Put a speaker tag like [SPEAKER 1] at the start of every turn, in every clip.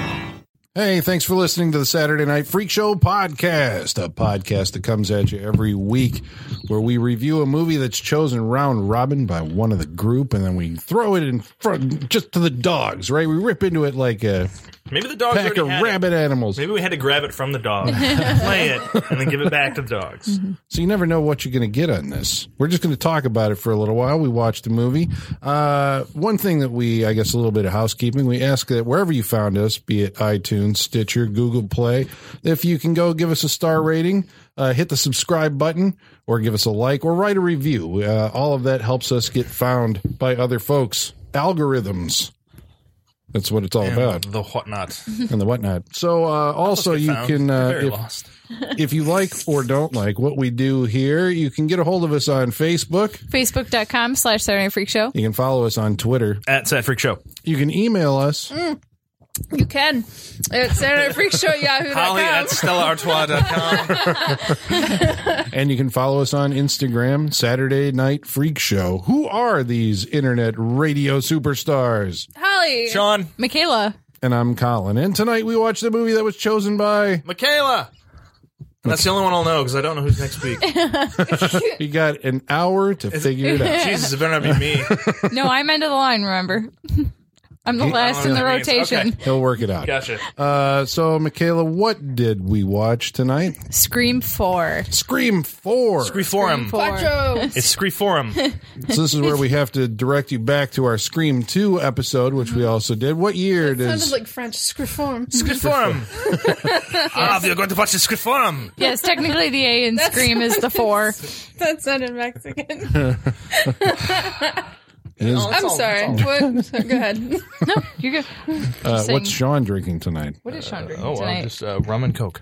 [SPEAKER 1] Hey, thanks for listening to the Saturday Night Freak Show podcast, a podcast that comes at you every week where we review a movie that's chosen round robin by one of the group and then we throw it in front just to the dogs, right? We rip into it like a
[SPEAKER 2] Maybe the dogs
[SPEAKER 1] pack
[SPEAKER 2] Oh, already
[SPEAKER 1] of
[SPEAKER 2] had
[SPEAKER 1] rabid
[SPEAKER 2] It.
[SPEAKER 1] animals.
[SPEAKER 2] Maybe we had to grab it from the dog, play it, and then give it back to the dogs.
[SPEAKER 3] Mm-hmm.
[SPEAKER 1] So you never know what you're going to get on this. We're just going to talk about it for a little while. We watched the movie. Uh, one thing that we, I guess, a little bit of housekeeping. We ask that wherever you found us, be it iTunes, Stitcher, Google Play, if you can go give us a star rating, uh, hit the subscribe button, or give us a like, or write a review. Uh, all of that helps us get found by other folks. Algorithms. That's what it's all about,
[SPEAKER 2] The whatnot.
[SPEAKER 1] and the whatnot. So uh, also you
[SPEAKER 2] Found.
[SPEAKER 1] can, uh,
[SPEAKER 2] Very
[SPEAKER 1] if,
[SPEAKER 2] lost.
[SPEAKER 1] if you like or don't like what we do here, you can get a hold of us on Facebook.
[SPEAKER 3] Facebook.com slash Saturday Night Freak Show.
[SPEAKER 1] You can follow us on Twitter.
[SPEAKER 2] At Sat Freak Show.
[SPEAKER 1] You can email us.
[SPEAKER 3] You can. It's Saturday Night Freak Show at
[SPEAKER 2] Holly
[SPEAKER 3] yahoo.com.
[SPEAKER 2] at StellaArtois.com.
[SPEAKER 1] And you can follow us on Instagram, Saturday Night Freak Show. Who are these internet radio superstars?
[SPEAKER 3] Holly.
[SPEAKER 2] Sean.
[SPEAKER 3] Michaela.
[SPEAKER 1] And I'm Colin. And tonight we watched the movie that was chosen by.
[SPEAKER 2] Michaela. And that's the only one I'll know because I don't know who's next week.
[SPEAKER 1] You got an hour to figure it out.
[SPEAKER 2] Jesus, it better not be me.
[SPEAKER 3] No, I'm end of the line, remember? I'm the last in the
[SPEAKER 2] that means.
[SPEAKER 3] rotation.
[SPEAKER 2] Okay.
[SPEAKER 1] He'll work it out.
[SPEAKER 2] Gotcha.
[SPEAKER 1] Uh, so, Michaela, what did we watch tonight?
[SPEAKER 3] Scream 4.
[SPEAKER 1] Scream 4.
[SPEAKER 2] Screeforum. It's Screeforum.
[SPEAKER 1] So this is where we have to direct you back to our Scream 2 episode, which we also did. What year does
[SPEAKER 4] Sounded like French scriform.
[SPEAKER 2] Screeforum. Ah, we are going to watch the Screeforum.
[SPEAKER 3] Yes, technically the A in Scream is the 4.
[SPEAKER 4] That sounded Mexican. I'm sorry. What? Go ahead.
[SPEAKER 3] You go,
[SPEAKER 1] uh,
[SPEAKER 3] sing.
[SPEAKER 1] what's Sean drinking tonight?
[SPEAKER 3] what is Sean drinking
[SPEAKER 2] Oh, well,
[SPEAKER 3] tonight?
[SPEAKER 2] just uh, rum and coke.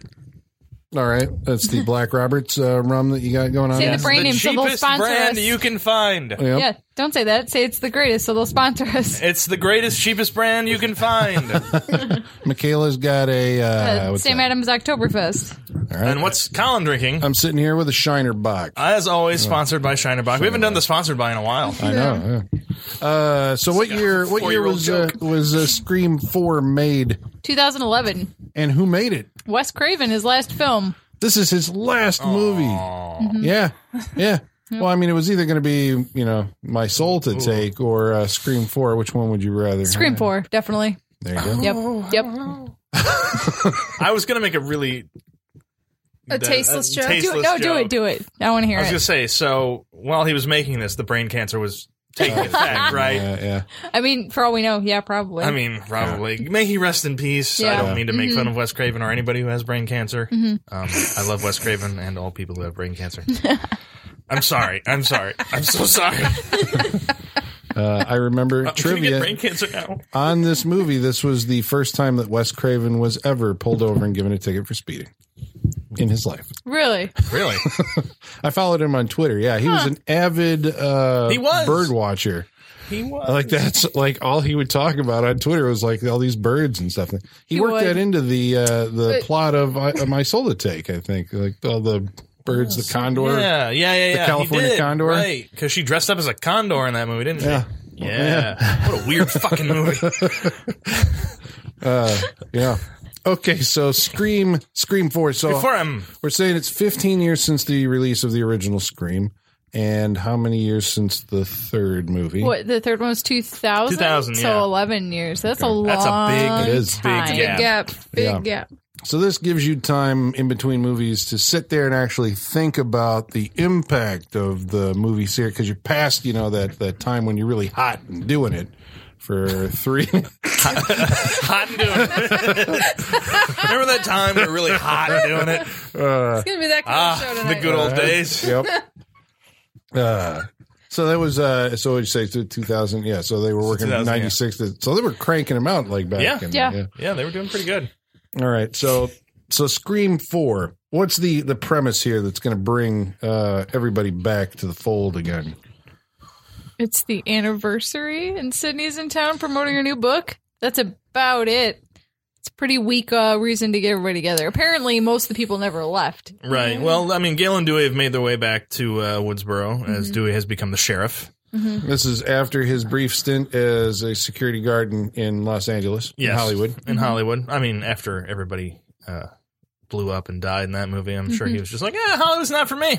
[SPEAKER 1] All right, that's the Black Roberts uh, rum that you got going on.
[SPEAKER 3] Say the
[SPEAKER 1] there.
[SPEAKER 3] brand
[SPEAKER 2] the
[SPEAKER 3] name, so they'll
[SPEAKER 2] cheapest
[SPEAKER 3] sponsor
[SPEAKER 2] brand
[SPEAKER 3] us.
[SPEAKER 2] you can find.
[SPEAKER 1] Yep.
[SPEAKER 3] yeah, don't say that. Say it's the greatest, so they'll sponsor us.
[SPEAKER 2] It's the greatest, cheapest brand you can find.
[SPEAKER 1] Michaela's got a uh,
[SPEAKER 3] Uh,
[SPEAKER 1] what's
[SPEAKER 3] Sam
[SPEAKER 1] that?
[SPEAKER 3] Adams Oktoberfest.
[SPEAKER 2] and what's Colin drinking?
[SPEAKER 1] I'm sitting here with a Shiner Bock.
[SPEAKER 2] As always, sponsored by Shinerbach. We haven't done the sponsored by in a while.
[SPEAKER 1] I know. yeah. Uh, so what year? What year
[SPEAKER 2] four-year-old
[SPEAKER 1] was uh, was uh, Scream Four made,
[SPEAKER 3] 2011.
[SPEAKER 1] and who made it?
[SPEAKER 3] Wes Craven, his last film.
[SPEAKER 1] This is his last movie. Yeah, yeah. Well, I mean, it was either going to be you know my soul to take or uh, Scream Four. Which one would you rather?
[SPEAKER 3] Scream 4, definitely.
[SPEAKER 1] There you go.
[SPEAKER 3] Yep, yep.
[SPEAKER 2] I was gonna make a really
[SPEAKER 4] A tasteless joke.
[SPEAKER 3] Do it, no, do it, do it. I want to hear
[SPEAKER 2] I was gonna
[SPEAKER 3] it.
[SPEAKER 2] say. So while he was making this, the brain cancer was taking effect, right?
[SPEAKER 1] Yeah, yeah.
[SPEAKER 3] I mean, for all we know, yeah, probably.
[SPEAKER 2] I mean, probably. May he rest in peace. I
[SPEAKER 3] Yeah.
[SPEAKER 2] don't mean to make fun
[SPEAKER 3] Mm-hmm.
[SPEAKER 2] of Wes Craven or anybody who has brain cancer. Um, I love Wes Craven and all people who have brain cancer. I'm sorry. I'm sorry. I'm so sorry.
[SPEAKER 1] Uh, I remember
[SPEAKER 2] I'm gonna get
[SPEAKER 1] trivia
[SPEAKER 2] brain cancer now.
[SPEAKER 1] on this movie. This was the first time that Wes Craven was ever pulled over and given a ticket for speeding in his life.
[SPEAKER 3] really?
[SPEAKER 2] Really?
[SPEAKER 1] I followed him on Twitter. Yeah, he was an avid uh,
[SPEAKER 2] He was.
[SPEAKER 1] bird watcher.
[SPEAKER 2] He was.
[SPEAKER 1] Like that's like all he would talk about on Twitter was like all these birds and stuff. He,
[SPEAKER 3] He
[SPEAKER 1] worked
[SPEAKER 3] would.
[SPEAKER 1] that into the uh, the
[SPEAKER 4] But-
[SPEAKER 1] plot of I, of my soul to take. I think like all the birds, the condor.
[SPEAKER 2] Oh, Yeah, yeah, yeah, yeah. He
[SPEAKER 1] California
[SPEAKER 2] did,
[SPEAKER 1] condor?
[SPEAKER 2] right? Because she dressed up as a condor in that movie, didn't she?
[SPEAKER 1] Yeah.
[SPEAKER 2] Yeah. what a weird fucking movie.
[SPEAKER 1] yeah. Okay, so Scream, Scream Four. So
[SPEAKER 2] Before I'm
[SPEAKER 1] We're saying it's 15 years since the release of the original Scream, and how many years since the third movie?
[SPEAKER 3] What the third one was 2000?
[SPEAKER 2] 2000,
[SPEAKER 3] So
[SPEAKER 2] yeah.
[SPEAKER 3] 11 years. That's a long
[SPEAKER 2] That's a big- it
[SPEAKER 1] is big
[SPEAKER 3] time.
[SPEAKER 2] gap.
[SPEAKER 4] Gap. Big
[SPEAKER 1] Yeah.
[SPEAKER 4] gap.
[SPEAKER 1] So this gives you time in between movies to sit there and actually think about the impact of the movie series because you're past, you know, that that time when you're really hot and doing it for three.
[SPEAKER 2] hot and doing it. Remember that time we were really hot and doing it?
[SPEAKER 4] It's gonna be that kind of
[SPEAKER 2] Ah,
[SPEAKER 4] show
[SPEAKER 2] the
[SPEAKER 4] tonight.
[SPEAKER 2] good old days.
[SPEAKER 1] yep. Uh, so that was uh, so would you say to 2000? Yeah. So they were working
[SPEAKER 2] 2000, yeah.
[SPEAKER 1] 96. So they were cranking them out like back.
[SPEAKER 2] Yeah.
[SPEAKER 1] in-
[SPEAKER 3] Yeah.
[SPEAKER 2] Yeah, they were doing pretty good.
[SPEAKER 1] All right. So so Scream 4. What's the the premise here that's going to bring uh everybody back to the fold again?
[SPEAKER 3] It's the anniversary, and Sydney's in town promoting her new book. That's about it. It's a pretty weak uh, reason to get everybody together. Apparently, most of the people never left.
[SPEAKER 4] Mm-hmm.
[SPEAKER 2] Right. Well, I mean, Gale and Dewey have made their way back to uh, Woodsboro
[SPEAKER 4] Mm-hmm.
[SPEAKER 2] as Dewey has become the sheriff.
[SPEAKER 1] This is after his brief stint as a security guard in, in Los Angeles, in
[SPEAKER 2] Yes.
[SPEAKER 1] Hollywood.
[SPEAKER 2] in
[SPEAKER 4] Mm-hmm.
[SPEAKER 2] Hollywood. I mean, after everybody uh, blew up and died in that movie, I'm sure
[SPEAKER 4] Mm-hmm.
[SPEAKER 2] he was just like, "Yeah, Hollywood's not for me."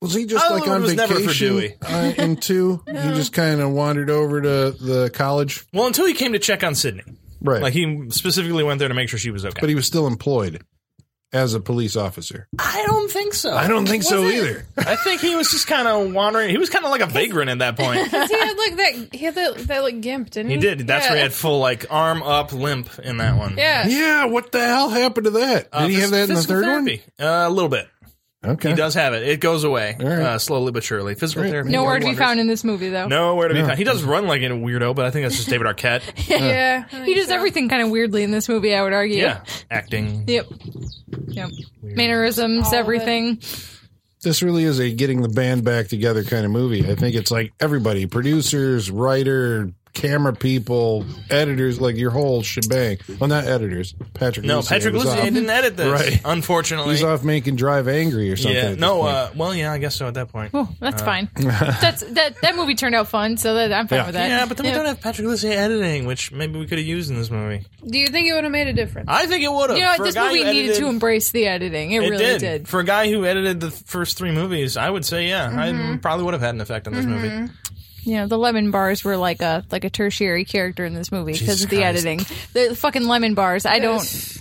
[SPEAKER 1] Was he just like
[SPEAKER 2] Hollywood
[SPEAKER 1] on
[SPEAKER 2] Oh, was never for
[SPEAKER 1] vacation
[SPEAKER 2] Dewey.
[SPEAKER 1] uh, in two? He just kind of wandered over to the college,
[SPEAKER 2] Well, until he came to check on Sydney,
[SPEAKER 1] right?
[SPEAKER 2] like he specifically went there to make sure she was okay.
[SPEAKER 1] but he was still employed as a police officer.
[SPEAKER 2] I don't think so.
[SPEAKER 1] I don't think so either.
[SPEAKER 2] I think he was just kind of wandering. He was kind of like a vagrant at that point.
[SPEAKER 4] 'Cause he had like that. He had that, that like gimp, didn't he?
[SPEAKER 2] He did. That's
[SPEAKER 4] yeah.
[SPEAKER 2] where he had full like arm up limp in that one.
[SPEAKER 4] Yeah.
[SPEAKER 1] Yeah, what the hell happened to that? Did
[SPEAKER 2] Uh,
[SPEAKER 1] he have
[SPEAKER 2] phys-
[SPEAKER 1] that in the
[SPEAKER 2] physical
[SPEAKER 1] third
[SPEAKER 2] therapy. Uh, a little bit.
[SPEAKER 1] one? Okay.
[SPEAKER 2] He does have it. It goes away
[SPEAKER 1] All right.
[SPEAKER 2] uh, slowly but surely. Physical
[SPEAKER 1] Great.
[SPEAKER 2] therapy.
[SPEAKER 3] Nowhere to be
[SPEAKER 2] wonders.
[SPEAKER 3] found in this movie, though.
[SPEAKER 2] Nowhere to be found. He does run like a weirdo, but I think that's just David Arquette.
[SPEAKER 4] Yeah.
[SPEAKER 3] He does everything kind of weirdly in this movie, I would argue.
[SPEAKER 2] yeah. Acting.
[SPEAKER 3] Yep. Yep. Mannerisms,
[SPEAKER 4] All of it.
[SPEAKER 3] everything.
[SPEAKER 1] This really is a getting the band back together kind of movie. I think it's like everybody, producers, writer, camera people, editors, like your whole shebang. Well, not editors. Patrick.
[SPEAKER 2] No,
[SPEAKER 1] Lucy
[SPEAKER 2] Patrick
[SPEAKER 1] was
[SPEAKER 2] Lucy
[SPEAKER 1] off.
[SPEAKER 2] didn't edit this.
[SPEAKER 1] Right.
[SPEAKER 2] Unfortunately.
[SPEAKER 1] He's off making Drive Angry or something. at
[SPEAKER 2] yeah.
[SPEAKER 1] this
[SPEAKER 2] No,
[SPEAKER 1] point.
[SPEAKER 2] uh, well, yeah, I guess so at that point.
[SPEAKER 3] Oh, that's fine. That's that. That movie turned out fun, so that I'm fine
[SPEAKER 1] Yeah.
[SPEAKER 3] with that.
[SPEAKER 2] Uh, yeah, but then we don't have Patrick Lucy editing, which maybe we could have used in this movie.
[SPEAKER 4] Do you think it would have made a difference?
[SPEAKER 2] I think it would have.
[SPEAKER 3] You know, what, this movie needed to embrace the editing. It,
[SPEAKER 2] It
[SPEAKER 3] really
[SPEAKER 2] did.
[SPEAKER 3] did.
[SPEAKER 2] For a guy who edited the first three movies, I would say, yeah,
[SPEAKER 3] Mm-hmm.
[SPEAKER 2] I probably would have had an effect on this movie.
[SPEAKER 3] You know, the lemon bars were like a like a tertiary character in this movie because
[SPEAKER 2] Jesus
[SPEAKER 3] of the
[SPEAKER 2] Christ.
[SPEAKER 3] editing. The fucking lemon bars. I don't.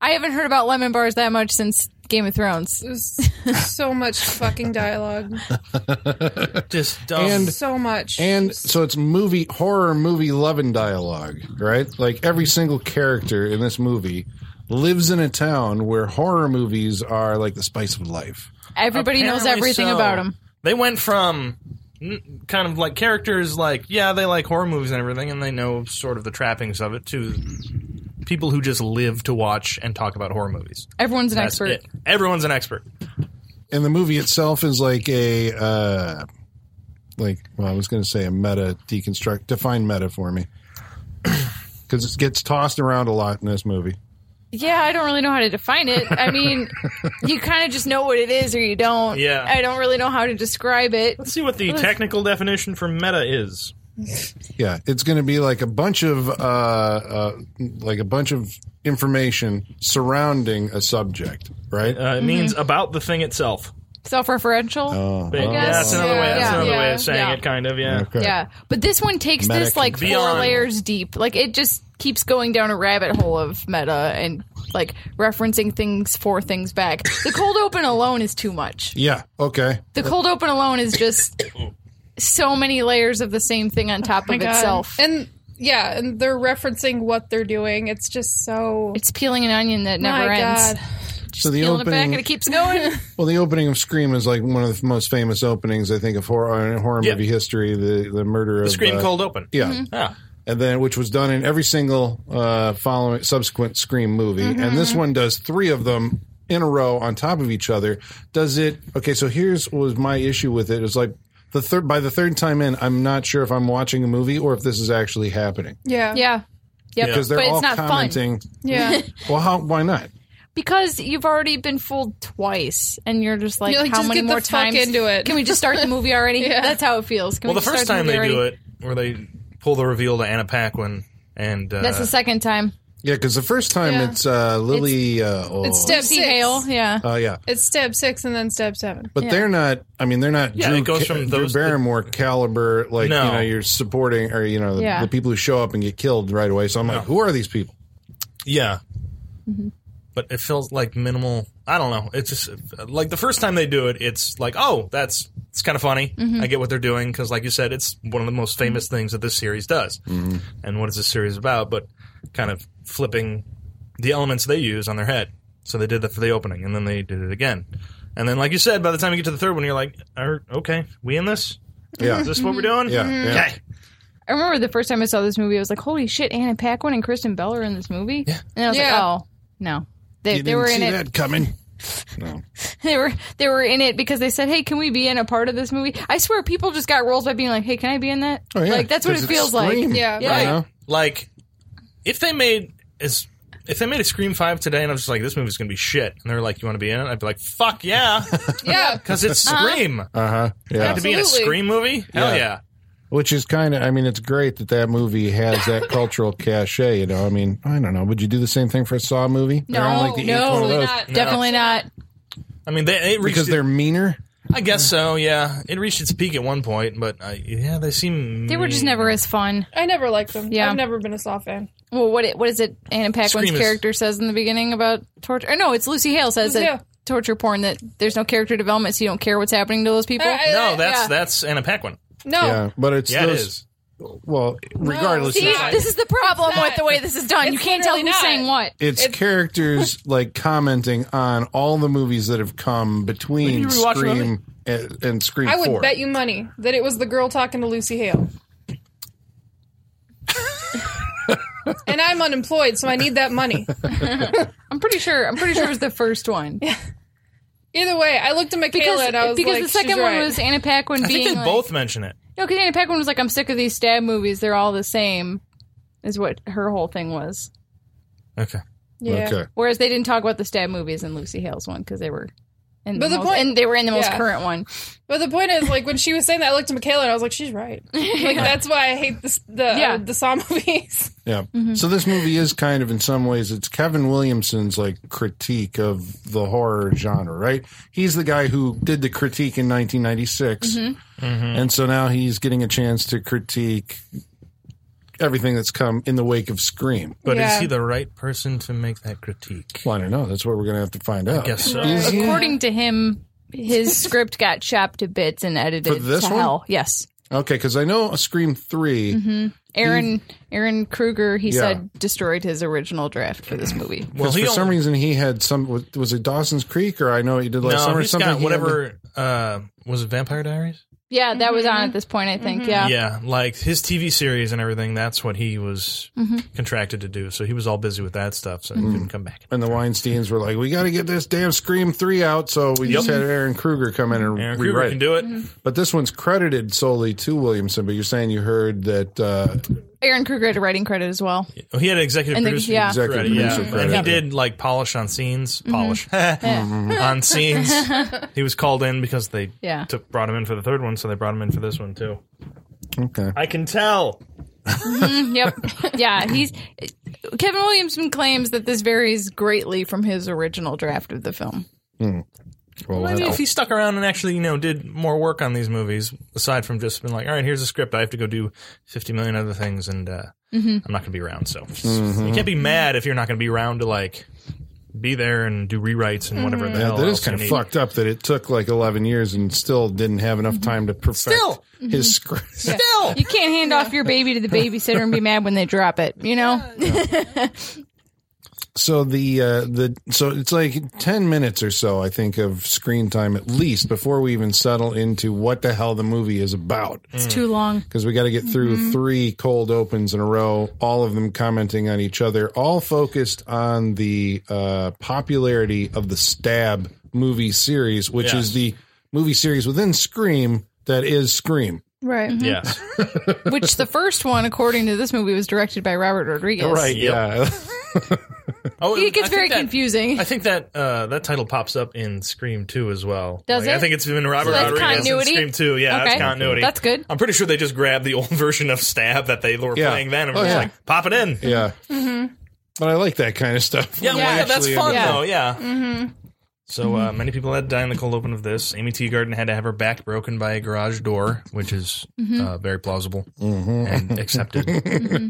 [SPEAKER 3] I haven't heard about lemon bars that much since Game of Thrones.
[SPEAKER 4] There's so much fucking dialogue.
[SPEAKER 2] Just dumb.
[SPEAKER 4] So much.
[SPEAKER 1] And so it's movie horror movie loving dialogue, right? Like every single character in this movie lives in a town where horror movies are like the spice of life.
[SPEAKER 3] Everybody knows
[SPEAKER 2] Apparently
[SPEAKER 3] everything
[SPEAKER 2] so.
[SPEAKER 3] about them.
[SPEAKER 2] They went from n- kind of like characters like yeah they like horror movies and everything and they know sort of the trappings of it to people who just live to watch and talk about horror movies
[SPEAKER 3] Everyone's an
[SPEAKER 2] That's
[SPEAKER 3] expert.
[SPEAKER 2] it. everyone's an expert
[SPEAKER 1] And the movie itself is like a uh like well, I was going to say a meta deconstruct define meta for me. Cuz it gets tossed around a lot in this movie.
[SPEAKER 3] Yeah, I don't really know how to define it. I mean, you kind of just know what it is or you don't.
[SPEAKER 2] Yeah.
[SPEAKER 3] I don't really know how to describe it.
[SPEAKER 2] Let's see what the technical definition for meta is.
[SPEAKER 1] Yeah, it's going to be like a bunch of uh, uh, like a bunch of information surrounding a subject, right?
[SPEAKER 2] Uh, it means
[SPEAKER 3] Mm-hmm.
[SPEAKER 2] about the thing itself.
[SPEAKER 3] Self-referential.
[SPEAKER 1] Oh,
[SPEAKER 2] But,
[SPEAKER 1] oh.
[SPEAKER 2] yeah, that's another way. That's
[SPEAKER 3] Yeah.
[SPEAKER 2] another way
[SPEAKER 4] Yeah.
[SPEAKER 2] of saying
[SPEAKER 3] Yeah.
[SPEAKER 2] it, kind of. Yeah.
[SPEAKER 1] Okay.
[SPEAKER 3] Yeah, but this one takes
[SPEAKER 1] Meta
[SPEAKER 3] this like
[SPEAKER 2] Beyond.
[SPEAKER 3] four layers deep. Like it just keeps going down a rabbit hole of meta and like referencing things for things back. The cold open alone is too much.
[SPEAKER 1] Yeah. Okay.
[SPEAKER 3] The cold open alone is just so many layers of the same thing on top of
[SPEAKER 4] God.
[SPEAKER 3] itself.
[SPEAKER 4] And yeah, and they're referencing what they're doing. It's just so.
[SPEAKER 3] It's peeling an onion that never
[SPEAKER 4] my
[SPEAKER 3] ends.
[SPEAKER 4] God.
[SPEAKER 1] so the
[SPEAKER 3] Peeling it back and it
[SPEAKER 1] opening,
[SPEAKER 3] keeps going.
[SPEAKER 1] well, the opening of Scream is like one of the most famous openings I think of horror, horror
[SPEAKER 2] Yeah.
[SPEAKER 1] movie history. The the murder of
[SPEAKER 2] Scream
[SPEAKER 1] uh,
[SPEAKER 2] cold open.
[SPEAKER 1] Yeah,
[SPEAKER 2] Ah.
[SPEAKER 1] and then which was done in every single uh, following subsequent Scream movie, and
[SPEAKER 3] Mm-hmm.
[SPEAKER 1] this one does three of them in a row on top of each other. Does it? Okay, so here's what was my issue with it. It was like the third by the third time in, I'm not sure if I'm watching a movie or if this is actually happening
[SPEAKER 4] Yeah.
[SPEAKER 3] yeah. Yep.
[SPEAKER 1] because they're
[SPEAKER 3] but
[SPEAKER 1] all
[SPEAKER 3] it's not fun.
[SPEAKER 1] commenting.
[SPEAKER 4] Yeah.
[SPEAKER 1] Well, how? Why not?
[SPEAKER 3] Because you've already been fooled twice, and you're just like,
[SPEAKER 4] You're like,
[SPEAKER 3] how
[SPEAKER 4] just
[SPEAKER 3] many
[SPEAKER 4] get the
[SPEAKER 3] more
[SPEAKER 4] fuck
[SPEAKER 3] times
[SPEAKER 4] into it.
[SPEAKER 3] Can we just start the movie already? That's how it feels. Can
[SPEAKER 2] Well,
[SPEAKER 3] we
[SPEAKER 2] the
[SPEAKER 3] just
[SPEAKER 2] first
[SPEAKER 3] start
[SPEAKER 2] time
[SPEAKER 3] movie
[SPEAKER 2] they do
[SPEAKER 3] already?
[SPEAKER 2] it, where they pull the reveal to Anna Paquin, and uh,
[SPEAKER 3] That's the second time.
[SPEAKER 1] Yeah, because the first time
[SPEAKER 4] Yeah.
[SPEAKER 1] it's uh, Lily. uh, oh,
[SPEAKER 4] It's step
[SPEAKER 3] Lucy
[SPEAKER 4] six.
[SPEAKER 3] Hale, yeah.
[SPEAKER 2] Uh,
[SPEAKER 1] oh, yeah.
[SPEAKER 4] It's step six and then step seven.
[SPEAKER 1] But they're not. I mean, they're not.
[SPEAKER 2] Yeah,
[SPEAKER 1] Drew,
[SPEAKER 2] it goes
[SPEAKER 1] Ca-
[SPEAKER 2] from
[SPEAKER 1] Drew
[SPEAKER 2] those-
[SPEAKER 1] Barrymore caliber. Like
[SPEAKER 2] No.
[SPEAKER 1] you know, you're supporting or you know the,
[SPEAKER 3] Yeah.
[SPEAKER 1] the people who show up and get killed right away. So I'm like, who are these people?
[SPEAKER 2] yeah. But it feels like minimal. I don't know. It's just uh, like the first time they do it, it's like, oh, that's it's kind of funny. I get what they're doing because, like you said, it's one of the most famous things that this series does. And what is this series about? But kind of flipping the elements they use on their head. So they did that for the opening, and then they did it again. And then, like you said, by the time you get to the third one, you're like, "Are- okay, we in this?
[SPEAKER 1] Yeah,
[SPEAKER 2] Is this what we're doing?
[SPEAKER 3] Mm-hmm.
[SPEAKER 1] Yeah, yeah.
[SPEAKER 2] Okay.
[SPEAKER 3] I remember the first time I saw this movie, I was like, holy shit, Anna Paquin and Kristen Bell are in this movie? Yeah. And I was
[SPEAKER 4] Yeah.
[SPEAKER 3] like, oh, no. They,
[SPEAKER 1] you
[SPEAKER 3] they
[SPEAKER 1] didn't
[SPEAKER 3] were in
[SPEAKER 1] see
[SPEAKER 3] it.
[SPEAKER 1] that coming. No.
[SPEAKER 3] They were they were in it because they said, "Hey, can we be in a part of this movie?" I swear, people just got roles by being like, "Hey, can I be in that?"
[SPEAKER 1] Oh, yeah,
[SPEAKER 3] Like that's what
[SPEAKER 1] 'cause
[SPEAKER 3] it
[SPEAKER 1] it's
[SPEAKER 3] feels
[SPEAKER 1] Scream.
[SPEAKER 3] like.
[SPEAKER 4] Yeah.
[SPEAKER 1] Right.
[SPEAKER 2] Like, if they made as If they made a Scream Five today, and I was just like, "This movie's gonna be shit," and they're like, "You want to be in it?" I'd be like, "Fuck yeah!"
[SPEAKER 4] Yeah. Oh,
[SPEAKER 2] Because it's
[SPEAKER 3] Uh-huh.
[SPEAKER 2] Scream.
[SPEAKER 1] Uh huh. Yeah.
[SPEAKER 2] To be in a
[SPEAKER 4] Absolutely.
[SPEAKER 2] Scream movie? Hell
[SPEAKER 1] Yeah.
[SPEAKER 2] yeah.
[SPEAKER 1] Which is kind of, I mean, it's great that that movie has that cultural cachet. You know, I mean, I don't know. Would you do the same thing for a Saw movie?
[SPEAKER 3] No,
[SPEAKER 1] I don't like the eighth
[SPEAKER 3] no,
[SPEAKER 1] one of
[SPEAKER 4] Absolutely
[SPEAKER 1] those.
[SPEAKER 4] not.
[SPEAKER 3] Definitely
[SPEAKER 2] Mm.
[SPEAKER 3] not.
[SPEAKER 2] I mean, they, it reached
[SPEAKER 1] because they're meaner.
[SPEAKER 2] I guess so. Yeah, it reached its peak at one point, but uh, yeah, they seem
[SPEAKER 3] They were just never as fun.
[SPEAKER 4] I never liked them.
[SPEAKER 3] Yeah.
[SPEAKER 4] I've never been a Saw fan.
[SPEAKER 3] Well, what it, what is it? Anna Paquin's
[SPEAKER 2] Scream is-
[SPEAKER 3] character says in the beginning about torture. Or no, it's Lucy Hale says
[SPEAKER 4] Lucy
[SPEAKER 3] that
[SPEAKER 4] Hale.
[SPEAKER 3] torture porn that there's no character development, so you don't care what's happening to those people.
[SPEAKER 4] I- I-
[SPEAKER 2] No, that's
[SPEAKER 3] Yeah.
[SPEAKER 2] that's Anna Paquin.
[SPEAKER 4] Uh, No.
[SPEAKER 1] Yeah, but it's
[SPEAKER 2] Yeah,
[SPEAKER 1] those.
[SPEAKER 2] it is.
[SPEAKER 1] Well, regardless,
[SPEAKER 4] See,
[SPEAKER 1] it's,
[SPEAKER 4] I-
[SPEAKER 3] this is the problem
[SPEAKER 4] It's not.
[SPEAKER 3] with the way this is done. you
[SPEAKER 4] It's
[SPEAKER 3] can't tell who's
[SPEAKER 4] literally not.
[SPEAKER 3] saying what.
[SPEAKER 1] it's characters like commenting on all the movies that have come between
[SPEAKER 2] Would you rewatch
[SPEAKER 1] Scream and, and Scream
[SPEAKER 4] I would
[SPEAKER 1] Four.
[SPEAKER 4] bet you money that it was the girl talking to Lucy Hale. and I'm unemployed, so I need that money.
[SPEAKER 3] I'm pretty sure. I'm pretty sure it was the first one
[SPEAKER 4] Either way, I looked at Michaela
[SPEAKER 3] because
[SPEAKER 4] and I was
[SPEAKER 3] because
[SPEAKER 4] like,
[SPEAKER 3] the second
[SPEAKER 4] she's
[SPEAKER 3] one
[SPEAKER 4] right.
[SPEAKER 3] was Anna Paquin
[SPEAKER 2] I
[SPEAKER 3] being
[SPEAKER 2] think they
[SPEAKER 3] like,
[SPEAKER 2] both mention it.
[SPEAKER 3] no, because Anna Paquin was like, I'm sick of these stab movies. They're all the same, is what her whole thing was.
[SPEAKER 2] Okay.
[SPEAKER 4] Yeah.
[SPEAKER 1] Okay.
[SPEAKER 3] Whereas they didn't talk about the stab movies in Lucy Hale's one because they were. In
[SPEAKER 4] But
[SPEAKER 3] the
[SPEAKER 4] the
[SPEAKER 3] most,
[SPEAKER 4] point-
[SPEAKER 3] and they were in the most
[SPEAKER 4] yeah.
[SPEAKER 3] current one.
[SPEAKER 4] But the point is, like when she was saying that, I looked at Michaela and I was like, she's right. Like that's why I hate this, the
[SPEAKER 3] Yeah.
[SPEAKER 4] uh, the Saw movies.
[SPEAKER 1] Yeah.
[SPEAKER 4] Mm-hmm.
[SPEAKER 1] So this movie is kind of, in some ways, it's Kevin Williamson's like critique of the horror genre, right? He's the guy who did the critique in 1996,
[SPEAKER 4] Mm-hmm.
[SPEAKER 1] and so now he's getting a chance to critique everything that's come in the wake of Scream.
[SPEAKER 2] But
[SPEAKER 4] Yeah.
[SPEAKER 2] is he the right person to make that critique?
[SPEAKER 1] Well, I don't know. That's what we're going to have to find out.
[SPEAKER 2] guess so.
[SPEAKER 1] Is he?
[SPEAKER 3] According to him, his script got chopped to bits and edited
[SPEAKER 1] For this
[SPEAKER 3] to
[SPEAKER 1] one?
[SPEAKER 3] hell. Yes.
[SPEAKER 1] Okay, because I know Scream 3
[SPEAKER 4] Mm-hmm.
[SPEAKER 3] Aaron Aaron Kruger, he
[SPEAKER 1] Yeah.
[SPEAKER 3] said, destroyed his original draft for this movie.
[SPEAKER 2] Well,
[SPEAKER 1] for
[SPEAKER 2] he
[SPEAKER 1] some
[SPEAKER 2] only-
[SPEAKER 1] reason he had some was- was it Dawson's Creek or I know what you did last
[SPEAKER 2] no,
[SPEAKER 1] summer
[SPEAKER 2] he's
[SPEAKER 1] something
[SPEAKER 2] got
[SPEAKER 1] he
[SPEAKER 2] whatever. Uh, was it Vampire Diaries?
[SPEAKER 3] Yeah, that was on
[SPEAKER 2] Mm-hmm.
[SPEAKER 3] at this point, I think. Yeah.
[SPEAKER 2] Yeah, like his TV series and everything. That's what he was
[SPEAKER 3] Mm-hmm.
[SPEAKER 2] contracted to do. So he was all busy with that stuff, so he couldn't come back.
[SPEAKER 1] had- and the Weinsteins were like we got to get this damn Scream 3 out so we just
[SPEAKER 2] Yep.
[SPEAKER 1] had Aaron Kruger come in and
[SPEAKER 2] Aaron Kruger
[SPEAKER 1] rewrite
[SPEAKER 2] can do it.
[SPEAKER 3] Mm-hmm.
[SPEAKER 1] but this one's credited solely to Williamson but you're saying you heard that uh,
[SPEAKER 3] Aaron Kruger had a writing credit as well.
[SPEAKER 2] Oh, he had an executive
[SPEAKER 3] And the-
[SPEAKER 2] producer,
[SPEAKER 3] yeah. Mm-hmm.
[SPEAKER 1] Executive
[SPEAKER 2] credit, yeah.
[SPEAKER 1] producer
[SPEAKER 2] and
[SPEAKER 1] credit, Mm-hmm.
[SPEAKER 2] he
[SPEAKER 1] yeah.
[SPEAKER 2] did like polish on scenes, polish on scenes. He was called in because they
[SPEAKER 3] Yeah.
[SPEAKER 2] took, brought him in for the third one, so they brought him in for this one too.
[SPEAKER 1] okay
[SPEAKER 2] I can tell.
[SPEAKER 3] Yep. yeah. He's Kevin Williamson claims that this varies greatly from his original draft of the film.
[SPEAKER 1] well,
[SPEAKER 2] I
[SPEAKER 1] we'll
[SPEAKER 2] mean,
[SPEAKER 1] have
[SPEAKER 3] Oh.
[SPEAKER 2] if
[SPEAKER 1] to-
[SPEAKER 2] he stuck around and actually, you know, did more work on these movies, aside from just being like, all right, here's a script, I have to go do 50 million other things, and uh,
[SPEAKER 3] Mm-hmm.
[SPEAKER 2] I'm not going to be around. So
[SPEAKER 1] Mm-hmm.
[SPEAKER 2] you can't be mad if you're not going to be around to, like, be there and do rewrites and whatever the
[SPEAKER 3] Mm-hmm.
[SPEAKER 1] yeah,
[SPEAKER 2] hell
[SPEAKER 1] that
[SPEAKER 2] else
[SPEAKER 1] is kind
[SPEAKER 2] you
[SPEAKER 1] of
[SPEAKER 2] need.
[SPEAKER 1] fucked up that it took like 11 years and still didn't have enough time to perfect
[SPEAKER 2] Mm-hmm. Still. Mm-hmm.
[SPEAKER 1] his script
[SPEAKER 2] Still!
[SPEAKER 3] You can't hand off your baby to the babysitter and be mad when they drop it, you know?
[SPEAKER 1] So the uh, the so it's like ten minutes or so, I think, of screen time at least before we even settle into what the hell the movie is about.
[SPEAKER 3] It's too long.
[SPEAKER 1] Because we got to get through three cold opens in a row, all of them commenting on each other, all focused on the uh, popularity of the Stab movie series, which
[SPEAKER 2] Yes.
[SPEAKER 1] is the movie series within Scream that is Scream.
[SPEAKER 4] Right.
[SPEAKER 2] Yes.
[SPEAKER 3] Which the first one, according to this movie, was directed by Robert Rodriguez.
[SPEAKER 1] Yeah.
[SPEAKER 2] Oh,
[SPEAKER 3] It gets
[SPEAKER 2] I think
[SPEAKER 3] very
[SPEAKER 2] that-
[SPEAKER 3] confusing.
[SPEAKER 2] I think that uh, that title pops up in Scream 2 as well.
[SPEAKER 3] Does
[SPEAKER 2] Like,
[SPEAKER 3] it?
[SPEAKER 2] I think it's been Robert
[SPEAKER 3] So that's
[SPEAKER 2] Rodriguez in
[SPEAKER 3] continuity?
[SPEAKER 2] Scream 2. Yeah,
[SPEAKER 3] Okay.
[SPEAKER 2] that's continuity.
[SPEAKER 3] That's good.
[SPEAKER 2] I'm pretty sure they just grabbed the old version of Stab that they were
[SPEAKER 1] Yeah.
[SPEAKER 2] playing then and
[SPEAKER 1] Oh,
[SPEAKER 2] were just
[SPEAKER 1] yeah.
[SPEAKER 2] like, pop it in.
[SPEAKER 1] yeah. But I like that kind of stuff.
[SPEAKER 2] Yeah,
[SPEAKER 1] When
[SPEAKER 2] well,
[SPEAKER 1] they
[SPEAKER 2] yeah, that's
[SPEAKER 1] actually
[SPEAKER 2] fun
[SPEAKER 1] end up-
[SPEAKER 2] though. Yeah. Mm-hmm. So uh, many people had to die in the cold open of this. Amy Teagarden had to have her back broken by a garage door, which is uh, very plausible and accepted.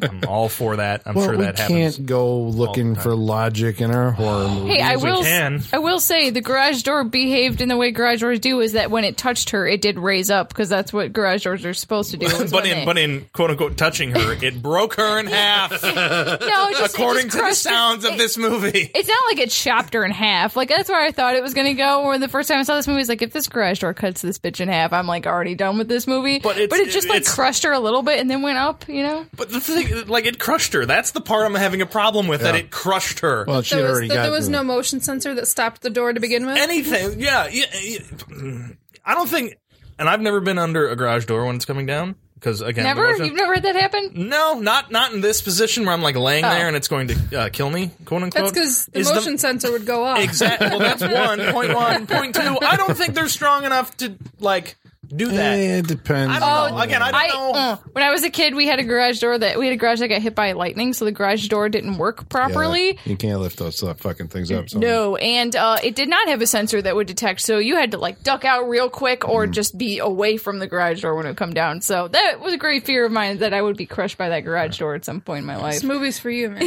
[SPEAKER 2] I'm all for that. I'm
[SPEAKER 1] Mm-hmm. Well,
[SPEAKER 2] sure
[SPEAKER 1] we
[SPEAKER 2] that happens.
[SPEAKER 1] can't go looking for logic in our horror
[SPEAKER 2] Oh.
[SPEAKER 1] movies.
[SPEAKER 3] Hey, I
[SPEAKER 2] we
[SPEAKER 3] will.
[SPEAKER 2] can.
[SPEAKER 3] I will say the garage door behaved in the way garage doors do. Is that when it touched her, it did raise up because that's what garage doors are supposed to do. is
[SPEAKER 2] But
[SPEAKER 3] when
[SPEAKER 2] in
[SPEAKER 3] they-
[SPEAKER 2] but in quote unquote touching her, it broke her in half.
[SPEAKER 3] no, it just, it just
[SPEAKER 2] according to the
[SPEAKER 3] crushed her-
[SPEAKER 2] sounds of
[SPEAKER 3] it-
[SPEAKER 2] this movie.
[SPEAKER 3] It's not like it chopped her in half. Like that's where I thought it was going to go. Or the first time I saw this movie, I was like, if this garage door cuts this bitch in half, I'm like already done with this movie.
[SPEAKER 2] But it's-
[SPEAKER 3] it just like
[SPEAKER 2] it's-
[SPEAKER 3] crushed her a little bit and then went up. You know,
[SPEAKER 2] But the thing, like, it crushed her. That's the part I'm having a problem with. That it crushed her.
[SPEAKER 1] well, she
[SPEAKER 4] There was,
[SPEAKER 1] already
[SPEAKER 4] that
[SPEAKER 1] got
[SPEAKER 4] there was
[SPEAKER 1] the-
[SPEAKER 4] no motion sensor that stopped the door to begin with.
[SPEAKER 2] Anything, yeah, yeah, yeah. I don't think, and I've never been under a garage door when it's coming down.
[SPEAKER 3] Never?
[SPEAKER 2] motion-
[SPEAKER 3] You've never had that happen?
[SPEAKER 2] no, not not in this position where I'm like laying there and it's going to uh, kill me, quote
[SPEAKER 4] That's
[SPEAKER 2] unquote.
[SPEAKER 4] because the
[SPEAKER 2] Is
[SPEAKER 4] motion sensor would go off.
[SPEAKER 2] Exactly. Well, that's one point one point two. I don't think they're strong enough to like do that.
[SPEAKER 1] Eh, It depends.
[SPEAKER 2] I don't know. Oh, Again, I don't
[SPEAKER 3] I,
[SPEAKER 2] know.
[SPEAKER 3] uh, when I was a kid, we had a garage door that we had a garage that got hit by lightning, so the garage door didn't work
[SPEAKER 1] Yeah,
[SPEAKER 3] properly.
[SPEAKER 1] you can't lift those uh, fucking things up. so-
[SPEAKER 3] No, and uh, it did not have a sensor that would detect, so you had to like duck out real quick or just be away from the garage door when it would come down. So that was a great fear of mine that I would be crushed by that garage door at some point in my life.
[SPEAKER 4] This movie's for you, man.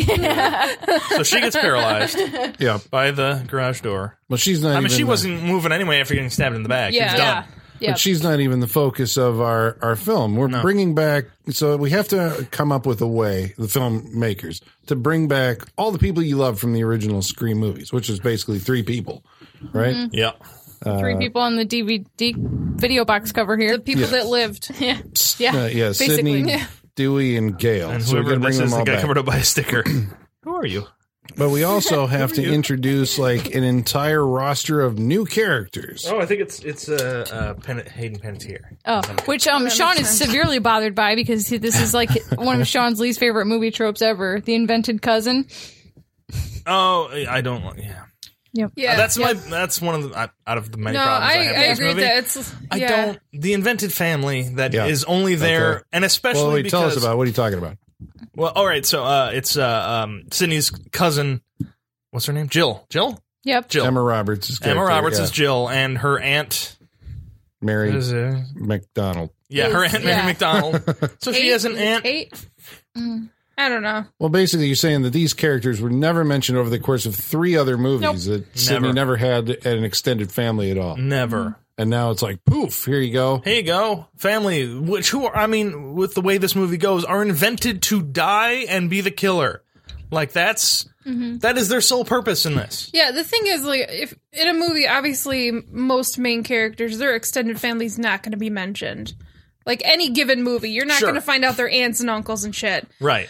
[SPEAKER 2] So she gets paralyzed
[SPEAKER 1] Yeah.
[SPEAKER 2] by the garage door.
[SPEAKER 1] Well, she's not.
[SPEAKER 2] I mean,
[SPEAKER 1] even uh,
[SPEAKER 2] she
[SPEAKER 1] the-
[SPEAKER 2] wasn't moving anyway after getting stabbed in the back. She was
[SPEAKER 4] Yeah.
[SPEAKER 2] done.
[SPEAKER 3] Yeah.
[SPEAKER 1] But she's not even the focus of our, our film. We're bringing back, so we have to come up with a way, the filmmakers, to bring back all the people you love from the original Scream movies, which is basically three people, right?
[SPEAKER 2] Yeah.
[SPEAKER 3] Three people on the DVD video box cover here.
[SPEAKER 4] the people that lived.
[SPEAKER 3] yeah. Yeah.
[SPEAKER 1] Uh, yeah,
[SPEAKER 3] Basically.
[SPEAKER 1] Sydney,
[SPEAKER 4] Yeah.
[SPEAKER 1] Dewey, and Gail.
[SPEAKER 2] And
[SPEAKER 1] so we're
[SPEAKER 2] whoever
[SPEAKER 1] going to bring
[SPEAKER 2] this
[SPEAKER 1] them
[SPEAKER 2] is, the
[SPEAKER 1] all
[SPEAKER 2] guy
[SPEAKER 1] back.
[SPEAKER 2] covered up by a sticker. Who are you?
[SPEAKER 1] But we also have to introduce like an entire roster of new characters.
[SPEAKER 2] Oh, I think it's it's uh, uh, Pen- Hayden Panettiere.
[SPEAKER 3] Oh, which um, Sean is severely bothered by because he- this is like one of Sean's least favorite movie tropes ever: the invented cousin.
[SPEAKER 2] Oh, I don't. like- Yeah,
[SPEAKER 3] Yep.
[SPEAKER 4] Yeah,
[SPEAKER 2] that's
[SPEAKER 4] yeah.
[SPEAKER 2] my. That's one of the I- out of the many
[SPEAKER 4] No,
[SPEAKER 2] problems. I,
[SPEAKER 4] I,
[SPEAKER 2] have
[SPEAKER 4] I
[SPEAKER 2] with this
[SPEAKER 4] agree
[SPEAKER 2] movie.
[SPEAKER 4] that it's.
[SPEAKER 2] I
[SPEAKER 4] yeah.
[SPEAKER 2] don't. The invented family that is
[SPEAKER 1] Yeah.
[SPEAKER 2] only there,
[SPEAKER 1] Okay.
[SPEAKER 2] and especially
[SPEAKER 1] Well, wait,
[SPEAKER 2] because
[SPEAKER 1] tell us about it. what are you talking about?
[SPEAKER 2] Well, all right. So uh, it's uh, um, Sydney's cousin. What's her name? Jill. Jill.
[SPEAKER 3] Yep.
[SPEAKER 2] Jill.
[SPEAKER 1] Emma Roberts is
[SPEAKER 2] Emma
[SPEAKER 1] character,
[SPEAKER 2] Roberts
[SPEAKER 1] yeah.
[SPEAKER 2] is Jill, and her aunt.
[SPEAKER 1] Mary
[SPEAKER 2] Is, uh,
[SPEAKER 1] McDonald.
[SPEAKER 2] yeah, her
[SPEAKER 3] Is-
[SPEAKER 2] aunt
[SPEAKER 3] yeah.
[SPEAKER 2] Mary McDonald. So she has an aunt.
[SPEAKER 4] Eight. Mm, I don't know.
[SPEAKER 1] Well, basically, you're saying that these characters were never mentioned over the course of three other movies that Sydney never had an extended family at
[SPEAKER 2] Mm.
[SPEAKER 1] all,
[SPEAKER 2] Never.
[SPEAKER 1] and now it's like poof, here you go.
[SPEAKER 2] Here you go, family. Which who are, I mean, with the way this movie goes, are invented to die and be the killer. Like that's
[SPEAKER 4] Mm-hmm.
[SPEAKER 2] that is their sole purpose in this.
[SPEAKER 4] Yeah, the thing is, like, if in a movie, obviously, most main characters, their extended family's not going to be mentioned. Like any given movie, you're not
[SPEAKER 2] Sure.
[SPEAKER 4] going to find out their aunts and uncles and shit.
[SPEAKER 2] Right.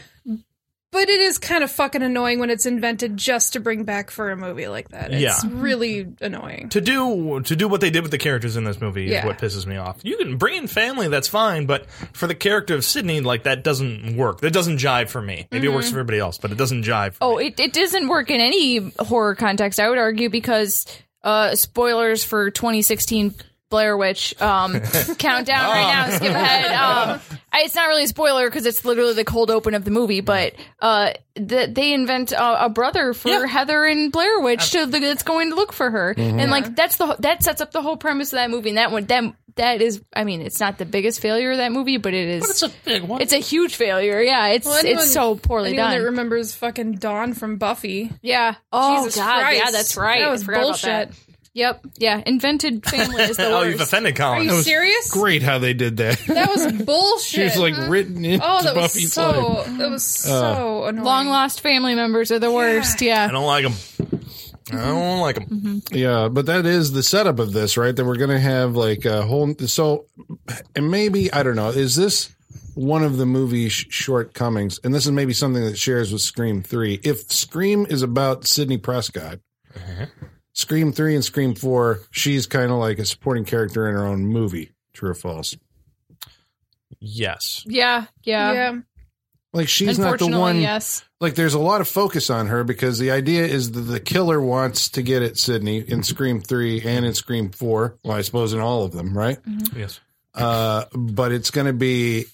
[SPEAKER 4] But it is kind of fucking annoying when it's invented just to bring back for a movie like that. It's
[SPEAKER 2] Yeah.
[SPEAKER 4] really annoying.
[SPEAKER 2] to do to do what they did with the characters in this movie is
[SPEAKER 4] Yeah.
[SPEAKER 2] what pisses me off. You can bring in family, that's fine, but for the character of Sydney, like that doesn't work. That doesn't jive for me. Maybe it
[SPEAKER 4] Mm-hmm.
[SPEAKER 2] works for everybody else, but it doesn't jive. For
[SPEAKER 3] Oh,
[SPEAKER 2] me.
[SPEAKER 3] it, it doesn't work in any horror context, I would argue, because uh, spoilers for 2016 Blair Witch um, countdown right now. Skip ahead. Um, I- it's not really a spoiler because it's literally the cold open of the movie, but uh, th- they invent uh, a brother for
[SPEAKER 2] Yeah.
[SPEAKER 3] Heather and Blair Witch to, that's going to look for her, and like that's the that sets up the whole premise of that movie. And that one, that that is, I mean, it's not the biggest failure of that movie, but it is.
[SPEAKER 2] But it's a big one.
[SPEAKER 3] it's a huge failure. Yeah, it's
[SPEAKER 4] Well, anyone-
[SPEAKER 3] it's so poorly
[SPEAKER 4] anyone
[SPEAKER 3] done.
[SPEAKER 4] that remembers fucking Dawn from Buffy.
[SPEAKER 3] Yeah. Oh
[SPEAKER 4] Jesus
[SPEAKER 3] God. Yeah,
[SPEAKER 4] Christ.
[SPEAKER 3] that's right.
[SPEAKER 4] That
[SPEAKER 3] I
[SPEAKER 4] was
[SPEAKER 3] forgot about that.
[SPEAKER 4] bullshit.
[SPEAKER 3] Yep. Yeah. Invented family is the
[SPEAKER 2] oh,
[SPEAKER 3] worst.
[SPEAKER 2] you've offended Colin.
[SPEAKER 4] Are you
[SPEAKER 2] That was-
[SPEAKER 4] serious?
[SPEAKER 1] Great how they did that.
[SPEAKER 4] That was bullshit.
[SPEAKER 1] She was like written into
[SPEAKER 4] oh, that was
[SPEAKER 1] Buffy's life.
[SPEAKER 4] so. That was
[SPEAKER 2] Uh,
[SPEAKER 4] so annoying.
[SPEAKER 3] Long lost family members are the worst. Yeah.
[SPEAKER 2] I don't like him. I
[SPEAKER 4] Mm-hmm.
[SPEAKER 2] don't like him.
[SPEAKER 1] Yeah, but that is the setup of this, right? That we're going to have like a whole. So, and maybe, I don't know, is this one of the movie's sh- shortcomings? And this is maybe something that shares with Scream 3. If Scream is about Sidney Prescott, Scream 3 and Scream 4, she's kind of like a supporting character in her own movie. True or false?
[SPEAKER 2] Yes.
[SPEAKER 3] Yeah. Yeah.
[SPEAKER 4] Yeah.
[SPEAKER 1] Like she's not the
[SPEAKER 3] Unfortunately,
[SPEAKER 1] one.
[SPEAKER 3] yes.
[SPEAKER 1] Like there's a lot of focus on her because the idea is that the killer wants to get at Sydney in Scream Three and in Scream Four. Well, I suppose in all of them, right?
[SPEAKER 2] Yes.
[SPEAKER 1] Uh, but it's going to be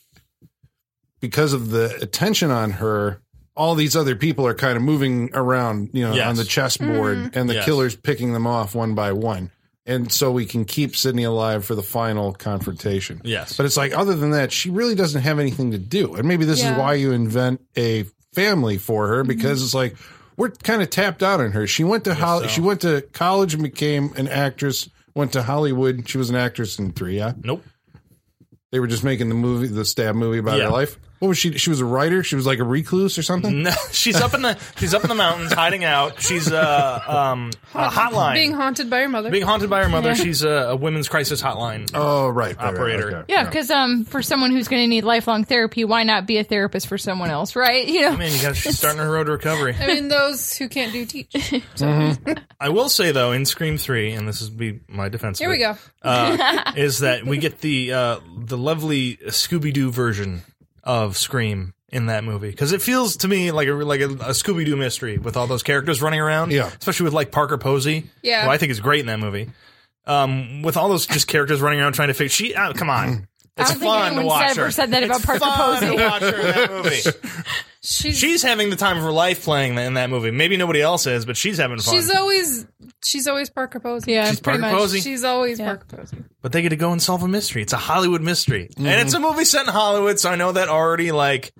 [SPEAKER 1] because of the attention on her. All these other people are kind of moving around, you know,
[SPEAKER 2] Yes.
[SPEAKER 1] on the chessboard, and the
[SPEAKER 2] Yes.
[SPEAKER 1] killer's picking them off one by one. And so we can keep Sydney alive for the final confrontation.
[SPEAKER 2] Yes.
[SPEAKER 1] But it's like, other than that, she really doesn't have anything to do. And maybe this is
[SPEAKER 4] Yeah.
[SPEAKER 1] why you invent a family for her because it's like we're kind of tapped out on her. She went to Hol-
[SPEAKER 2] so.
[SPEAKER 1] she went to college and became an actress. Went to Hollywood. She was an actress in three. Yeah,
[SPEAKER 2] Nope.
[SPEAKER 1] they were just making the movie, the stab movie about
[SPEAKER 2] Yeah. Mm-hmm.
[SPEAKER 1] her life. what was she? She was a writer. She was like a recluse or something.
[SPEAKER 2] No, she's up in the she's up in the mountains hiding out. She's uh, um, a hotline
[SPEAKER 4] Being haunted by your mother.
[SPEAKER 2] being haunted by her mother. She's a, a women's crisis hotline.
[SPEAKER 1] Oh, right, right, right,
[SPEAKER 2] Operator.
[SPEAKER 1] okay.
[SPEAKER 3] Yeah, because um, for someone who's going to need lifelong therapy, why not be a therapist for someone else, right? You know,
[SPEAKER 2] Man, you guys, she's starting her road to recovery.
[SPEAKER 4] I mean, those who can't do teach.
[SPEAKER 2] I will say though, in Scream Three, and this would be my defense.
[SPEAKER 4] Here
[SPEAKER 2] of
[SPEAKER 4] we
[SPEAKER 2] it,
[SPEAKER 4] go.
[SPEAKER 2] uh, is that we get the uh, the lovely Scooby Doo version of Scream in that movie because it feels to me like a like a, a Scooby Doo mystery with all those characters running around.
[SPEAKER 1] Yeah.
[SPEAKER 2] especially with like Parker Posey.
[SPEAKER 4] Yeah.
[SPEAKER 2] who I think is great in that movie. Um, with all those just characters running around trying to figure she. Oh, come on, it's
[SPEAKER 3] I don't
[SPEAKER 2] fun
[SPEAKER 3] think
[SPEAKER 2] to
[SPEAKER 3] anyone
[SPEAKER 2] watch
[SPEAKER 3] said
[SPEAKER 2] her.
[SPEAKER 3] ever said that about Parker
[SPEAKER 2] fun
[SPEAKER 3] Posey.
[SPEAKER 2] to watch her in that movie.
[SPEAKER 4] She's
[SPEAKER 2] she's having the time of her life playing in that movie. Maybe nobody else is, but she's having fun.
[SPEAKER 4] she's always she's always Parker Posey.
[SPEAKER 3] Yeah,
[SPEAKER 2] She's
[SPEAKER 3] pretty
[SPEAKER 2] Parker
[SPEAKER 3] much.
[SPEAKER 2] Posey.
[SPEAKER 4] She's always Parker Posey.
[SPEAKER 2] but they get to go and solve a mystery. It's a Hollywood mystery, and
[SPEAKER 1] Mm-hmm.
[SPEAKER 2] it's a movie set in Hollywood, so I know that already like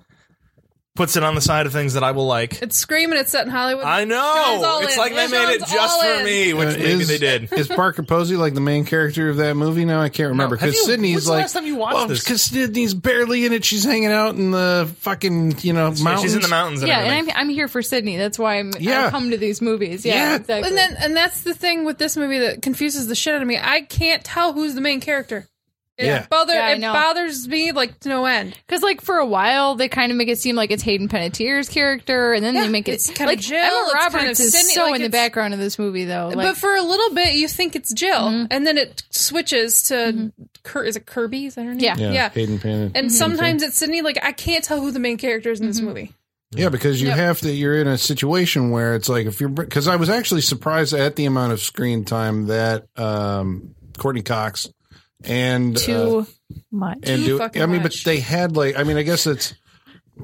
[SPEAKER 2] puts it on the side of things that I will like.
[SPEAKER 4] It's screaming. It's set in Hollywood.
[SPEAKER 2] I
[SPEAKER 4] John's
[SPEAKER 2] know
[SPEAKER 4] all
[SPEAKER 2] it's
[SPEAKER 4] in.
[SPEAKER 2] like they made it
[SPEAKER 4] John's
[SPEAKER 2] just
[SPEAKER 4] all
[SPEAKER 2] for
[SPEAKER 4] in.
[SPEAKER 2] me, which
[SPEAKER 1] Uh,
[SPEAKER 2] maybe
[SPEAKER 1] is-
[SPEAKER 2] they did.
[SPEAKER 1] Is Parker Posey like the main character of that movie now? I can't remember
[SPEAKER 2] Have
[SPEAKER 1] because
[SPEAKER 2] you- when's
[SPEAKER 1] Sydney's
[SPEAKER 2] the
[SPEAKER 1] like
[SPEAKER 2] last time you watched
[SPEAKER 1] well,
[SPEAKER 2] this?
[SPEAKER 1] because Sydney's barely in it. She's hanging out in the fucking you know
[SPEAKER 2] Yeah,
[SPEAKER 1] mountains.
[SPEAKER 2] she's in the mountains. And
[SPEAKER 3] yeah,
[SPEAKER 2] everything.
[SPEAKER 3] and I'm, I'm here for Sydney. That's why I'm
[SPEAKER 1] Yeah.
[SPEAKER 3] I come to these movies. Yeah,
[SPEAKER 1] Yeah.
[SPEAKER 3] exactly.
[SPEAKER 4] And then and that's the thing with this movie that confuses the shit out of me. I can't tell who's the main character. It
[SPEAKER 1] Yeah.
[SPEAKER 4] bother
[SPEAKER 3] Yeah, I
[SPEAKER 4] it
[SPEAKER 3] know.
[SPEAKER 4] bothers me like to no end.
[SPEAKER 3] Because like for a while they kind of make it seem like it's Hayden Panettiere's character, and then
[SPEAKER 4] Yeah,
[SPEAKER 3] they make it
[SPEAKER 4] it's kinda
[SPEAKER 3] like
[SPEAKER 4] Jill,
[SPEAKER 3] Emma
[SPEAKER 4] it's kind
[SPEAKER 3] Roberts
[SPEAKER 4] of
[SPEAKER 3] is
[SPEAKER 4] Sydney,
[SPEAKER 3] so
[SPEAKER 4] like,
[SPEAKER 3] in the
[SPEAKER 4] it's-
[SPEAKER 3] background of this movie though. Like, Mm-hmm.
[SPEAKER 4] but for a little bit, you think it's Jill, and then it switches to Kir- is it Kirby? Is that her name?
[SPEAKER 3] Yeah. Mm-hmm.
[SPEAKER 1] yeah,
[SPEAKER 4] yeah.
[SPEAKER 1] Hayden Pan.
[SPEAKER 4] And sometimes it's Sydney. Like I can't tell who the main character is in this movie.
[SPEAKER 1] yeah, because you
[SPEAKER 4] Yep.
[SPEAKER 1] have to. You're in a situation where it's like if you're because I was actually surprised at the amount of screen time that um, Courtney Cox and uh,
[SPEAKER 3] too much.
[SPEAKER 1] and do
[SPEAKER 4] fucking
[SPEAKER 1] I mean,
[SPEAKER 4] much.
[SPEAKER 1] but they had like I mean, I guess it's.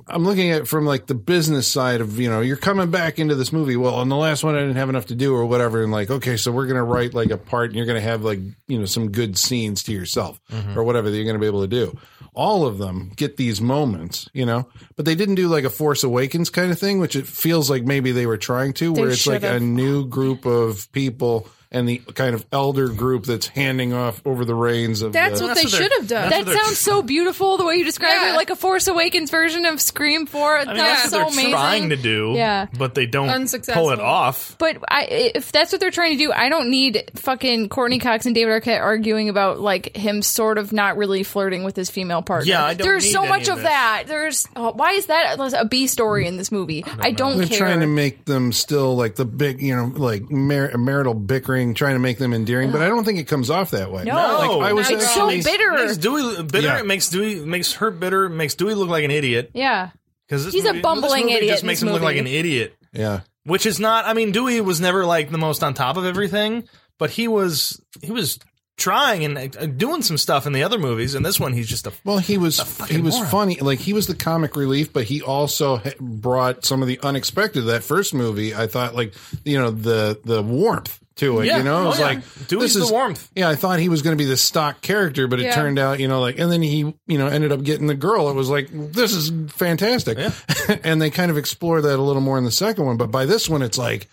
[SPEAKER 1] I'm looking at it from like the business side of you know you're coming back into this movie. Well, on the last one I didn't have enough to do or whatever, and like okay, so we're gonna write like a part and you're gonna have like you know some good scenes to yourself or whatever that you're gonna be able to do. All of them get these moments, you know, but they didn't do like a Force Awakens kind of thing, which it feels like maybe they were trying to, where it's like a
[SPEAKER 3] should've.
[SPEAKER 1] new group of people and the kind of elder group that's handing off over the reins of
[SPEAKER 4] That's
[SPEAKER 1] the,
[SPEAKER 4] what
[SPEAKER 2] That's
[SPEAKER 4] they
[SPEAKER 2] what they're-
[SPEAKER 4] should have done.
[SPEAKER 3] that
[SPEAKER 2] That's what they're-
[SPEAKER 3] sounds so beautiful the way you describe
[SPEAKER 4] Yeah.
[SPEAKER 3] it, like a Force Awakens version of Scream Four. It
[SPEAKER 2] I mean,
[SPEAKER 3] sounds
[SPEAKER 2] that's
[SPEAKER 3] so
[SPEAKER 2] what they're
[SPEAKER 3] amazing.
[SPEAKER 2] trying to do,
[SPEAKER 3] Yeah.
[SPEAKER 2] but they don't pull it
[SPEAKER 4] Unsuccessful.
[SPEAKER 2] off.
[SPEAKER 3] But I, if that's what they're trying to do, I don't need fucking Courtney Cox and David Arquette arguing about like him sort of not really flirting with his female partner.
[SPEAKER 2] Yeah, I don't
[SPEAKER 3] There's
[SPEAKER 2] need
[SPEAKER 3] so
[SPEAKER 2] any
[SPEAKER 3] much
[SPEAKER 2] of
[SPEAKER 3] of
[SPEAKER 2] this.
[SPEAKER 3] that. There's oh, why is that a B story in this movie? I don't,
[SPEAKER 1] They're
[SPEAKER 3] care.
[SPEAKER 1] trying to make them still like the big, you know, like mar- marital bickering, trying to make them endearing, but I don't think it comes off that way.
[SPEAKER 3] no,
[SPEAKER 2] No,
[SPEAKER 1] I was
[SPEAKER 4] not at
[SPEAKER 3] it's so
[SPEAKER 4] all.
[SPEAKER 1] actually,
[SPEAKER 3] bitter.
[SPEAKER 2] Makes Dewey bitter.
[SPEAKER 1] Yeah.
[SPEAKER 2] It makes Dewey makes her bitter. it Makes Dewey look like an idiot
[SPEAKER 3] yeah,
[SPEAKER 2] because
[SPEAKER 3] He's a bumbling
[SPEAKER 2] movie
[SPEAKER 3] idiot
[SPEAKER 2] Just
[SPEAKER 3] in
[SPEAKER 2] makes
[SPEAKER 3] this
[SPEAKER 2] him look like
[SPEAKER 3] movie.
[SPEAKER 2] an idiot,
[SPEAKER 1] yeah,
[SPEAKER 2] which is not. I mean, Dewey was never like the most on top of everything, but he was he was trying and uh, doing some stuff in the other movies. And this one, he's just a
[SPEAKER 1] Well, he was
[SPEAKER 2] fucking
[SPEAKER 1] he was
[SPEAKER 2] moron.
[SPEAKER 1] funny. Like he was the comic relief, but he also ha- brought some of the unexpected. That first movie, I thought like you know the the warmth to it.
[SPEAKER 2] Yeah.
[SPEAKER 1] You know, it
[SPEAKER 2] Oh,
[SPEAKER 1] was
[SPEAKER 2] yeah.
[SPEAKER 1] like
[SPEAKER 2] Dewey's
[SPEAKER 1] this
[SPEAKER 2] the
[SPEAKER 1] is
[SPEAKER 2] warmth.
[SPEAKER 1] Yeah, I thought he was going to be the stock character, but it
[SPEAKER 4] Yeah.
[SPEAKER 1] turned out you know like, and then he you know ended up getting the girl. It was like this is fantastic, and they kind of explore that a little more in the second one. But by this one, it's like.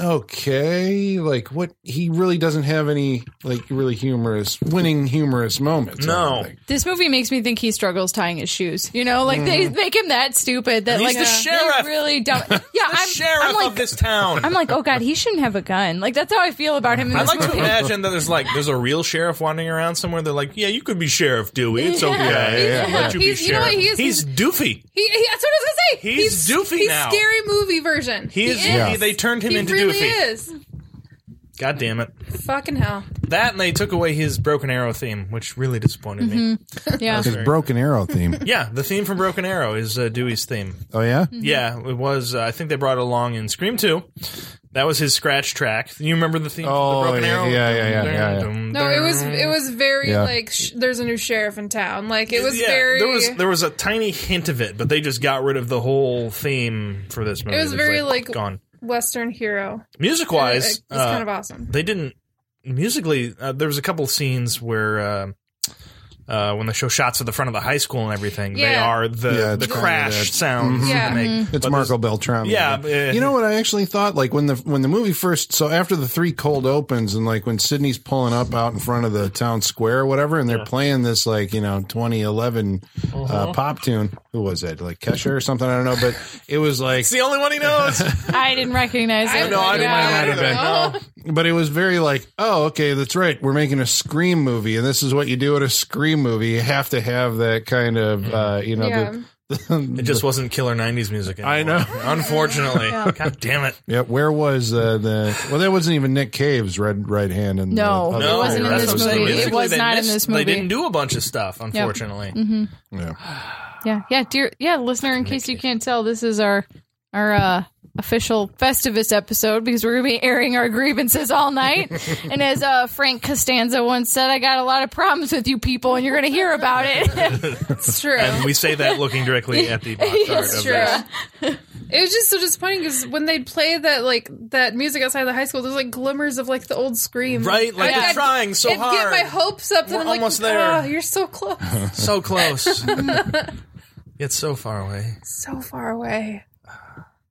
[SPEAKER 1] Okay, like what he really doesn't have any like really humorous, winning humorous moments. I don't
[SPEAKER 2] No.
[SPEAKER 1] think.
[SPEAKER 3] this movie makes me think he struggles tying his shoes. You know, like they make him that stupid that
[SPEAKER 2] Mm-hmm. And he's
[SPEAKER 3] like
[SPEAKER 2] the sheriff.
[SPEAKER 3] They really dumb. Yeah, I'm,
[SPEAKER 2] sheriff
[SPEAKER 3] I'm
[SPEAKER 2] of
[SPEAKER 3] like.
[SPEAKER 2] this town.
[SPEAKER 3] I'm like, oh god, he shouldn't have a gun. Like that's how I feel about him. In
[SPEAKER 2] I'd
[SPEAKER 3] this
[SPEAKER 2] like to
[SPEAKER 3] movie.
[SPEAKER 2] imagine that there's like there's a real sheriff wandering around somewhere. They're like, yeah, you could be sheriff Dewey. It's okay.
[SPEAKER 1] yeah, yeah.
[SPEAKER 2] Let you be
[SPEAKER 4] He's- you know
[SPEAKER 2] sheriff.
[SPEAKER 4] what? He is-
[SPEAKER 2] he's doofy.
[SPEAKER 4] He, he, that's what I was gonna say.
[SPEAKER 2] He's doofy
[SPEAKER 4] he's
[SPEAKER 2] now.
[SPEAKER 4] Scary movie version.
[SPEAKER 2] He is.
[SPEAKER 4] He,
[SPEAKER 2] He, they turned him
[SPEAKER 4] he
[SPEAKER 2] into
[SPEAKER 4] really
[SPEAKER 2] doofy.
[SPEAKER 4] is.
[SPEAKER 2] God damn it!
[SPEAKER 4] Fucking hell.
[SPEAKER 2] That and they took away his Broken Arrow theme, which really disappointed me.
[SPEAKER 3] yeah.
[SPEAKER 1] His broken arrow theme.
[SPEAKER 2] Yeah, the theme from Broken Arrow is uh, Dewey's theme.
[SPEAKER 1] Oh yeah,
[SPEAKER 2] Yeah, it was. Uh, I think they brought it along in Scream Two. That was his scratch track. You remember the theme?
[SPEAKER 1] Oh,
[SPEAKER 2] the Broken
[SPEAKER 1] yeah,
[SPEAKER 2] Arrow.
[SPEAKER 1] yeah, yeah, yeah, yeah, yeah.
[SPEAKER 4] No, it was it was very
[SPEAKER 1] Yeah.
[SPEAKER 4] like sh- there's a new sheriff in town. Like it was
[SPEAKER 2] yeah,
[SPEAKER 4] very
[SPEAKER 2] There was there was a tiny hint of it, but they just got rid of the whole theme for this movie.
[SPEAKER 4] It was
[SPEAKER 2] It's
[SPEAKER 4] very, like,
[SPEAKER 2] gone.
[SPEAKER 4] Western hero.
[SPEAKER 2] Music
[SPEAKER 4] It,
[SPEAKER 2] wise,
[SPEAKER 4] it's kind of awesome.
[SPEAKER 2] they didn't musically. Uh, there was a couple scenes where. Uh, uh, when they show shots of the front of the high school and everything, they
[SPEAKER 4] Yeah. Mm-hmm.
[SPEAKER 2] are the
[SPEAKER 1] Yeah, it's kinda
[SPEAKER 2] the
[SPEAKER 1] that.
[SPEAKER 2] crash sounds.
[SPEAKER 4] Yeah.
[SPEAKER 2] that they make.
[SPEAKER 1] it's
[SPEAKER 2] But
[SPEAKER 1] Marco Beltrami.
[SPEAKER 2] Yeah, but, uh,
[SPEAKER 1] you know what I actually thought? Like when the when the movie first, so after the three cold opens, and like when Sydney's pulling up out in front
[SPEAKER 2] Uh-huh.
[SPEAKER 1] of the town square or whatever, and they're playing this like you know 2011 uh, pop tune. who was it? Like Kesha or something? I don't know, but it was like
[SPEAKER 2] It's the only one he knows.
[SPEAKER 3] I didn't recognize it.
[SPEAKER 2] no, I didn't
[SPEAKER 3] Yeah.
[SPEAKER 2] know that.
[SPEAKER 4] don't know.
[SPEAKER 1] but it was very like, oh, okay, that's right. We're making a scream movie, and this is what you do at a scream movie. You have to have that kind of,
[SPEAKER 2] Mm-hmm.
[SPEAKER 1] uh, you know,
[SPEAKER 4] Yeah.
[SPEAKER 1] the, the
[SPEAKER 2] It just wasn't killer '90s music. Anymore.
[SPEAKER 1] I know.
[SPEAKER 2] Unfortunately, God damn it.
[SPEAKER 1] yeah. Where was uh, the? Well, that wasn't even Nick Cave's red right hand. And the
[SPEAKER 3] No, it wasn't in
[SPEAKER 2] that's
[SPEAKER 3] this
[SPEAKER 2] what I'm saying.
[SPEAKER 3] movie. It
[SPEAKER 2] Basically,
[SPEAKER 3] was
[SPEAKER 2] they
[SPEAKER 3] not in
[SPEAKER 2] missed-
[SPEAKER 3] this
[SPEAKER 2] They
[SPEAKER 3] movie. Mm-hmm.
[SPEAKER 2] didn't do a bunch of stuff, unfortunately.
[SPEAKER 1] Yeah.
[SPEAKER 3] Yeah, yeah, dear, yeah, listener. In case you can't tell, this is our our uh, official Festivus episode because we're going to be airing our grievances all night. and as uh, Frank Costanza once said, "I got a lot of problems with you people, and you're going to hear about it."
[SPEAKER 4] It's true.
[SPEAKER 2] And we say that looking directly at the box art of
[SPEAKER 4] It's true.
[SPEAKER 2] this.
[SPEAKER 4] It was just so disappointing because when they'd play that like that music outside the high school, there's like glimmers of like the old scream,
[SPEAKER 2] Right? Like,
[SPEAKER 4] I'd-
[SPEAKER 2] they're
[SPEAKER 4] I'd-
[SPEAKER 2] trying so
[SPEAKER 4] I'd
[SPEAKER 2] hard.
[SPEAKER 4] get my hopes up, and
[SPEAKER 2] We're
[SPEAKER 4] I'm like,
[SPEAKER 2] almost there.
[SPEAKER 4] "Oh, you're so close,
[SPEAKER 2] So close. Yet so far away.
[SPEAKER 4] so far away."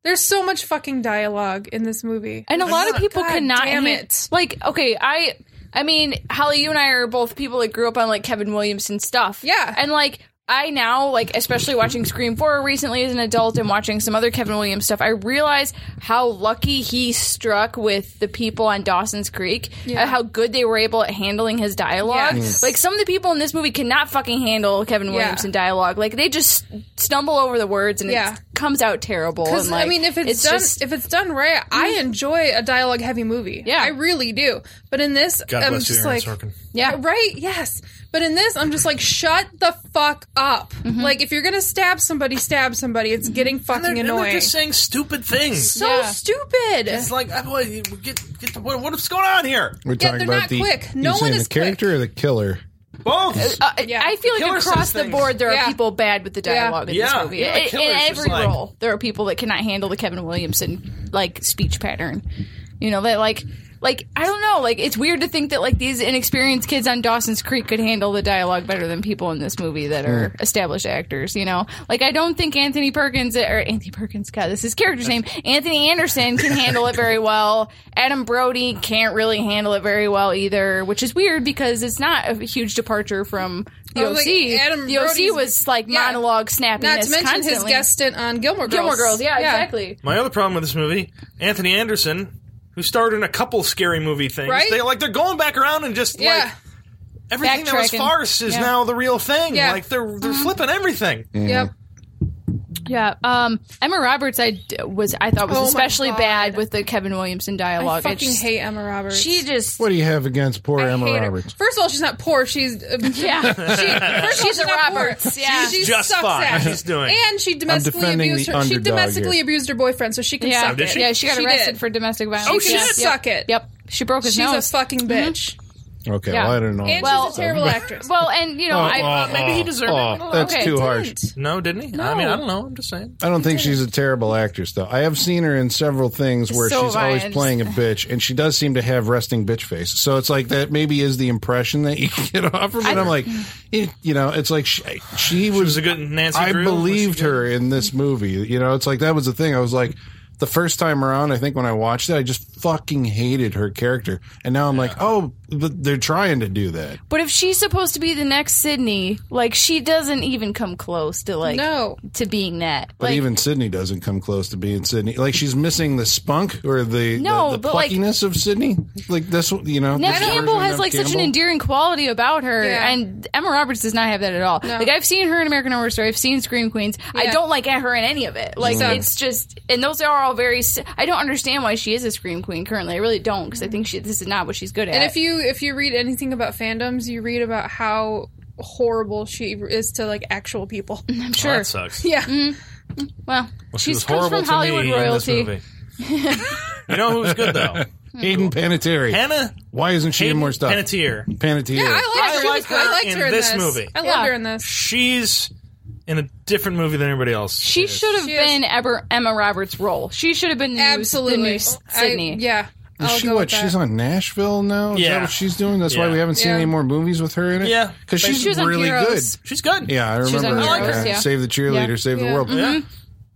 [SPEAKER 4] There's so much fucking dialogue in this movie.
[SPEAKER 3] and a lot of people
[SPEAKER 4] God
[SPEAKER 3] cannot
[SPEAKER 4] damn
[SPEAKER 3] hit-
[SPEAKER 4] it.
[SPEAKER 3] Like, okay, I. I mean, Holly, you and I are both people that grew up on like Kevin Williamson stuff.
[SPEAKER 4] Yeah.
[SPEAKER 3] And like I now, like especially watching Scream 4 recently as an adult and watching some other Kevin Williams stuff, I realize how lucky he struck with the people on Dawson's Creek
[SPEAKER 4] Yeah.
[SPEAKER 3] and how good they were able at handling his dialogue.
[SPEAKER 4] Yes.
[SPEAKER 3] Like some of the people in this movie cannot fucking handle Kevin
[SPEAKER 4] Yeah.
[SPEAKER 3] Williamson dialogue. Like they just stumble over the words and
[SPEAKER 4] Yeah.
[SPEAKER 3] it comes out terrible.
[SPEAKER 4] Because
[SPEAKER 3] And, like,
[SPEAKER 4] I mean, if it's, done,
[SPEAKER 3] just-
[SPEAKER 4] if it's done right, I
[SPEAKER 2] Mm.
[SPEAKER 4] enjoy a dialogue heavy movie.
[SPEAKER 3] Yeah.
[SPEAKER 4] I really do. But in this,
[SPEAKER 2] God
[SPEAKER 4] I'm
[SPEAKER 2] bless you,
[SPEAKER 4] just
[SPEAKER 2] Aaron
[SPEAKER 4] like,
[SPEAKER 2] Sorkin.
[SPEAKER 3] yeah.
[SPEAKER 4] right, yes. But in this, I'm just like, shut the fuck up.
[SPEAKER 3] Mm-hmm.
[SPEAKER 4] Like, if you're gonna stab somebody, stab somebody. It's getting fucking
[SPEAKER 2] They're, and
[SPEAKER 4] annoying.
[SPEAKER 2] they're just saying stupid things.
[SPEAKER 4] so
[SPEAKER 3] Yeah.
[SPEAKER 4] stupid.
[SPEAKER 2] It's like, I, what, you- get, get the, what, what's going on here?
[SPEAKER 1] We're
[SPEAKER 4] Yeah,
[SPEAKER 1] talking
[SPEAKER 4] they're
[SPEAKER 1] about
[SPEAKER 4] not
[SPEAKER 1] the
[SPEAKER 4] quick.
[SPEAKER 1] you
[SPEAKER 4] No one
[SPEAKER 1] saying
[SPEAKER 4] is
[SPEAKER 1] the character
[SPEAKER 4] quick.
[SPEAKER 1] or the killer.
[SPEAKER 2] Both.
[SPEAKER 3] Uh,
[SPEAKER 4] Yeah.
[SPEAKER 3] I feel like
[SPEAKER 2] Killer
[SPEAKER 3] across
[SPEAKER 2] says
[SPEAKER 3] the
[SPEAKER 2] things.
[SPEAKER 3] board, there are
[SPEAKER 4] Yeah.
[SPEAKER 3] people bad with the dialogue in
[SPEAKER 2] Yeah.
[SPEAKER 3] this movie.
[SPEAKER 2] Yeah,
[SPEAKER 3] In- in,
[SPEAKER 2] Killer's just
[SPEAKER 3] every
[SPEAKER 2] like-
[SPEAKER 3] role, there are people that cannot handle the Kevin Williamson like speech pattern. You know that like like I don't know like it's weird to think that like these inexperienced kids on Dawson's Creek could handle the dialogue better than people in this movie that are established actors. You know, like I don't think Anthony Perkins or Anthony Perkins, God, this is his character's name. Anthony Anderson can handle it very well. Adam Brody can't really handle it very well either, which is weird because it's not a huge departure from the
[SPEAKER 4] Oh,
[SPEAKER 3] OC.
[SPEAKER 4] like, Adam
[SPEAKER 3] the OC
[SPEAKER 4] Brody's-
[SPEAKER 3] was like
[SPEAKER 4] yeah.
[SPEAKER 3] monologue snappiness.
[SPEAKER 4] Not to mention his
[SPEAKER 3] constantly.
[SPEAKER 4] guest stint on Gilmore Girls.
[SPEAKER 3] Gilmore Girls. Yeah, exactly.
[SPEAKER 2] My other problem with this movie, Anthony Anderson, who starred in a couple scary movie things,
[SPEAKER 4] Right?
[SPEAKER 2] they like they're going back around and just
[SPEAKER 4] Yeah.
[SPEAKER 2] like everything that was
[SPEAKER 3] Backtracking.
[SPEAKER 2] farce is
[SPEAKER 3] Yeah. Mm-hmm.
[SPEAKER 2] now the real thing.
[SPEAKER 4] Yeah.
[SPEAKER 2] Like they're they're flipping everything.
[SPEAKER 4] Yep.
[SPEAKER 3] Yeah, um, Emma Roberts, I d- was I thought was
[SPEAKER 4] Oh my
[SPEAKER 3] especially
[SPEAKER 4] God.
[SPEAKER 3] bad with the Kevin Williamson
[SPEAKER 4] I
[SPEAKER 3] dialogue. It
[SPEAKER 4] fucking
[SPEAKER 3] just-
[SPEAKER 4] hate Emma Roberts.
[SPEAKER 3] She just.
[SPEAKER 1] What do you have against poor
[SPEAKER 4] I
[SPEAKER 1] Emma
[SPEAKER 4] hate her.
[SPEAKER 1] Roberts?
[SPEAKER 4] First of all, she's not poor. She's uh,
[SPEAKER 3] yeah,
[SPEAKER 4] She,
[SPEAKER 3] She's
[SPEAKER 4] first she's
[SPEAKER 3] a
[SPEAKER 4] a not
[SPEAKER 3] Roberts,
[SPEAKER 4] poor.
[SPEAKER 3] yeah.
[SPEAKER 4] She, she
[SPEAKER 2] Just
[SPEAKER 4] sucks
[SPEAKER 2] fine.
[SPEAKER 4] at it.
[SPEAKER 2] She's doing.
[SPEAKER 4] And she domestically
[SPEAKER 1] defending
[SPEAKER 4] abused
[SPEAKER 1] the
[SPEAKER 4] her. She
[SPEAKER 1] underdog
[SPEAKER 4] domestically
[SPEAKER 1] here.
[SPEAKER 4] abused her boyfriend, so she can
[SPEAKER 3] yeah,
[SPEAKER 4] suck
[SPEAKER 2] did
[SPEAKER 4] it.
[SPEAKER 2] she?
[SPEAKER 3] yeah. She got arrested
[SPEAKER 4] did.
[SPEAKER 3] for domestic violence.
[SPEAKER 4] Oh, she
[SPEAKER 3] yeah.
[SPEAKER 4] did
[SPEAKER 3] yep.
[SPEAKER 4] suck it.
[SPEAKER 3] Yep, she broke his
[SPEAKER 4] She's
[SPEAKER 3] nose.
[SPEAKER 4] a fucking
[SPEAKER 3] Mm-hmm.
[SPEAKER 4] bitch,
[SPEAKER 1] Okay,
[SPEAKER 3] Yeah.
[SPEAKER 1] well, I don't know.
[SPEAKER 4] and
[SPEAKER 3] Well-
[SPEAKER 4] she's a terrible actress.
[SPEAKER 3] well, and you know, I,
[SPEAKER 2] maybe he deserved it.
[SPEAKER 1] oh, that's
[SPEAKER 3] Okay.
[SPEAKER 1] too
[SPEAKER 3] Didn't.
[SPEAKER 1] harsh.
[SPEAKER 2] No, didn't he? I mean, I don't know. I'm just saying.
[SPEAKER 1] I don't think she's a terrible actress, though. I have seen her in several things where
[SPEAKER 3] So
[SPEAKER 1] she's
[SPEAKER 3] have I.
[SPEAKER 1] always playing a bitch, and she does seem to have resting bitch face. So it's like that maybe is the impression that you get off her. But I, am like, it, you know, it's like she, she, was,
[SPEAKER 2] was a good Nancy
[SPEAKER 1] I
[SPEAKER 2] Drew? Was
[SPEAKER 1] believed
[SPEAKER 2] she good?
[SPEAKER 1] her in this movie. You know, it's like that was the thing. I was like, the first time around, I think when I watched it, I just fucking hated her character, and now I'm like, oh, but they're trying to do that.
[SPEAKER 3] but if she's supposed to be the next Sydney, like she doesn't even come close to like
[SPEAKER 4] no,
[SPEAKER 3] to being that.
[SPEAKER 1] But
[SPEAKER 3] like,
[SPEAKER 1] even Sydney doesn't come close to being Sydney. Like she's missing the spunk or the
[SPEAKER 3] No,
[SPEAKER 1] the, the
[SPEAKER 3] but, like-
[SPEAKER 1] pluckiness of Sydney. Like this, one, you know.
[SPEAKER 3] Nev
[SPEAKER 1] this
[SPEAKER 3] Campbell
[SPEAKER 1] version
[SPEAKER 3] has
[SPEAKER 1] of
[SPEAKER 3] like such an
[SPEAKER 1] Campbell.
[SPEAKER 3] endearing quality about her,
[SPEAKER 4] Yeah.
[SPEAKER 3] and Emma Roberts does not have that at all. Like I've seen her in American Horror Story, I've seen Scream Queens. I
[SPEAKER 4] Yeah.
[SPEAKER 3] don't like her in any of it. Like
[SPEAKER 4] Sucks.
[SPEAKER 3] it's just, and those are all very. s- I don't understand why she is a Scream Queen currently. I really don't because I think she this is not what she's good at.
[SPEAKER 4] and if you if you read anything about fandoms, you read about how horrible she is to like actual people.
[SPEAKER 3] I'm
[SPEAKER 2] Well,
[SPEAKER 3] sure.
[SPEAKER 2] that sucks.
[SPEAKER 4] yeah,
[SPEAKER 3] Mm. well,
[SPEAKER 2] She
[SPEAKER 3] she's
[SPEAKER 2] was
[SPEAKER 3] comes
[SPEAKER 2] horrible
[SPEAKER 3] from Hollywood
[SPEAKER 2] to me
[SPEAKER 3] royalty.
[SPEAKER 2] in this movie. you know who was good though?
[SPEAKER 1] Hayden Panettiere.
[SPEAKER 2] Hannah
[SPEAKER 1] Why isn't she in more stuff?
[SPEAKER 2] Panettiere.
[SPEAKER 1] Panettiere.
[SPEAKER 4] yeah, I
[SPEAKER 2] I
[SPEAKER 4] liked her.
[SPEAKER 2] like her
[SPEAKER 4] I liked
[SPEAKER 2] in
[SPEAKER 4] her in
[SPEAKER 2] this
[SPEAKER 4] this,
[SPEAKER 2] movie.
[SPEAKER 4] I love
[SPEAKER 3] Yeah.
[SPEAKER 4] her in this.
[SPEAKER 2] She's in a different movie than everybody else.
[SPEAKER 3] She should have
[SPEAKER 4] She is.
[SPEAKER 3] been Eber, Emma Roberts' role. She should have been the
[SPEAKER 4] Absolutely,
[SPEAKER 3] new, the new S-
[SPEAKER 4] I-
[SPEAKER 3] Sydney.
[SPEAKER 4] yeah,
[SPEAKER 1] Is
[SPEAKER 4] I'll
[SPEAKER 1] she
[SPEAKER 4] go
[SPEAKER 1] what?
[SPEAKER 4] with that.
[SPEAKER 1] She's on Nashville now. Is that
[SPEAKER 2] Yeah.
[SPEAKER 1] what she's doing? That's why
[SPEAKER 2] Yeah.
[SPEAKER 1] we haven't seen
[SPEAKER 4] Yeah.
[SPEAKER 1] any more movies with her in it.
[SPEAKER 2] Yeah.
[SPEAKER 1] because she's
[SPEAKER 3] She was on
[SPEAKER 1] really good.
[SPEAKER 3] Heroes.
[SPEAKER 2] She's good.
[SPEAKER 1] Yeah, I
[SPEAKER 3] She was
[SPEAKER 1] remember.
[SPEAKER 3] on
[SPEAKER 1] her.
[SPEAKER 3] Heroes,
[SPEAKER 1] Yeah.
[SPEAKER 3] yeah.
[SPEAKER 1] Save the cheerleader,
[SPEAKER 3] Yeah. Mm-hmm.
[SPEAKER 1] save the
[SPEAKER 4] Yeah.
[SPEAKER 1] world.
[SPEAKER 2] Yeah.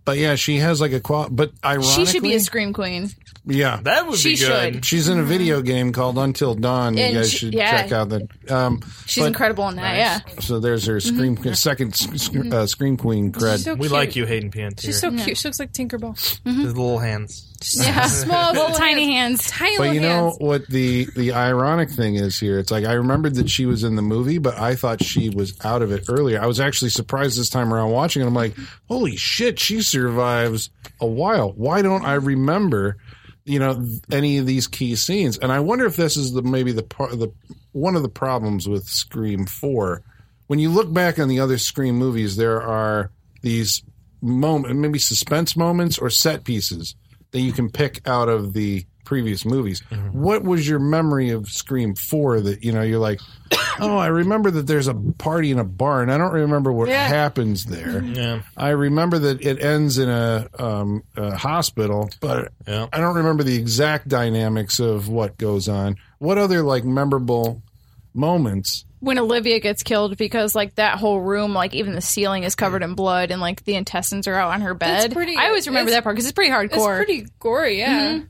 [SPEAKER 1] But yeah, she has like a qual. But ironically,
[SPEAKER 3] She should be a scream queen.
[SPEAKER 1] yeah.
[SPEAKER 2] That would
[SPEAKER 3] She
[SPEAKER 2] be good.
[SPEAKER 3] should.
[SPEAKER 1] She's in a video game called Until Dawn.
[SPEAKER 3] And
[SPEAKER 1] you guys
[SPEAKER 3] she-
[SPEAKER 1] should
[SPEAKER 3] yeah.
[SPEAKER 1] check out that. Um,
[SPEAKER 3] She's Mm-hmm.
[SPEAKER 1] but-
[SPEAKER 3] incredible in that. Yeah.
[SPEAKER 1] So there's her scream second sc- uh, scream queen cred.
[SPEAKER 4] She's so
[SPEAKER 2] We
[SPEAKER 4] cute.
[SPEAKER 2] like you, Hayden Panettiere.
[SPEAKER 4] She's so cute. She looks like Tinkerbell.
[SPEAKER 2] His little hands.
[SPEAKER 3] Yeah.
[SPEAKER 4] Small
[SPEAKER 3] Little
[SPEAKER 4] little
[SPEAKER 3] tiny
[SPEAKER 4] hands.
[SPEAKER 3] hands.
[SPEAKER 4] Tiny
[SPEAKER 1] But
[SPEAKER 4] little
[SPEAKER 1] you know
[SPEAKER 4] hands.
[SPEAKER 1] what the the ironic thing is here? It's like I remembered that she was in the movie, but I thought she was out of it earlier. I was actually surprised this time around watching it. I'm like, holy shit, she survives a while. Why don't I remember, you know, any of these key scenes? And I wonder if this is the maybe the part the one of the problems with Scream Four. When you look back on the other Scream movies, there are these moment, maybe suspense moments or set pieces that you can pick out of the previous movies. What was your memory of Scream 4 that, you know, you're like, oh, I remember that there's a party in a bar and I don't remember what happens there.
[SPEAKER 2] Yeah.
[SPEAKER 1] I remember that it ends in a, um, a hospital, but
[SPEAKER 2] Yeah.
[SPEAKER 1] I don't remember the exact dynamics of what goes on. What other like memorable moments?
[SPEAKER 3] When Olivia gets killed because like that whole room, like even the ceiling is covered in blood and like the intestines are out on her bed.
[SPEAKER 4] That's pretty-
[SPEAKER 3] I always remember
[SPEAKER 4] it's-
[SPEAKER 3] that part because it's pretty hardcore.
[SPEAKER 4] It's pretty gory, yeah.
[SPEAKER 3] Mm-hmm.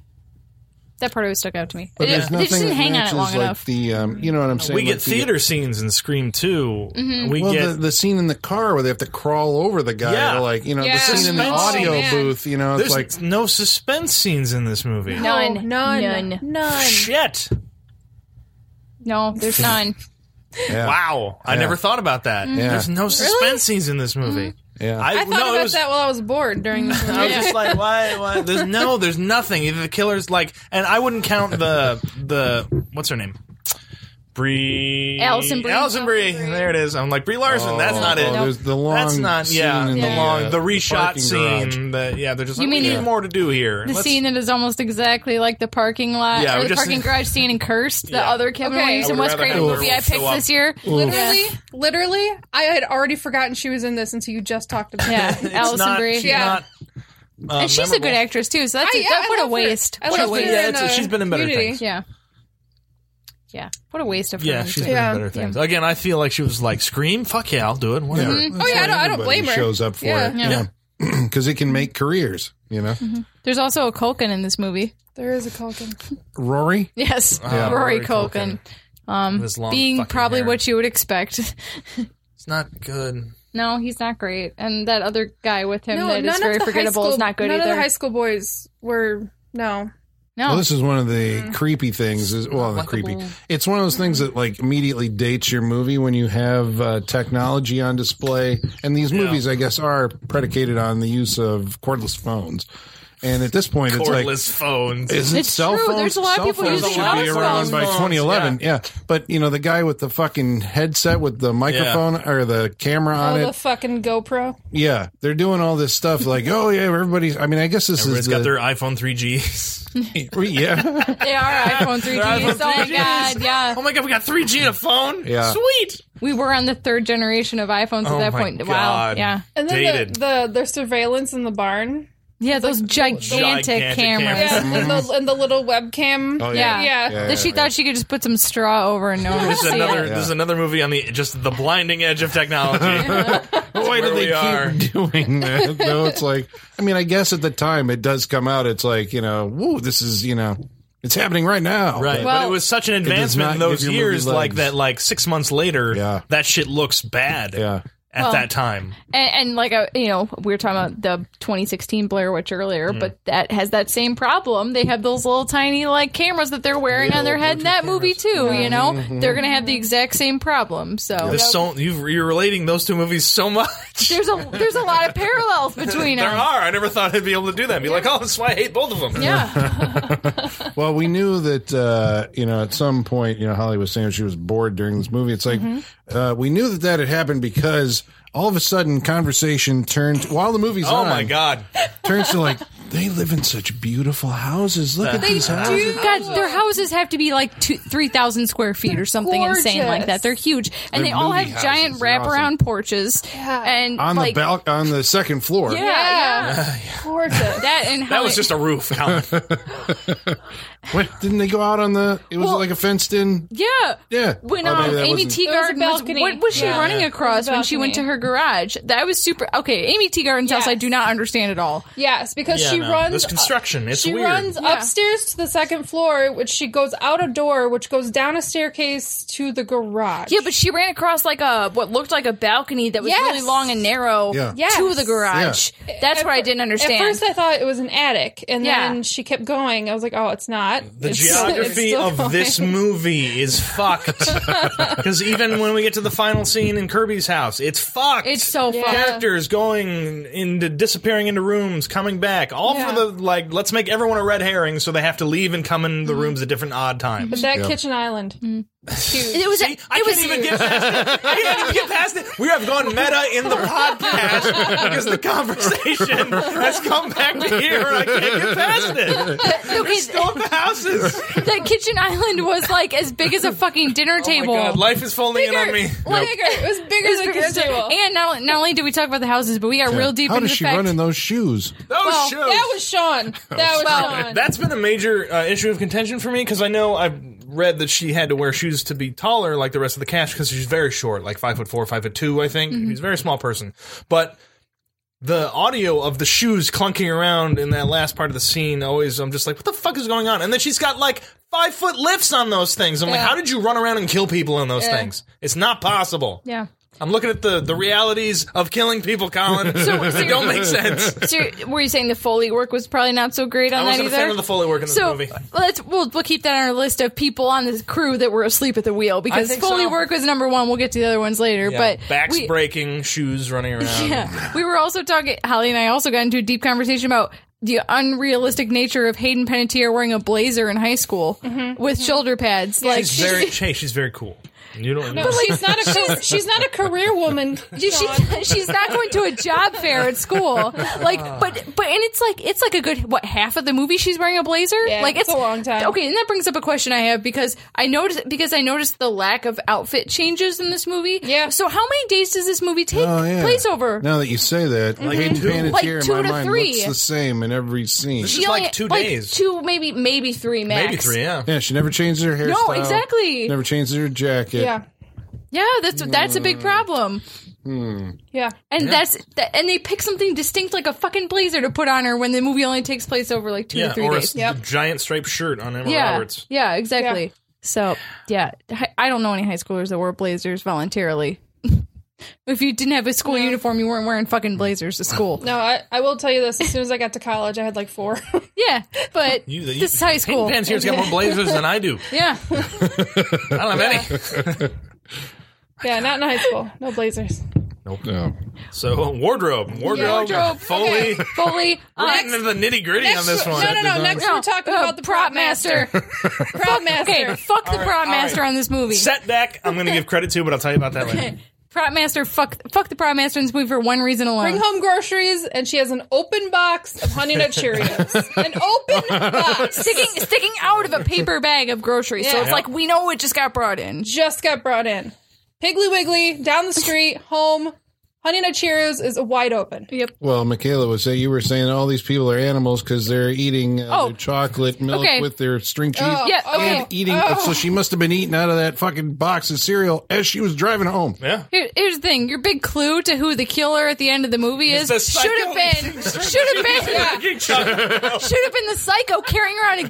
[SPEAKER 3] that part always stuck out to me.
[SPEAKER 1] But
[SPEAKER 3] It-
[SPEAKER 1] there's
[SPEAKER 3] they
[SPEAKER 1] nothing
[SPEAKER 3] just didn't
[SPEAKER 1] that
[SPEAKER 3] hang on it
[SPEAKER 1] matches,
[SPEAKER 3] long
[SPEAKER 1] like
[SPEAKER 3] enough.
[SPEAKER 1] the, um, you know what I'm saying?
[SPEAKER 2] We
[SPEAKER 1] Like
[SPEAKER 2] get
[SPEAKER 1] the-
[SPEAKER 2] theater scenes in Scream 2.
[SPEAKER 4] Mm-hmm.
[SPEAKER 2] We
[SPEAKER 1] Well,
[SPEAKER 2] get
[SPEAKER 1] the, the scene in the car where they have to crawl over the guy,
[SPEAKER 2] Yeah.
[SPEAKER 1] to, like you know,
[SPEAKER 4] Yeah.
[SPEAKER 1] the scene in the
[SPEAKER 2] Suspense.
[SPEAKER 1] audio
[SPEAKER 4] Oh, man.
[SPEAKER 1] booth, you know, it's
[SPEAKER 2] there's
[SPEAKER 1] like
[SPEAKER 2] no suspense scenes in this movie.
[SPEAKER 3] No. None.
[SPEAKER 4] Oh, none.
[SPEAKER 3] None.
[SPEAKER 4] None.
[SPEAKER 2] Shit.
[SPEAKER 3] no, there's none.
[SPEAKER 1] yeah,
[SPEAKER 2] Wow. I
[SPEAKER 1] Yeah.
[SPEAKER 2] never thought about that. There's no suspense
[SPEAKER 4] Mm-hmm. Really? Mm-hmm.
[SPEAKER 2] scenes in this movie.
[SPEAKER 1] yeah.
[SPEAKER 4] I thought
[SPEAKER 2] no, it
[SPEAKER 4] about
[SPEAKER 2] was,
[SPEAKER 4] that while I was bored during this
[SPEAKER 2] I
[SPEAKER 4] movie.
[SPEAKER 2] was just like, why, why? There's no, there's nothing. Either the killer's like, and I wouldn't count the the what's her name, Bree
[SPEAKER 3] Alison Brie.
[SPEAKER 2] Alison Brie. There it is. I'm like Brie Larson. that's not it.
[SPEAKER 1] Oh, there's the long
[SPEAKER 2] That's not
[SPEAKER 1] scene
[SPEAKER 2] yeah.
[SPEAKER 1] in
[SPEAKER 2] The
[SPEAKER 1] the,
[SPEAKER 2] long
[SPEAKER 1] uh,
[SPEAKER 2] the reshot
[SPEAKER 1] parking garage.
[SPEAKER 2] scene. That yeah, they're just like
[SPEAKER 3] You mean
[SPEAKER 2] we need
[SPEAKER 3] the-
[SPEAKER 2] more to do here.
[SPEAKER 3] The
[SPEAKER 2] Let's-
[SPEAKER 3] scene that is almost exactly like the parking lot
[SPEAKER 2] Yeah,
[SPEAKER 3] or
[SPEAKER 2] we
[SPEAKER 3] the
[SPEAKER 2] just-
[SPEAKER 3] parking garage scene in Cursed, the
[SPEAKER 2] Yeah.
[SPEAKER 3] other Kevin
[SPEAKER 4] Okay.
[SPEAKER 3] Williams
[SPEAKER 4] I
[SPEAKER 3] and
[SPEAKER 4] would
[SPEAKER 3] What's
[SPEAKER 2] rather
[SPEAKER 3] Great
[SPEAKER 2] have
[SPEAKER 3] movie
[SPEAKER 2] her
[SPEAKER 3] I picked
[SPEAKER 2] show up.
[SPEAKER 3] this year.
[SPEAKER 4] Literally, literally, I had already forgotten she was in this until you just talked about
[SPEAKER 3] Yeah,
[SPEAKER 4] it.
[SPEAKER 2] it's
[SPEAKER 3] Alison
[SPEAKER 2] not,
[SPEAKER 3] Brie.
[SPEAKER 2] she's
[SPEAKER 4] Yeah.
[SPEAKER 2] not, uh,
[SPEAKER 3] and she's a
[SPEAKER 2] memorable.
[SPEAKER 3] good actress too. So that's
[SPEAKER 4] I-
[SPEAKER 3] a,
[SPEAKER 4] yeah,
[SPEAKER 3] that,
[SPEAKER 4] I
[SPEAKER 3] what a
[SPEAKER 4] love her.
[SPEAKER 3] waste.
[SPEAKER 4] I
[SPEAKER 3] what a
[SPEAKER 4] love her
[SPEAKER 3] waste.
[SPEAKER 2] Yeah,
[SPEAKER 4] in,
[SPEAKER 2] it's-
[SPEAKER 4] uh,
[SPEAKER 2] she's been in better
[SPEAKER 4] Unity.
[SPEAKER 2] things.
[SPEAKER 3] Yeah. Yeah. What a waste of
[SPEAKER 2] Yeah,
[SPEAKER 3] friends,
[SPEAKER 2] she's
[SPEAKER 3] too.
[SPEAKER 2] been
[SPEAKER 4] Yeah.
[SPEAKER 2] in better things. Again, I feel like she was like, "Scream, fuck yeah, I'll do it." Whatever.
[SPEAKER 3] Mm-hmm.
[SPEAKER 4] Oh yeah, I don't, I don't blame her.
[SPEAKER 1] Shows up for
[SPEAKER 4] Yeah. Mm-hmm.
[SPEAKER 1] it, yeah, because it can make careers, you know.
[SPEAKER 3] There's also a Culkin in this movie.
[SPEAKER 4] There is a Culkin.
[SPEAKER 1] Rory,
[SPEAKER 3] Yes,
[SPEAKER 2] Rory
[SPEAKER 3] Rory
[SPEAKER 2] Culkin.
[SPEAKER 3] Culkin. Um,
[SPEAKER 2] This long
[SPEAKER 3] Being
[SPEAKER 2] fucking
[SPEAKER 3] probably
[SPEAKER 2] hair.
[SPEAKER 3] what you would expect.
[SPEAKER 2] it's not good.
[SPEAKER 3] no, he's not great. And that other guy with him
[SPEAKER 4] No,
[SPEAKER 3] that is
[SPEAKER 4] none
[SPEAKER 3] very
[SPEAKER 4] of the high
[SPEAKER 3] forgettable
[SPEAKER 4] school,
[SPEAKER 3] is not good
[SPEAKER 4] none
[SPEAKER 3] either.
[SPEAKER 4] of the high school boys were no.
[SPEAKER 3] no.
[SPEAKER 1] well, this is one of the
[SPEAKER 3] Mm.
[SPEAKER 1] creepy things. Is well, the creepy. It's one of those things that like immediately dates your movie when you have uh, technology on display, and these movies, I guess, are predicated on the use of cordless phones. And at this point, it's like
[SPEAKER 2] Cordless phones.
[SPEAKER 1] Isn't
[SPEAKER 3] It's
[SPEAKER 1] cell
[SPEAKER 3] true.
[SPEAKER 1] phones?
[SPEAKER 3] There's a lot of
[SPEAKER 1] cell
[SPEAKER 3] people
[SPEAKER 1] phones
[SPEAKER 3] using
[SPEAKER 1] should be
[SPEAKER 3] house
[SPEAKER 1] around
[SPEAKER 3] phones.
[SPEAKER 1] by 2011. Yeah. but you know the guy with the fucking headset with the microphone or the camera on
[SPEAKER 4] Oh,
[SPEAKER 1] it.
[SPEAKER 4] the fucking GoPro.
[SPEAKER 1] yeah, they're doing all this stuff like, oh yeah, everybody's. I mean, I guess this
[SPEAKER 2] Everybody's
[SPEAKER 1] is
[SPEAKER 2] got
[SPEAKER 1] the,
[SPEAKER 2] their iPhone 3Gs.
[SPEAKER 1] yeah,
[SPEAKER 3] They are iPhone 3Gs.
[SPEAKER 2] iPhone
[SPEAKER 3] oh my
[SPEAKER 2] 3Gs.
[SPEAKER 3] god, yeah.
[SPEAKER 2] oh my god, we got 3G in a phone.
[SPEAKER 1] Yeah.
[SPEAKER 2] Sweet.
[SPEAKER 3] We were on the third generation of iPhones
[SPEAKER 2] Oh
[SPEAKER 3] at that
[SPEAKER 2] my
[SPEAKER 3] point. Wow.
[SPEAKER 2] God.
[SPEAKER 3] Yeah.
[SPEAKER 4] And then
[SPEAKER 2] Dated.
[SPEAKER 4] The, the their surveillance in the barn.
[SPEAKER 3] Yeah, those gigantic,
[SPEAKER 2] Gigantic
[SPEAKER 3] cameras.
[SPEAKER 2] cameras.
[SPEAKER 4] Yeah, and,
[SPEAKER 2] Mm-hmm.
[SPEAKER 4] the, and the little webcam.
[SPEAKER 1] Oh,
[SPEAKER 3] Yeah.
[SPEAKER 4] Yeah.
[SPEAKER 1] Yeah.
[SPEAKER 3] That she thought she could just put some straw over and no one would
[SPEAKER 2] This is
[SPEAKER 3] see
[SPEAKER 2] another.
[SPEAKER 3] it.
[SPEAKER 2] This is another movie on the just the blinding edge of technology.
[SPEAKER 1] Why
[SPEAKER 2] where
[SPEAKER 1] do they
[SPEAKER 2] we are.
[SPEAKER 1] keep doing that? Though it's like, I mean, I guess at the time it does come out. It's like you know, whoa, this is you know, it's happening right now.
[SPEAKER 2] Right,
[SPEAKER 1] But-
[SPEAKER 2] but it
[SPEAKER 3] Well-
[SPEAKER 2] was such an
[SPEAKER 1] does
[SPEAKER 2] advancement
[SPEAKER 1] not
[SPEAKER 2] in those
[SPEAKER 1] give your movie
[SPEAKER 2] years. Like
[SPEAKER 1] legs.
[SPEAKER 2] that, like six months later,
[SPEAKER 1] Yeah.
[SPEAKER 2] that shit looks bad.
[SPEAKER 1] yeah.
[SPEAKER 2] at that time,
[SPEAKER 3] And, and like uh, you know, we were talking about the 2016 Blair Witch earlier,
[SPEAKER 1] Mm.
[SPEAKER 3] but that has that same problem. They have those little tiny like cameras that they're wearing on their head in that movie too. You know,
[SPEAKER 1] Mm-hmm.
[SPEAKER 3] they're gonna have the exact same problem. So
[SPEAKER 2] This so you you're relating those two movies so much.
[SPEAKER 3] there's a there's a lot of parallels between
[SPEAKER 2] There
[SPEAKER 3] them.
[SPEAKER 2] are. I never thought I'd be able to do that. Be like, oh, that's why I hate both of them.
[SPEAKER 3] Yeah,
[SPEAKER 1] Well, we knew that uh, you know at some point, you know, Holly was saying she was bored during this movie. It's like
[SPEAKER 3] Mm-hmm.
[SPEAKER 1] uh, we knew that that had happened because all of a sudden conversation turned while the movie's
[SPEAKER 2] Oh
[SPEAKER 1] on.
[SPEAKER 2] my god.
[SPEAKER 1] turns to like They live in such beautiful houses. Look at
[SPEAKER 2] They
[SPEAKER 1] these houses.
[SPEAKER 4] do.
[SPEAKER 3] God, their houses have to be like two, three thousand square feet or something insane like that.
[SPEAKER 4] gorgeous.
[SPEAKER 3] They're huge, and
[SPEAKER 1] They're
[SPEAKER 3] they all have
[SPEAKER 1] movie houses.
[SPEAKER 3] giant
[SPEAKER 1] They're awesome.
[SPEAKER 3] wraparound porches and
[SPEAKER 1] On
[SPEAKER 3] like
[SPEAKER 1] the balc- on the second floor.
[SPEAKER 3] yeah, yeah.
[SPEAKER 4] Gorgeous.
[SPEAKER 3] that and how
[SPEAKER 2] That was
[SPEAKER 3] it-
[SPEAKER 2] just a roof, Colin.
[SPEAKER 1] What, didn't they go out on the? It was
[SPEAKER 3] Well-
[SPEAKER 1] like a fenced in.
[SPEAKER 3] yeah.
[SPEAKER 1] Yeah.
[SPEAKER 3] When
[SPEAKER 1] Or maybe
[SPEAKER 3] um,
[SPEAKER 1] that
[SPEAKER 3] Amy
[SPEAKER 1] wasn't-
[SPEAKER 4] There was a
[SPEAKER 3] Teagarden was,
[SPEAKER 4] balcony.
[SPEAKER 3] what was she
[SPEAKER 4] Yeah.
[SPEAKER 3] running
[SPEAKER 4] Yeah.
[SPEAKER 3] across
[SPEAKER 4] There was a
[SPEAKER 3] when she went to
[SPEAKER 4] balcony.
[SPEAKER 3] her garage? That was super. Okay, Amy Teagarden's house, I
[SPEAKER 4] Yes.
[SPEAKER 3] do not understand at all.
[SPEAKER 4] Yes, because
[SPEAKER 2] Yeah,
[SPEAKER 4] she
[SPEAKER 2] no.
[SPEAKER 4] runs.
[SPEAKER 2] This construction, it's
[SPEAKER 4] she
[SPEAKER 2] weird.
[SPEAKER 4] runs
[SPEAKER 3] Yeah.
[SPEAKER 4] upstairs to the second floor, which she goes out a door, which goes down a staircase to the garage.
[SPEAKER 3] Yeah, but she ran across like a what looked like a balcony that was
[SPEAKER 4] Yes.
[SPEAKER 3] really long and narrow
[SPEAKER 1] Yeah.
[SPEAKER 4] Yes.
[SPEAKER 3] to the garage. That's
[SPEAKER 4] At
[SPEAKER 3] what I
[SPEAKER 4] fir-
[SPEAKER 3] didn't understand.
[SPEAKER 4] At first, I thought it was an attic, and
[SPEAKER 3] Yeah.
[SPEAKER 4] then she kept going. I was like, "Oh, it's not."
[SPEAKER 2] The
[SPEAKER 4] It's still- it's
[SPEAKER 2] geography
[SPEAKER 4] still
[SPEAKER 2] of
[SPEAKER 4] going.
[SPEAKER 2] this movie is fucked. Because even when we get to the final scene in Kirby's house, it's fucked.
[SPEAKER 3] It's so
[SPEAKER 4] Yeah.
[SPEAKER 3] fucked.
[SPEAKER 2] Characters going into disappearing into rooms, coming back, all
[SPEAKER 4] Yeah.
[SPEAKER 2] for the like. Let's make everyone a red herring, so they have to leave and come
[SPEAKER 3] Mm-hmm.
[SPEAKER 2] in the rooms at different odd times.
[SPEAKER 4] that
[SPEAKER 1] Yeah.
[SPEAKER 4] kitchen island.
[SPEAKER 3] Mm. It was.
[SPEAKER 2] See,
[SPEAKER 3] it
[SPEAKER 2] I
[SPEAKER 3] was
[SPEAKER 2] can't even get past it. I can't even get past it. We have gone meta in the podcast because the conversation has come back to here, and I can't get past it.
[SPEAKER 3] okay,
[SPEAKER 2] Still at the houses.
[SPEAKER 3] that kitchen island was like as big as a fucking dinner table.
[SPEAKER 2] Oh my God, life is falling in on me.
[SPEAKER 4] Like, bigger. It was bigger
[SPEAKER 3] It was
[SPEAKER 4] than the
[SPEAKER 3] big as
[SPEAKER 4] kitchen
[SPEAKER 3] a-
[SPEAKER 4] table.
[SPEAKER 3] And not, not only did we talk about the houses, but we got real deep
[SPEAKER 1] How
[SPEAKER 3] into
[SPEAKER 1] does
[SPEAKER 3] the
[SPEAKER 1] she
[SPEAKER 3] fact.
[SPEAKER 1] run in those shoes?
[SPEAKER 2] Those
[SPEAKER 3] Well,
[SPEAKER 2] Oh, shows.
[SPEAKER 4] that was Sean. That was Sean.
[SPEAKER 2] That's been a major uh, issue of contention for me because I know I've read that she had to wear shoes to be taller, like the rest of the cast, because she's very short, like five foot four, five foot two, I think.
[SPEAKER 3] Mm-hmm.
[SPEAKER 2] She's a very small person, but the audio of the shoes clunking around in that last part of the scene always, I'm just like, what the fuck is going on? And then she's got like five foot lifts on those things. I'm like,
[SPEAKER 4] Yeah.
[SPEAKER 2] how did you run around and kill people on those things? It's not possible.
[SPEAKER 3] yeah.
[SPEAKER 2] I'm looking at the the realities of killing people, Colin.
[SPEAKER 3] So-
[SPEAKER 2] they don't make sense.
[SPEAKER 3] So were you saying the foley work was probably not so great on
[SPEAKER 2] I wasn't
[SPEAKER 3] that
[SPEAKER 2] a
[SPEAKER 3] either?
[SPEAKER 2] fan of the Foley work in this
[SPEAKER 3] so
[SPEAKER 2] movie.
[SPEAKER 3] let's we'll, we'll keep that on our list of people on the crew that were asleep at the wheel
[SPEAKER 2] I
[SPEAKER 3] because
[SPEAKER 2] think
[SPEAKER 3] Foley
[SPEAKER 2] so.
[SPEAKER 3] work was number one. We'll get to the other ones later,
[SPEAKER 2] Yeah,
[SPEAKER 3] but
[SPEAKER 2] backs
[SPEAKER 3] we,
[SPEAKER 2] breaking, shoes running around.
[SPEAKER 3] Yeah. We were also talking, Holly and I also got into a deep conversation about the unrealistic nature of Hayden Panettiere wearing a blazer in high school
[SPEAKER 2] Mm-hmm.
[SPEAKER 3] with shoulder pads. Like,
[SPEAKER 2] She's very hey, she's very cool. You don't know.
[SPEAKER 4] But like, she's not a she's, she's not a career woman.
[SPEAKER 3] she, she- she's not going to a job fair at school. Like,
[SPEAKER 4] Ah.
[SPEAKER 3] but, but, and it's like, it's like a good, what, half of the movie she's wearing a blazer?
[SPEAKER 4] Yeah,
[SPEAKER 3] like,
[SPEAKER 4] it's a long time.
[SPEAKER 3] Okay. And that brings up a question I have because I noticed, because I noticed the lack of outfit changes in this movie.
[SPEAKER 4] Yeah.
[SPEAKER 3] So how many days does this movie take
[SPEAKER 1] Oh yeah.
[SPEAKER 3] place over? Mm-hmm.
[SPEAKER 1] Now that you say that, like Hayden
[SPEAKER 2] two-
[SPEAKER 1] Panettiere
[SPEAKER 3] Like
[SPEAKER 1] in
[SPEAKER 3] two
[SPEAKER 1] my
[SPEAKER 3] to
[SPEAKER 1] mind
[SPEAKER 3] three.
[SPEAKER 1] looks the same in every scene.
[SPEAKER 2] She-
[SPEAKER 3] She
[SPEAKER 2] like
[SPEAKER 3] only-
[SPEAKER 2] two days.
[SPEAKER 3] Two, maybe, maybe three max.
[SPEAKER 2] Maybe three, yeah.
[SPEAKER 1] yeah, she never changes her hairstyle.
[SPEAKER 3] No, exactly.
[SPEAKER 1] Never changes her jacket.
[SPEAKER 4] yeah,
[SPEAKER 3] Yeah, that's that's a big
[SPEAKER 2] Mm.
[SPEAKER 3] problem.
[SPEAKER 4] yeah.
[SPEAKER 3] And that's that, and they pick something distinct like a fucking blazer to put on her when the movie only takes place over like two
[SPEAKER 2] Yeah,
[SPEAKER 3] or three
[SPEAKER 2] or a
[SPEAKER 3] days.
[SPEAKER 2] s- giant striped shirt on Emma
[SPEAKER 3] yeah,
[SPEAKER 2] Roberts.
[SPEAKER 3] yeah, exactly.
[SPEAKER 4] Yeah.
[SPEAKER 3] So yeah, Hi- I don't know any high schoolers that wore blazers voluntarily. if you didn't have a school uniform, you weren't wearing fucking blazers to school.
[SPEAKER 4] No, I, I will tell you this. As soon as I got to college, I had like four.
[SPEAKER 3] Yeah, but
[SPEAKER 2] You, you,
[SPEAKER 3] this is high school.
[SPEAKER 2] Pants here's got more blazers than I do.
[SPEAKER 3] Yeah,
[SPEAKER 2] I don't have any.
[SPEAKER 4] yeah, not in high school. No blazers.
[SPEAKER 1] No.
[SPEAKER 2] So wardrobe, wardrobe,
[SPEAKER 3] wardrobe.
[SPEAKER 2] Foley.
[SPEAKER 3] Okay. Foley.
[SPEAKER 2] We're
[SPEAKER 3] uh,
[SPEAKER 2] getting into the nitty gritty on this one.
[SPEAKER 4] No, no, no. Next,
[SPEAKER 3] No,
[SPEAKER 4] we're talking
[SPEAKER 3] uh,
[SPEAKER 4] about the prop master. prop master.
[SPEAKER 3] okay, fuck the prop
[SPEAKER 2] all right.
[SPEAKER 3] master on this movie.
[SPEAKER 2] Setback. I'm going to give credit to, but I'll tell you about that later.
[SPEAKER 3] Prop master, fuck, fuck the prop master in this movie for one reason alone.
[SPEAKER 4] Bring home groceries, and she has an open box of Honey Nut Cheerios. an open box.
[SPEAKER 3] sticking sticking out of a paper bag of groceries. So
[SPEAKER 4] Yeah.
[SPEAKER 3] it's like we know it just got brought in.
[SPEAKER 4] Just got brought in. Piggly Wiggly down the street, home. Honey Nut Cheerios is wide
[SPEAKER 2] Oh
[SPEAKER 4] open. Yep.
[SPEAKER 1] Well, Michaela was saying you were saying all these people are animals because they're eating uh,
[SPEAKER 3] Oh.
[SPEAKER 1] their chocolate milk
[SPEAKER 3] Okay.
[SPEAKER 1] with their string cheese.
[SPEAKER 3] Yeah,
[SPEAKER 4] Oh,
[SPEAKER 3] okay.
[SPEAKER 1] And eating, so she must have been eating out of that fucking box of cereal as she was driving home.
[SPEAKER 2] Yeah.
[SPEAKER 3] Here, here's the thing: your big clue to who the killer at the end of the movie is
[SPEAKER 2] the psycho
[SPEAKER 3] should have been, should have been, should have been the psycho carrying around a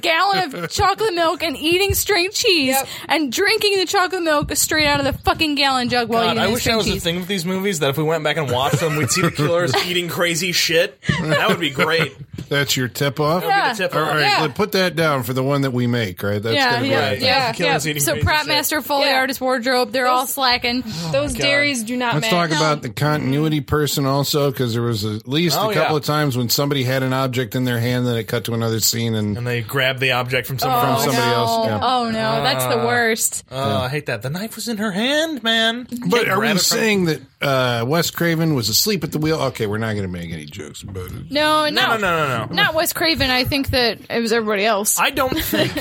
[SPEAKER 3] gallon of chocolate milk and eating string cheese
[SPEAKER 4] Yep.
[SPEAKER 3] and drinking the chocolate milk straight out of the fucking gallon jug while
[SPEAKER 2] God,
[SPEAKER 3] eating
[SPEAKER 2] I
[SPEAKER 3] the
[SPEAKER 2] wish
[SPEAKER 3] string
[SPEAKER 2] that was the
[SPEAKER 3] cheese.
[SPEAKER 2] thing with these movies that if we went back and watched them, we'd see the killers eating crazy shit. That would be great.
[SPEAKER 1] That's your tip off.
[SPEAKER 3] Yeah.
[SPEAKER 2] Tip
[SPEAKER 1] All right,
[SPEAKER 4] Yeah.
[SPEAKER 1] put that down for the one that we make. Right, that's
[SPEAKER 3] Yeah,
[SPEAKER 1] gonna be
[SPEAKER 3] yeah,
[SPEAKER 1] right.
[SPEAKER 3] yeah.
[SPEAKER 2] Killers
[SPEAKER 4] yeah.
[SPEAKER 2] eating
[SPEAKER 3] So
[SPEAKER 2] crazy
[SPEAKER 3] prop
[SPEAKER 2] shit.
[SPEAKER 3] master, foley
[SPEAKER 4] Yeah.
[SPEAKER 3] artist, wardrobe, they're all slacking.
[SPEAKER 4] Those dairies do not
[SPEAKER 1] Let's talk
[SPEAKER 4] match.
[SPEAKER 1] about the continuity person also, because there was at least
[SPEAKER 2] Oh,
[SPEAKER 1] a couple
[SPEAKER 2] yeah.
[SPEAKER 1] of times when somebody had an object in their hand, then it cut to another scene, and,
[SPEAKER 2] And they grab the object from somewhere
[SPEAKER 1] from
[SPEAKER 2] else.
[SPEAKER 1] Oh, somebody else. yeah.
[SPEAKER 3] Oh no,
[SPEAKER 2] Uh,
[SPEAKER 3] that's the worst.
[SPEAKER 2] Oh, I hate that. The knife was in her hand, man.
[SPEAKER 1] But are we
[SPEAKER 2] Grab it from-
[SPEAKER 1] saying that uh, Wes Craven was asleep at the wheel. Okay, we're not going to make any jokes about it.
[SPEAKER 3] No,
[SPEAKER 2] No, no,
[SPEAKER 3] no,
[SPEAKER 2] no, no, no.
[SPEAKER 3] Not Wes Craven. I think that it was everybody else.
[SPEAKER 2] I don't think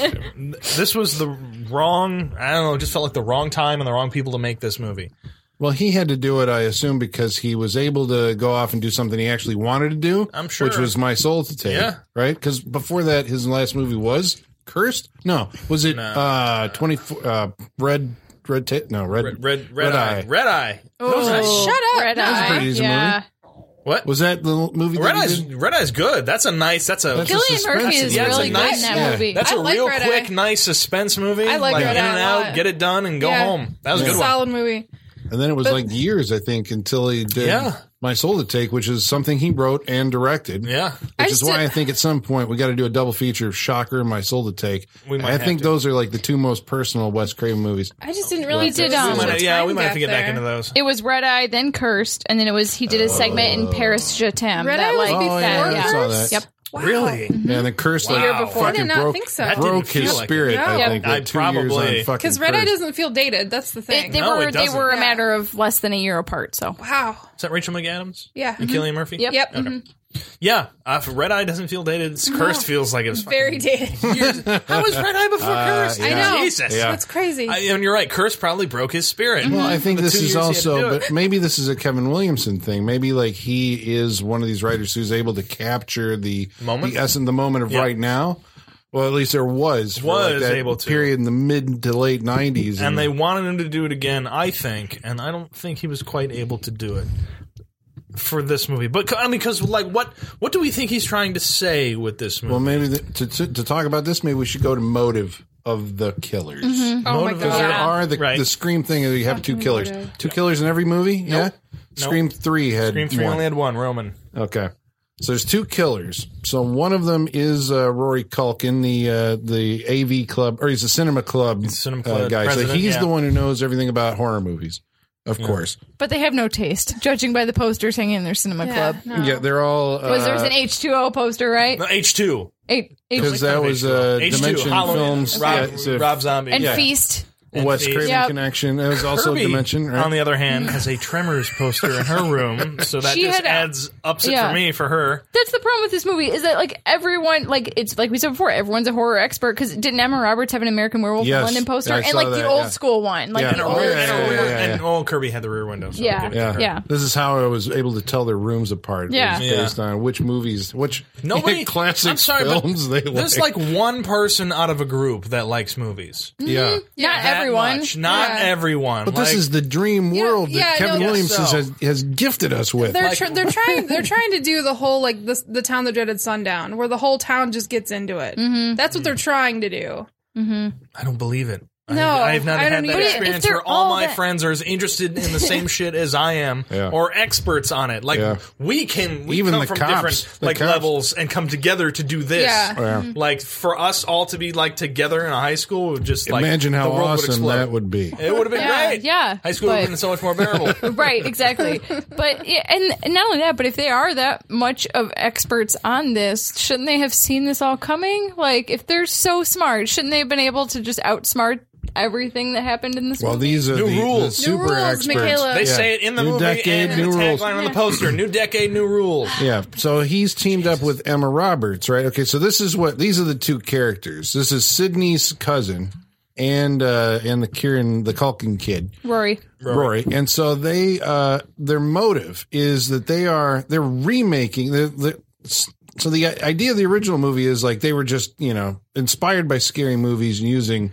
[SPEAKER 2] this was the wrong. I don't know. It just felt like the wrong time and the wrong people to make this movie.
[SPEAKER 1] Well, he had to do it, I assume, because he was able to go off and do something he actually wanted to do.
[SPEAKER 2] I'm sure.
[SPEAKER 1] Which was My Soul to Take.
[SPEAKER 2] Yeah.
[SPEAKER 1] Right? Because before that, his last movie was Cursed? No. Was it uh, 24, uh, Red, Red, Ta- no, Red,
[SPEAKER 2] Red, red, red, eye. Red eye.
[SPEAKER 4] Oh.
[SPEAKER 3] shut up. Oh, Red
[SPEAKER 1] was a
[SPEAKER 3] Eye.
[SPEAKER 1] pretty easy
[SPEAKER 3] yeah.
[SPEAKER 1] movie.
[SPEAKER 2] What?
[SPEAKER 1] Was that the movie
[SPEAKER 2] red
[SPEAKER 1] that he
[SPEAKER 2] eye's
[SPEAKER 1] did?
[SPEAKER 2] red eye's good. That's a nice. That's a.
[SPEAKER 1] That's a
[SPEAKER 3] Cillian
[SPEAKER 1] suspense
[SPEAKER 3] Murphy is
[SPEAKER 1] movie.
[SPEAKER 2] Yeah, it's
[SPEAKER 3] really
[SPEAKER 2] a
[SPEAKER 3] good
[SPEAKER 2] nice-
[SPEAKER 3] in that
[SPEAKER 1] yeah.
[SPEAKER 3] movie.
[SPEAKER 2] that's
[SPEAKER 4] I
[SPEAKER 2] a
[SPEAKER 4] like
[SPEAKER 2] real
[SPEAKER 4] Red Eye.
[SPEAKER 2] quick, nice suspense movie.
[SPEAKER 4] I like Red
[SPEAKER 2] in
[SPEAKER 4] Eye
[SPEAKER 2] and
[SPEAKER 4] a
[SPEAKER 2] out,
[SPEAKER 4] lot.
[SPEAKER 2] get it done, and go
[SPEAKER 4] Yeah.
[SPEAKER 2] home. That was a good one.
[SPEAKER 4] Solid movie.
[SPEAKER 1] And then it was like years, I think, until he did
[SPEAKER 2] Yeah.
[SPEAKER 1] My Soul to Take, which is something he wrote and directed.
[SPEAKER 2] Yeah,
[SPEAKER 1] Which
[SPEAKER 4] I
[SPEAKER 1] is
[SPEAKER 4] just
[SPEAKER 1] why
[SPEAKER 4] did-
[SPEAKER 1] I think at some point we got to do a double feature of Shocker and My Soul to Take.
[SPEAKER 2] We might
[SPEAKER 1] I
[SPEAKER 2] have
[SPEAKER 1] think
[SPEAKER 2] to.
[SPEAKER 1] those are like the two most personal Wes Craven movies.
[SPEAKER 4] I just didn't realize
[SPEAKER 3] did,
[SPEAKER 4] there was
[SPEAKER 3] um,
[SPEAKER 2] We
[SPEAKER 4] such a
[SPEAKER 2] might- yeah,
[SPEAKER 4] time
[SPEAKER 2] we might have to get
[SPEAKER 4] gap
[SPEAKER 2] back
[SPEAKER 4] there.
[SPEAKER 2] into those.
[SPEAKER 3] It was Red Eye, then Cursed, and then it was he did a segment in Paris Jatam.
[SPEAKER 4] Red
[SPEAKER 3] that,
[SPEAKER 4] Eye was
[SPEAKER 3] like,
[SPEAKER 4] before
[SPEAKER 3] that,
[SPEAKER 1] Oh. I
[SPEAKER 3] yeah.
[SPEAKER 1] saw that.
[SPEAKER 3] Yep.
[SPEAKER 2] Really?
[SPEAKER 1] Yeah, and then Cursed like
[SPEAKER 2] Year before.
[SPEAKER 4] I
[SPEAKER 1] fucking
[SPEAKER 4] did not
[SPEAKER 1] broke,
[SPEAKER 4] think so.
[SPEAKER 2] That didn't
[SPEAKER 1] broke
[SPEAKER 2] feel
[SPEAKER 1] his
[SPEAKER 2] like it.
[SPEAKER 1] spirit. I
[SPEAKER 4] No.
[SPEAKER 1] think with
[SPEAKER 2] I
[SPEAKER 1] two years
[SPEAKER 2] probably-
[SPEAKER 1] on fucking
[SPEAKER 4] Because Red Eye
[SPEAKER 1] Cursed.
[SPEAKER 4] doesn't feel dated. That's the
[SPEAKER 3] It,
[SPEAKER 4] thing.
[SPEAKER 3] they
[SPEAKER 2] No,
[SPEAKER 3] were
[SPEAKER 2] it
[SPEAKER 3] they
[SPEAKER 2] doesn't.
[SPEAKER 3] were a
[SPEAKER 4] Yeah.
[SPEAKER 3] matter of less than a year apart. So
[SPEAKER 4] wow.
[SPEAKER 2] Is that Rachel McAdams?
[SPEAKER 4] Yeah. Mm-hmm.
[SPEAKER 2] And Killian Murphy.
[SPEAKER 3] Yep.
[SPEAKER 4] Yep. Mm-hmm.
[SPEAKER 2] Yeah. Uh, if Red Eye doesn't feel dated. It's Cursed feels like it was
[SPEAKER 4] Very dated.
[SPEAKER 2] fucking years. How was Red Eye before Cursed?
[SPEAKER 4] I know.
[SPEAKER 2] Jesus.
[SPEAKER 1] Yeah.
[SPEAKER 4] That's crazy.
[SPEAKER 2] I, and you're right. Cursed probably broke his spirit.
[SPEAKER 1] Well, I think
[SPEAKER 2] The
[SPEAKER 1] this
[SPEAKER 2] two years
[SPEAKER 1] is
[SPEAKER 2] he had to do
[SPEAKER 1] also,
[SPEAKER 2] it.
[SPEAKER 1] but maybe this is a Kevin Williamson thing. Maybe like he is one of these writers who's able to capture the
[SPEAKER 2] Moment?
[SPEAKER 1] the essence, the moment of
[SPEAKER 2] Yeah.
[SPEAKER 1] right now. Well, at least there was for,
[SPEAKER 2] Was
[SPEAKER 1] that
[SPEAKER 2] able to.
[SPEAKER 1] period in the mid to late nineties,
[SPEAKER 2] and they wanted him to do it again, I think, and I don't think he was quite able to do it for this movie. But I mean, because like, what what do we think he's trying to say with this movie?
[SPEAKER 1] well, maybe the, to, to to talk about this, maybe we should go to motive of the killers.
[SPEAKER 4] oh my
[SPEAKER 2] motivated.
[SPEAKER 1] There
[SPEAKER 4] god.
[SPEAKER 1] are the,
[SPEAKER 2] Right.
[SPEAKER 1] the Scream thing. You have two killers, two killers in every movie. Yeah, Scream three had
[SPEAKER 2] Scream Three
[SPEAKER 1] one.
[SPEAKER 2] only had one Roman.
[SPEAKER 1] Okay. So there's two killers. So one of them is uh, Rory Culkin, the uh, the AV club, or he's the Cinema Club,
[SPEAKER 2] Cinema
[SPEAKER 1] uh,
[SPEAKER 2] Club
[SPEAKER 1] guy. So
[SPEAKER 2] president,
[SPEAKER 1] he's
[SPEAKER 2] yeah.
[SPEAKER 1] the one who knows everything about horror movies, of course.
[SPEAKER 3] but they have no taste, judging by the posters hanging in their cinema club.
[SPEAKER 1] Yeah, they're all uh,
[SPEAKER 3] Was
[SPEAKER 1] because
[SPEAKER 3] there's an H two O poster, right?
[SPEAKER 2] No, H two.
[SPEAKER 3] H, H-
[SPEAKER 1] that was uh,
[SPEAKER 2] H two.
[SPEAKER 1] Dimension Films, yeah,
[SPEAKER 2] Rob,
[SPEAKER 1] it's a
[SPEAKER 2] Rob Zombie.
[SPEAKER 3] and
[SPEAKER 2] yeah.
[SPEAKER 3] Feast.
[SPEAKER 1] Wes
[SPEAKER 2] Feast.
[SPEAKER 1] Craven
[SPEAKER 3] Yep.
[SPEAKER 1] connection. It was also
[SPEAKER 2] Kirby,
[SPEAKER 1] Dimension, right?
[SPEAKER 2] on the other hand, has a Tremors poster in her room, so that
[SPEAKER 3] She
[SPEAKER 2] just
[SPEAKER 3] had a-
[SPEAKER 2] adds ups it
[SPEAKER 3] Yeah.
[SPEAKER 2] for me for her.
[SPEAKER 3] That's the problem with this movie is that like everyone like it's like we said before everyone's a horror expert because didn't Emma Roberts have an American Werewolf
[SPEAKER 1] Yes.
[SPEAKER 3] in London poster
[SPEAKER 1] I
[SPEAKER 3] and
[SPEAKER 1] saw
[SPEAKER 3] like
[SPEAKER 1] that,
[SPEAKER 3] the old
[SPEAKER 1] yeah.
[SPEAKER 3] school one like
[SPEAKER 1] Yeah.
[SPEAKER 3] the
[SPEAKER 1] Oh,
[SPEAKER 3] old
[SPEAKER 1] yeah,
[SPEAKER 2] and,
[SPEAKER 1] yeah,
[SPEAKER 2] oh,
[SPEAKER 1] yeah, yeah.
[SPEAKER 2] and oh, Kirby had the rear window. So
[SPEAKER 3] Yeah.
[SPEAKER 2] I'll give it to
[SPEAKER 1] yeah.
[SPEAKER 2] her.
[SPEAKER 3] Yeah.
[SPEAKER 1] This is how I was able to tell their rooms apart.
[SPEAKER 3] Yeah.
[SPEAKER 1] It was based
[SPEAKER 2] Yeah.
[SPEAKER 1] on which movies, which
[SPEAKER 2] Nobody
[SPEAKER 1] classic
[SPEAKER 2] I'm sorry,
[SPEAKER 1] films
[SPEAKER 2] but
[SPEAKER 1] they
[SPEAKER 2] There's like one person out of a group that likes movies.
[SPEAKER 1] yeah.
[SPEAKER 2] That
[SPEAKER 3] not everyone
[SPEAKER 2] much. Not
[SPEAKER 4] Yeah.
[SPEAKER 2] everyone.
[SPEAKER 1] But this is the dream world that
[SPEAKER 4] yeah,
[SPEAKER 1] Kevin
[SPEAKER 4] no,
[SPEAKER 1] Williamson
[SPEAKER 2] so-
[SPEAKER 1] has, has gifted us with.
[SPEAKER 4] They're tr- they're trying they're trying to do the whole like the the town that dreaded sundown where the whole town just gets into it.
[SPEAKER 2] Mm-hmm.
[SPEAKER 4] That's what they're trying to do.
[SPEAKER 2] I don't believe it. I
[SPEAKER 4] No,
[SPEAKER 2] have, I have not
[SPEAKER 4] I
[SPEAKER 2] had that
[SPEAKER 4] don't either. But if
[SPEAKER 2] experience
[SPEAKER 3] they're
[SPEAKER 2] where all,
[SPEAKER 3] all
[SPEAKER 2] my
[SPEAKER 3] that-
[SPEAKER 2] friends are as interested in the same shit as I am,
[SPEAKER 1] Yeah.
[SPEAKER 2] or experts on it. Like
[SPEAKER 1] Yeah.
[SPEAKER 2] we can, we
[SPEAKER 1] Even
[SPEAKER 2] come
[SPEAKER 1] the
[SPEAKER 2] from
[SPEAKER 1] cops,
[SPEAKER 2] different
[SPEAKER 1] the
[SPEAKER 2] like
[SPEAKER 1] cops.
[SPEAKER 2] levels and come together to do this.
[SPEAKER 4] Yeah.
[SPEAKER 1] Yeah.
[SPEAKER 2] Like for us all to be like together in a high school, would just like
[SPEAKER 1] Imagine how
[SPEAKER 2] the world would
[SPEAKER 1] awesome
[SPEAKER 2] explode.
[SPEAKER 1] that would be.
[SPEAKER 2] It would have been
[SPEAKER 3] Yeah,
[SPEAKER 2] great.
[SPEAKER 3] yeah,
[SPEAKER 2] high school would have
[SPEAKER 3] but-
[SPEAKER 2] been so much more bearable.
[SPEAKER 3] right exactly but yeah, and not only that but if they are that much of experts on this shouldn't they have seen this all coming like if they're so smart shouldn't they have been able to just outsmart everything that happened in this
[SPEAKER 1] Well,
[SPEAKER 3] movie
[SPEAKER 1] these are
[SPEAKER 2] New
[SPEAKER 1] the, the
[SPEAKER 2] rules. New
[SPEAKER 1] super
[SPEAKER 4] rules,
[SPEAKER 1] experts.
[SPEAKER 4] Michaela.
[SPEAKER 2] They
[SPEAKER 4] Yeah.
[SPEAKER 2] say it in the
[SPEAKER 1] New
[SPEAKER 2] movie
[SPEAKER 1] decade,
[SPEAKER 2] and in
[SPEAKER 1] new
[SPEAKER 2] the
[SPEAKER 1] rules.
[SPEAKER 2] tagline on the poster: "New decade, new rules."
[SPEAKER 1] Yeah. So he's teamed up with Emma Roberts, right? Okay. So this is what these are the two characters. This is Sydney's cousin and uh and the Kieran the Culkin kid.
[SPEAKER 3] rory
[SPEAKER 1] Rory. And so they uh their motive is that they are they're remaking the the so the idea of the original movie is like they were just, you know, inspired by scary movies and using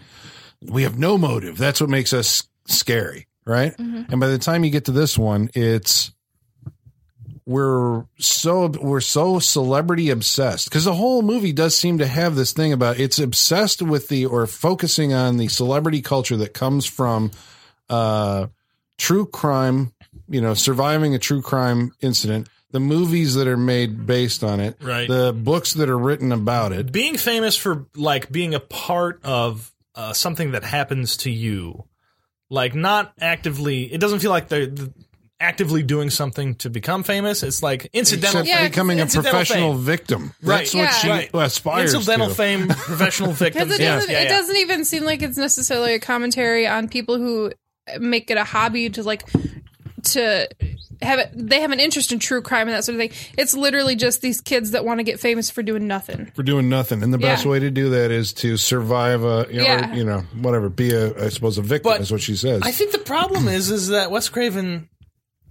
[SPEAKER 1] we have no motive. That's what makes us scary, right? And by the time you get to this one, it's we're so we're so celebrity obsessed because the whole movie does seem to have this thing about it's obsessed with the or focusing on the celebrity culture that comes from uh true crime, you know, surviving a true crime incident, the movies that are made based on it,
[SPEAKER 2] Right.
[SPEAKER 1] the books that are written about it.
[SPEAKER 2] being famous for like being a part of uh, something that happens to you, like not actively. It doesn't feel like they're th- actively doing something to become famous. It's like incidental,
[SPEAKER 1] Except
[SPEAKER 4] Yeah,
[SPEAKER 1] becoming a
[SPEAKER 2] incidental
[SPEAKER 1] professional
[SPEAKER 2] fame.
[SPEAKER 1] victim.
[SPEAKER 2] Right.
[SPEAKER 1] That's
[SPEAKER 4] Yeah.
[SPEAKER 1] what she
[SPEAKER 2] Right.
[SPEAKER 1] aspires
[SPEAKER 2] incidental
[SPEAKER 1] to.
[SPEAKER 2] fame, professional victims.
[SPEAKER 4] Because it
[SPEAKER 2] Yeah.
[SPEAKER 4] doesn't
[SPEAKER 2] Yeah,
[SPEAKER 4] it
[SPEAKER 2] yeah.
[SPEAKER 4] doesn't even seem like it's necessarily a commentary on people who make it a hobby to like to have it, they have an interest in true crime and that sort of thing. It's literally just these kids that want to get famous for doing nothing.
[SPEAKER 1] for doing nothing. And the best
[SPEAKER 4] Yeah.
[SPEAKER 1] way to do that is to survive a, you know,
[SPEAKER 4] Yeah.
[SPEAKER 1] or, you know whatever, be a, I suppose, a victim
[SPEAKER 2] But
[SPEAKER 1] is what she says.
[SPEAKER 2] I think the problem is is that Wes Craven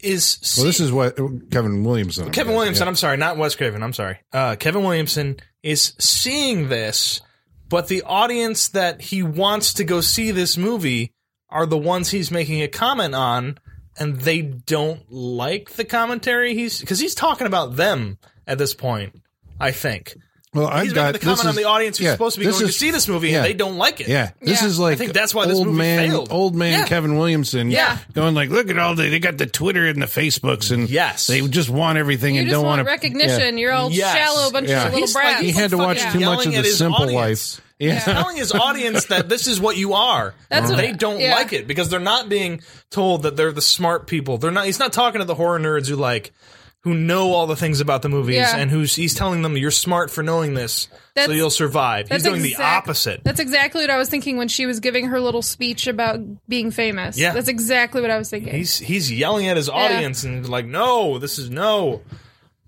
[SPEAKER 2] is
[SPEAKER 1] well, this is what Kevin Williamson.
[SPEAKER 2] Kevin Williamson. I'm sorry, not Wes Craven. I'm sorry. Uh, Kevin Williamson is seeing this, but the audience that he wants to go see this movie are the ones he's making a comment on, and they don't like the commentary he's because he's talking about them at this point. I think
[SPEAKER 1] Well, I've
[SPEAKER 2] he's
[SPEAKER 1] got
[SPEAKER 2] making the
[SPEAKER 1] this
[SPEAKER 2] comment on
[SPEAKER 1] is-
[SPEAKER 2] the audience who's
[SPEAKER 1] yeah,
[SPEAKER 2] supposed to be
[SPEAKER 1] this
[SPEAKER 2] going to
[SPEAKER 1] is-
[SPEAKER 2] see this movie,
[SPEAKER 1] yeah.
[SPEAKER 2] and they don't like it.
[SPEAKER 1] Yeah, this
[SPEAKER 4] Yeah.
[SPEAKER 1] is like
[SPEAKER 2] I think that's why this
[SPEAKER 1] old
[SPEAKER 2] movie
[SPEAKER 1] man,
[SPEAKER 2] failed.
[SPEAKER 1] old man
[SPEAKER 2] Yeah.
[SPEAKER 1] Kevin Williamson.
[SPEAKER 4] Yeah.
[SPEAKER 1] going like, look at all the they got the Twitter and the Facebooks and
[SPEAKER 2] Yes.
[SPEAKER 1] they just want everything
[SPEAKER 4] You
[SPEAKER 1] and
[SPEAKER 4] just
[SPEAKER 1] don't
[SPEAKER 4] want
[SPEAKER 1] to
[SPEAKER 4] recognition. You're all
[SPEAKER 2] Yes.
[SPEAKER 4] shallow bunch
[SPEAKER 1] Yeah.
[SPEAKER 4] of little
[SPEAKER 2] He's like-
[SPEAKER 4] brats.
[SPEAKER 1] He had to
[SPEAKER 2] Fucking
[SPEAKER 1] watch too much of
[SPEAKER 2] yelling
[SPEAKER 1] the
[SPEAKER 2] at his
[SPEAKER 1] simple
[SPEAKER 2] audience.
[SPEAKER 1] life. Yeah.
[SPEAKER 2] telling his audience that this is what you are. That's they don't
[SPEAKER 4] yeah.
[SPEAKER 2] like it because they're not being told that they're the smart people. They're not. He's not talking to the horror nerds who like who know all the things about the movies
[SPEAKER 4] Yeah.
[SPEAKER 2] and who's he's telling them you're smart for knowing this, so
[SPEAKER 4] That's-
[SPEAKER 2] you'll survive. He's
[SPEAKER 4] That's
[SPEAKER 2] doing the
[SPEAKER 4] exact-
[SPEAKER 2] opposite.
[SPEAKER 4] That's exactly what I was thinking when she was giving her little speech about being famous.
[SPEAKER 2] Yeah.
[SPEAKER 4] That's exactly what I was thinking.
[SPEAKER 2] He's he's yelling at his audience and like, no, this is no.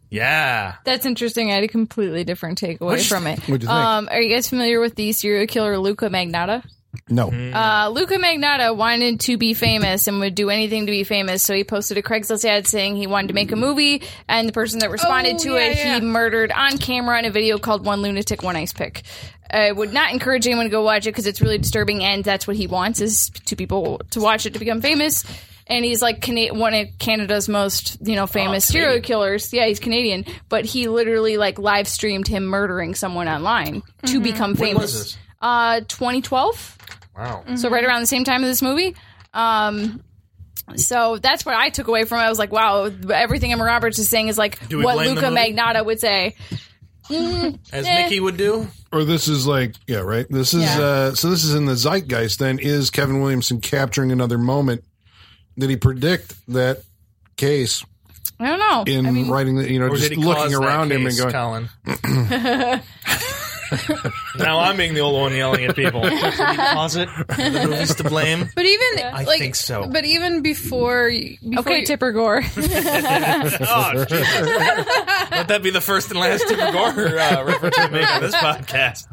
[SPEAKER 2] Yeah,
[SPEAKER 3] That's interesting. I had a completely different takeaway
[SPEAKER 2] you-
[SPEAKER 3] from it.
[SPEAKER 1] what'd you think?
[SPEAKER 2] Uh,
[SPEAKER 3] Um, are you guys familiar with the serial killer Luca Magnotta?
[SPEAKER 1] No,
[SPEAKER 3] Uh, Luca Magnotta wanted to be famous and would do anything to be famous, so he posted a Craigslist ad saying he wanted to make a movie, and the person that responded
[SPEAKER 4] Oh,
[SPEAKER 3] to
[SPEAKER 4] yeah,
[SPEAKER 3] it,
[SPEAKER 4] yeah.
[SPEAKER 3] he murdered on camera in a video called One Lunatic, One Ice Pick. I would not encourage anyone to go watch it because it's really disturbing, and that's what he wants is to people to watch it to become famous. And he's like Cana- one of Canada's most you know famous
[SPEAKER 4] Oh,
[SPEAKER 3] serial killers. Yeah, he's Canadian, but he literally like live streamed him murdering someone online to
[SPEAKER 4] Mm-hmm.
[SPEAKER 3] become famous.
[SPEAKER 2] was this?
[SPEAKER 3] Uh, 2012
[SPEAKER 2] wow.
[SPEAKER 3] so right around the same time of this movie. Um, so that's what I took away from it. I was like, wow, everything Emma Roberts is saying is like
[SPEAKER 2] we
[SPEAKER 3] what
[SPEAKER 2] blame the
[SPEAKER 3] Luca
[SPEAKER 2] movie?
[SPEAKER 3] Magnotta would say.
[SPEAKER 2] As
[SPEAKER 3] Eh.
[SPEAKER 2] Mickey would do.
[SPEAKER 1] or this is like yeah, right. This is
[SPEAKER 3] Yeah.
[SPEAKER 1] uh, so this is in the zeitgeist. Then is Kevin Williamson capturing another moment? Did he predict that case
[SPEAKER 3] I don't know.
[SPEAKER 1] in
[SPEAKER 3] I mean,
[SPEAKER 1] writing? The, you know,
[SPEAKER 2] Or
[SPEAKER 1] just
[SPEAKER 2] did he cause
[SPEAKER 1] looking
[SPEAKER 2] that
[SPEAKER 1] around him and
[SPEAKER 2] case,
[SPEAKER 1] going,
[SPEAKER 2] Colin? now I'm being the old one yelling at people. Did he cause it? The movie's to blame.
[SPEAKER 4] but even
[SPEAKER 2] I
[SPEAKER 4] like,
[SPEAKER 2] think so.
[SPEAKER 4] But even before, y- before
[SPEAKER 3] okay,
[SPEAKER 4] you-
[SPEAKER 3] Tipper Gore.
[SPEAKER 2] Oh, Jesus. Let that be the first and last Tipper Gore uh, reference we make on this podcast.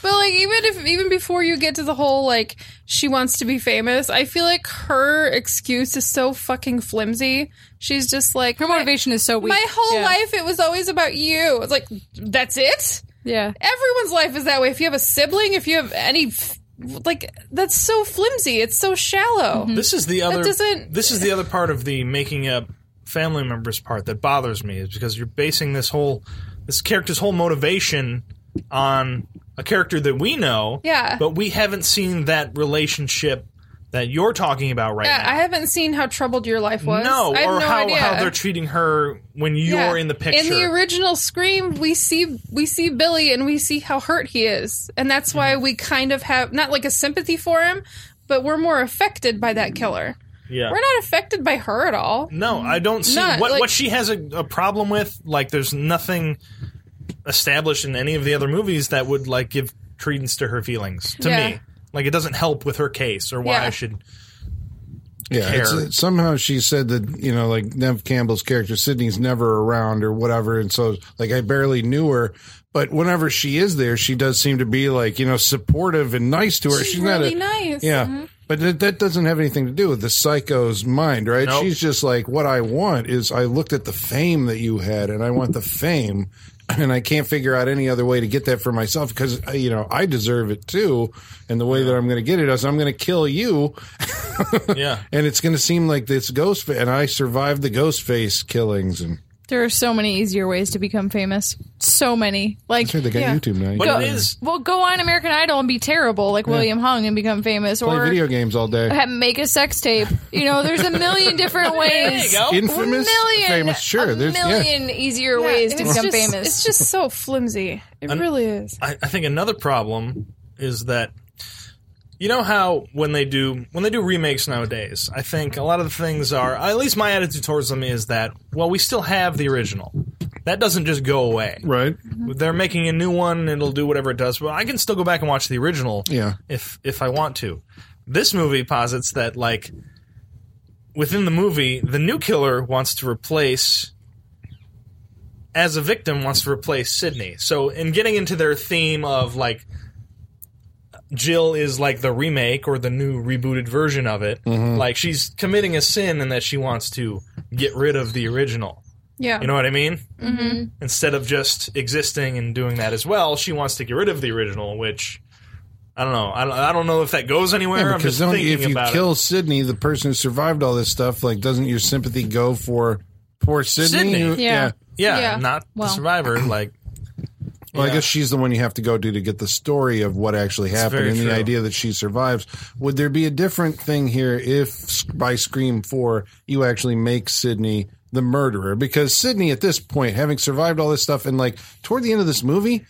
[SPEAKER 4] But like even if even before you get to the whole like she wants to be famous, I feel like her excuse is so fucking flimsy. She's just like
[SPEAKER 3] Her motivation is so weak.
[SPEAKER 4] My whole
[SPEAKER 3] Yeah.
[SPEAKER 4] life it was always about you. It's like that's it?
[SPEAKER 3] Yeah.
[SPEAKER 4] Everyone's life is that way. If you have a sibling, if you have any f- like that's so flimsy. It's so shallow.
[SPEAKER 3] Mm-hmm.
[SPEAKER 2] This is the other.
[SPEAKER 4] doesn't-
[SPEAKER 2] This is the other part of the making up family members part that bothers me is because you're basing this whole this character's whole motivation on a character that we know.
[SPEAKER 4] Yeah.
[SPEAKER 2] But we haven't seen that relationship that you're talking about right
[SPEAKER 4] Yeah,
[SPEAKER 2] now.
[SPEAKER 4] I haven't seen how troubled your life was.
[SPEAKER 2] no,
[SPEAKER 4] I have
[SPEAKER 2] or
[SPEAKER 4] no
[SPEAKER 2] how,
[SPEAKER 4] idea.
[SPEAKER 2] how they're treating her when you're
[SPEAKER 4] Yeah.
[SPEAKER 2] in the picture.
[SPEAKER 4] In the original Scream, we see we see Billy and we see how hurt he is, and that's
[SPEAKER 2] Mm-hmm.
[SPEAKER 4] why we kind of have not like a sympathy for him, but we're more affected by that killer.
[SPEAKER 2] yeah.
[SPEAKER 4] We're not affected by her at all.
[SPEAKER 2] No, I don't see
[SPEAKER 4] Not,
[SPEAKER 2] what
[SPEAKER 4] like-
[SPEAKER 2] what she has a, a problem with. Like, there's nothing established in any of the other movies that would like give credence to her feelings. To
[SPEAKER 4] Yeah.
[SPEAKER 2] me, like it doesn't help with her case or why
[SPEAKER 4] Yeah.
[SPEAKER 2] I should.
[SPEAKER 1] Yeah,
[SPEAKER 2] care.
[SPEAKER 1] it's- uh, somehow she said that you know, like Nev Campbell's character Sydney's never around or whatever, and so like I barely knew her. But whenever she is there, she does seem to be like you know supportive and nice to her. She's, not
[SPEAKER 4] really
[SPEAKER 1] a,
[SPEAKER 4] nice.
[SPEAKER 1] yeah.
[SPEAKER 3] Mm-hmm.
[SPEAKER 1] But that, that doesn't have anything to do with the psycho's mind, right?
[SPEAKER 2] Nope.
[SPEAKER 1] She's just like, what I want is I looked at the fame that you had, and I want the fame, and I can't figure out any other way to get that for myself because you know I deserve it too, and the way that I'm going to get it is I'm going to kill you,
[SPEAKER 2] Yeah,
[SPEAKER 1] and it's going to seem like this ghost fa- and I survived the ghost face killings and
[SPEAKER 3] There are so many easier ways to become famous. So many. Like,
[SPEAKER 1] they got
[SPEAKER 4] Yeah.
[SPEAKER 1] YouTube now.
[SPEAKER 2] but
[SPEAKER 1] You
[SPEAKER 2] it
[SPEAKER 1] can
[SPEAKER 2] is
[SPEAKER 3] well, go on American Idol and be terrible, like William Hung, and become famous,
[SPEAKER 1] play
[SPEAKER 3] or
[SPEAKER 1] video games all day.
[SPEAKER 3] ha- make a sex tape. You know, there's a million different ways.
[SPEAKER 2] go.
[SPEAKER 1] Infamous,
[SPEAKER 3] million,
[SPEAKER 1] famous, sure.
[SPEAKER 3] a
[SPEAKER 1] there's yeah.
[SPEAKER 3] million easier ways to
[SPEAKER 4] it's
[SPEAKER 3] become
[SPEAKER 4] just-
[SPEAKER 3] famous.
[SPEAKER 4] It's just so flimsy. It really is.
[SPEAKER 2] I, I think another problem is that you know how when they do when they do remakes nowadays, I think a lot of the things are at least my attitude towards them is that well we still have the original. That doesn't just go away.
[SPEAKER 1] right.
[SPEAKER 2] they're making a new one and it'll do whatever it does but i can still go back and watch the original
[SPEAKER 1] Yeah.
[SPEAKER 2] if if i want to this movie posits that like within the movie, the new killer wants to replace, as a victim, wants to replace Sydney. So, in getting into their theme of like, Jill is like the remake or the new rebooted version of it, like she's committing a sin in that she wants to get rid of the original.
[SPEAKER 4] Yeah.
[SPEAKER 2] You know what I mean? Mm-hmm. Instead of just existing and doing that as well, she wants to get rid of the original, which. I don't know. I don't, I don't know if that goes anywhere. I'm
[SPEAKER 1] because
[SPEAKER 2] just
[SPEAKER 1] don't,
[SPEAKER 2] thinking
[SPEAKER 1] if you
[SPEAKER 2] about it.
[SPEAKER 1] kill Sydney, the person who survived all this stuff, like, doesn't your sympathy go for poor Sydney?
[SPEAKER 2] Sydney.
[SPEAKER 1] You-
[SPEAKER 3] Yeah.
[SPEAKER 2] Yeah,
[SPEAKER 4] Yeah.
[SPEAKER 2] not
[SPEAKER 3] Well.
[SPEAKER 2] the survivor. Like,
[SPEAKER 1] Well,
[SPEAKER 2] Yeah.
[SPEAKER 1] I guess she's the one you have to go to to get the story of what actually happened
[SPEAKER 2] very
[SPEAKER 1] and
[SPEAKER 2] true.
[SPEAKER 1] the idea that she survives. Would there be a different thing here if s- by Scream 4 you actually make Sydney the murderer? Because Sydney, at this point, having survived all this stuff, and like toward the end of this movie,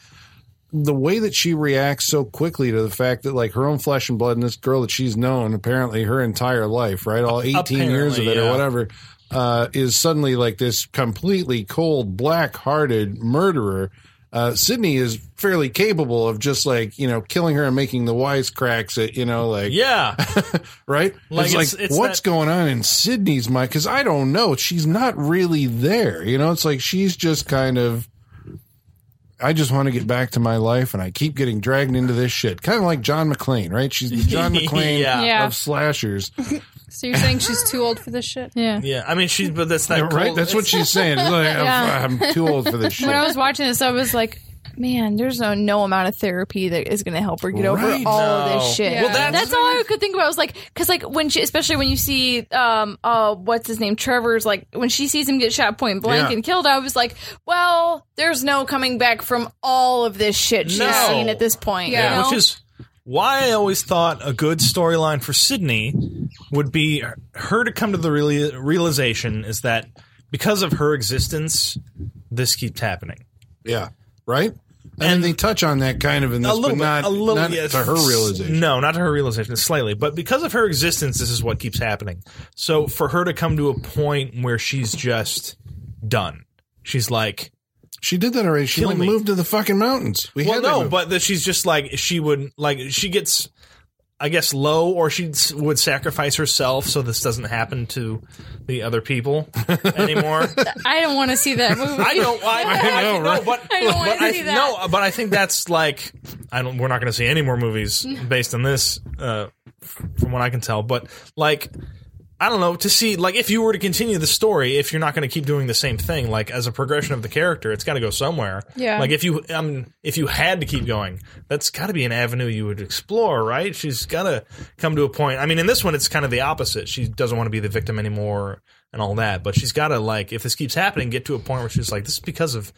[SPEAKER 1] the way that she reacts so quickly to the fact that like her own flesh and blood and this girl that she's known apparently her entire life, right? All 18 years of
[SPEAKER 2] Apparently,
[SPEAKER 1] it or
[SPEAKER 2] yeah.
[SPEAKER 1] whatever. Uh, is suddenly like this completely cold, black-hearted murderer uh, Sydney is fairly capable of just like you know killing her and making the wisecracks at you know like
[SPEAKER 2] yeah,
[SPEAKER 1] right.
[SPEAKER 2] Like,
[SPEAKER 1] it's,
[SPEAKER 2] it's-
[SPEAKER 1] like
[SPEAKER 2] it's
[SPEAKER 1] what's
[SPEAKER 2] that-
[SPEAKER 1] going on in Sydney's mind because I don't know. She's not really there. You know, it's like she's just kind of. I just want to get back to my life, and I keep getting dragged into this shit. Kind of like John McClane, right? She's the John McClane
[SPEAKER 2] Yeah.
[SPEAKER 3] Yeah.
[SPEAKER 1] of slashers,
[SPEAKER 4] So you're saying she's too old for this shit?
[SPEAKER 3] Yeah.
[SPEAKER 2] yeah. I mean, she, but that's that,
[SPEAKER 1] right?
[SPEAKER 2] cold-
[SPEAKER 1] That's what she's saying. It's like,
[SPEAKER 3] Yeah.
[SPEAKER 1] I'm, I'm too old for this shit.
[SPEAKER 3] When I was watching this, I was like, man, there's no, no amount of therapy that is going to help her get
[SPEAKER 1] Right.
[SPEAKER 3] over all of
[SPEAKER 2] No.
[SPEAKER 3] this shit.
[SPEAKER 4] Well, that's-
[SPEAKER 3] all I could think about. I was like, because like when she, especially when you see, um, uh, what's his name, Trevor's like when she sees him get shot point blank
[SPEAKER 1] Yeah.
[SPEAKER 3] and killed. I was like, well, there's no coming back from all of this shit she's
[SPEAKER 2] No.
[SPEAKER 3] seen at this point.
[SPEAKER 4] Yeah.
[SPEAKER 3] you know?
[SPEAKER 2] which is why I always thought a good storyline for Sydney would be her to come to the reali- realization is that because of her existence, this keeps happening.
[SPEAKER 1] Yeah. Right? And, they touch on that kind of in this,
[SPEAKER 2] a little
[SPEAKER 1] but not,
[SPEAKER 2] bit, a little
[SPEAKER 1] not
[SPEAKER 2] yes.
[SPEAKER 1] to her realization.
[SPEAKER 2] No, not to her realization, slightly. But because of her existence, this is what keeps happening. So for her to come to a point where she's just done, she's like,
[SPEAKER 1] She did that already. She
[SPEAKER 2] Kill
[SPEAKER 1] like,
[SPEAKER 2] me.
[SPEAKER 1] moved to the fucking mountains. We
[SPEAKER 2] well,
[SPEAKER 1] had that
[SPEAKER 2] no,
[SPEAKER 1] movie.
[SPEAKER 2] but that she's just like she would like she gets, I guess, low, or she s- would sacrifice herself so this doesn't happen to the other people anymore.
[SPEAKER 3] I don't want to see that movie.
[SPEAKER 2] I don't. I, I,
[SPEAKER 1] know,
[SPEAKER 2] know,
[SPEAKER 1] right?
[SPEAKER 2] but
[SPEAKER 3] I don't wanna
[SPEAKER 2] but I,
[SPEAKER 3] see that.
[SPEAKER 2] no, but I think that's like I don't. We're not going to see any more movies based on this, uh, f- from what I can tell. But like, I don't know to see like if you were to continue the story, if you're not going to keep doing the same thing, like as a progression of the character, it's got to go somewhere.
[SPEAKER 4] Yeah.
[SPEAKER 2] Like if you um if you had to keep going, that's got to be an avenue you would explore, right? She's got to come to a point. I mean, in this one, it's kind of the opposite. She doesn't want to be the victim anymore and all that, but she's got to like if this keeps happening, get to a point where she's like, this is because of.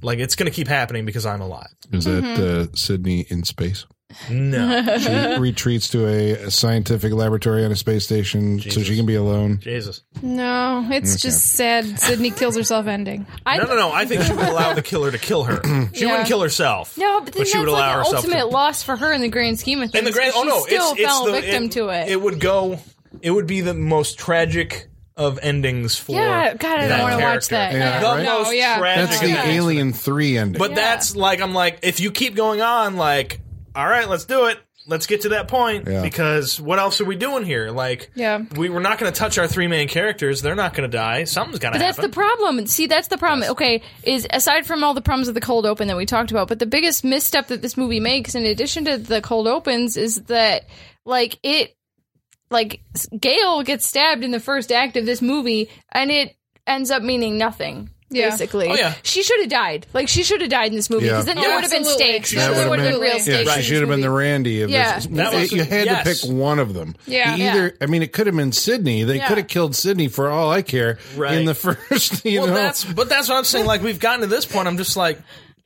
[SPEAKER 2] Like it's gonna keep happening because I'm alive.
[SPEAKER 1] Is
[SPEAKER 3] Mm-hmm.
[SPEAKER 1] that uh, Sydney in space?
[SPEAKER 2] No,
[SPEAKER 1] She retreats to a, a scientific laboratory on a space station so she can be alone.
[SPEAKER 2] Jesus.
[SPEAKER 4] No, it's just sad. Sydney kills herself ending.
[SPEAKER 2] No, no, no. I think she would allow the killer to kill her. She
[SPEAKER 4] Yeah.
[SPEAKER 2] wouldn't kill herself.
[SPEAKER 3] No, but then
[SPEAKER 2] she
[SPEAKER 3] that's
[SPEAKER 2] would allow
[SPEAKER 3] like the
[SPEAKER 2] herself
[SPEAKER 3] ultimate
[SPEAKER 2] to
[SPEAKER 3] loss for her in the grand scheme of things.
[SPEAKER 2] And the grand, oh
[SPEAKER 3] she
[SPEAKER 2] no,
[SPEAKER 3] still
[SPEAKER 2] it's, it's
[SPEAKER 3] fell
[SPEAKER 2] the,
[SPEAKER 3] victim
[SPEAKER 2] it,
[SPEAKER 3] to it.
[SPEAKER 2] It would go. It would be the most tragic of endings for.
[SPEAKER 3] yeah, God, I
[SPEAKER 2] that
[SPEAKER 3] don't want to watch
[SPEAKER 2] character.
[SPEAKER 3] that.
[SPEAKER 1] Yeah,
[SPEAKER 2] The
[SPEAKER 1] right?
[SPEAKER 4] No,
[SPEAKER 2] most
[SPEAKER 4] yeah.
[SPEAKER 2] tragic.
[SPEAKER 1] That's the
[SPEAKER 2] ending.
[SPEAKER 1] Alien 3 ending.
[SPEAKER 2] But
[SPEAKER 3] Yeah.
[SPEAKER 2] that's like I'm like if you keep going on, like all right, let's do it. Let's get to that point
[SPEAKER 1] Yeah.
[SPEAKER 2] because what else are we doing here? Like,
[SPEAKER 4] Yeah.
[SPEAKER 2] we we're not going to touch our three main characters. They're not going to die. Something's got to
[SPEAKER 3] But that's
[SPEAKER 2] happen.
[SPEAKER 3] the problem. See, that's the problem. Okay, is aside from all the problems of the cold open that we talked about, but the biggest misstep that this movie makes, in addition to the cold opens, is that like it, like Gail gets stabbed in the first act of this movie, and it ends up meaning nothing.
[SPEAKER 4] Yeah.
[SPEAKER 3] Basically,
[SPEAKER 2] Oh, yeah.
[SPEAKER 3] she should have died. Like she should have died in this movie
[SPEAKER 1] Yeah.
[SPEAKER 3] because then
[SPEAKER 4] Oh,
[SPEAKER 3] there would have been
[SPEAKER 4] absolutely.
[SPEAKER 3] stakes.
[SPEAKER 4] That
[SPEAKER 3] There
[SPEAKER 1] would've
[SPEAKER 3] would have
[SPEAKER 4] been-
[SPEAKER 3] been real
[SPEAKER 4] yeah,
[SPEAKER 3] stakes.
[SPEAKER 1] Yeah,
[SPEAKER 3] in
[SPEAKER 1] she
[SPEAKER 3] this
[SPEAKER 1] should have been
[SPEAKER 3] movie.
[SPEAKER 1] the Randy of
[SPEAKER 3] Yeah.
[SPEAKER 1] this.
[SPEAKER 2] That was-
[SPEAKER 1] you had
[SPEAKER 2] yes.
[SPEAKER 1] to pick one of them.
[SPEAKER 4] Yeah.
[SPEAKER 1] You either I mean, it could have been Sydney. They
[SPEAKER 3] Yeah.
[SPEAKER 1] could have killed Sydney for all I care
[SPEAKER 2] Right.
[SPEAKER 1] in the first. You
[SPEAKER 2] well,
[SPEAKER 1] know,
[SPEAKER 2] that's but that's what I'm saying. Like we've gotten to this point. I'm just like,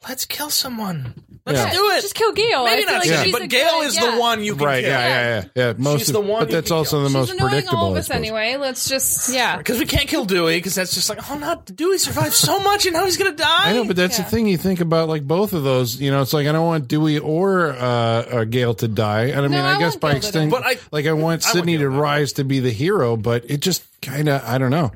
[SPEAKER 2] let's kill someone. Let's
[SPEAKER 1] Yeah.
[SPEAKER 2] do it.
[SPEAKER 3] Just kill Gail. I
[SPEAKER 2] Maybe
[SPEAKER 3] feel
[SPEAKER 2] not
[SPEAKER 3] like
[SPEAKER 2] Sydney,
[SPEAKER 3] she's a
[SPEAKER 2] but Gail
[SPEAKER 3] good-
[SPEAKER 2] is
[SPEAKER 3] yeah.
[SPEAKER 2] the one you can
[SPEAKER 1] right?
[SPEAKER 2] kill.
[SPEAKER 1] Yeah, yeah, yeah. yeah. Most
[SPEAKER 2] She's
[SPEAKER 1] of,
[SPEAKER 2] the one
[SPEAKER 1] but
[SPEAKER 2] you
[SPEAKER 1] that's
[SPEAKER 2] can
[SPEAKER 1] also
[SPEAKER 2] kill.
[SPEAKER 1] the
[SPEAKER 4] She's
[SPEAKER 1] most
[SPEAKER 4] annoying
[SPEAKER 1] predictable.
[SPEAKER 4] all of
[SPEAKER 1] I
[SPEAKER 4] us
[SPEAKER 1] suppose.
[SPEAKER 4] anyway. Let's just
[SPEAKER 3] Yeah.
[SPEAKER 2] Because we can't kill Dewey because that's just like, oh, not Dewey survived so much and now he's gonna die.
[SPEAKER 1] I know, but that's the thing you think about, like both of those. You know, it's like I don't want Dewey or uh, uh, Gail to die, and I mean,
[SPEAKER 4] No, I
[SPEAKER 1] I, guess
[SPEAKER 4] want
[SPEAKER 1] by
[SPEAKER 4] Gale to
[SPEAKER 1] extent,
[SPEAKER 2] die. But I-
[SPEAKER 1] like I want Sydney
[SPEAKER 2] Gale
[SPEAKER 1] to
[SPEAKER 2] to die.
[SPEAKER 1] rise to be the hero, but it just kind of, I don't know.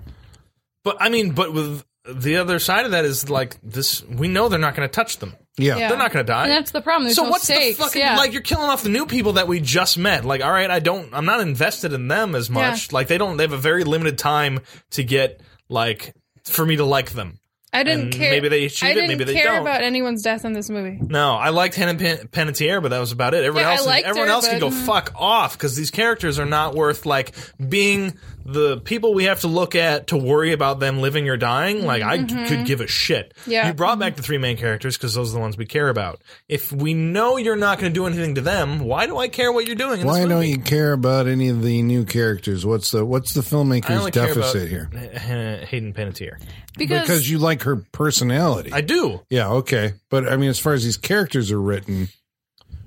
[SPEAKER 2] But I mean, but with the other side of that is like this. We know they're not going to touch them.
[SPEAKER 1] Yeah.
[SPEAKER 4] Yeah.
[SPEAKER 2] They're not going to die.
[SPEAKER 3] And that's the problem. There's
[SPEAKER 2] so
[SPEAKER 3] no
[SPEAKER 2] what's
[SPEAKER 3] stakes.
[SPEAKER 2] the fucking
[SPEAKER 3] yeah.
[SPEAKER 2] like? You're killing off the new people that we just met. Like, all right, I don't. I'm not invested in them as much. Like, they don't. They have a very limited time to get like for me to like them.
[SPEAKER 4] I didn't
[SPEAKER 2] And
[SPEAKER 4] care.
[SPEAKER 2] maybe they shoot
[SPEAKER 4] I
[SPEAKER 2] it,
[SPEAKER 4] didn't
[SPEAKER 2] maybe they
[SPEAKER 4] care
[SPEAKER 2] don't.
[SPEAKER 4] about anyone's death in this movie.
[SPEAKER 2] No, I liked Hannah Pen- Panettiere, but that was about it. Everyone
[SPEAKER 4] Yeah, I
[SPEAKER 2] else,
[SPEAKER 4] liked
[SPEAKER 2] everyone
[SPEAKER 4] her,
[SPEAKER 2] else can
[SPEAKER 4] but-
[SPEAKER 2] go
[SPEAKER 4] hmm.
[SPEAKER 2] fuck off because these characters are not worth like being the people we have to look at to worry about them living or dying. Like I c- could give a shit.
[SPEAKER 4] Mm-hmm. Yeah. Mm-hmm.
[SPEAKER 2] you brought back the three main characters because those are the ones we care about. If we know you're not going to do anything to them, why do I care what you're doing? In
[SPEAKER 1] Why
[SPEAKER 2] this
[SPEAKER 1] don't
[SPEAKER 2] movie?
[SPEAKER 1] you care about any of the new characters? What's the what's the
[SPEAKER 2] I
[SPEAKER 1] filmmaker's
[SPEAKER 2] only care
[SPEAKER 1] deficit
[SPEAKER 2] about
[SPEAKER 1] here?
[SPEAKER 2] H- H- Hayden Panettiere.
[SPEAKER 3] because,
[SPEAKER 1] Because you like her personality.
[SPEAKER 2] I do.
[SPEAKER 1] yeah, okay. But I mean as far as these characters are written,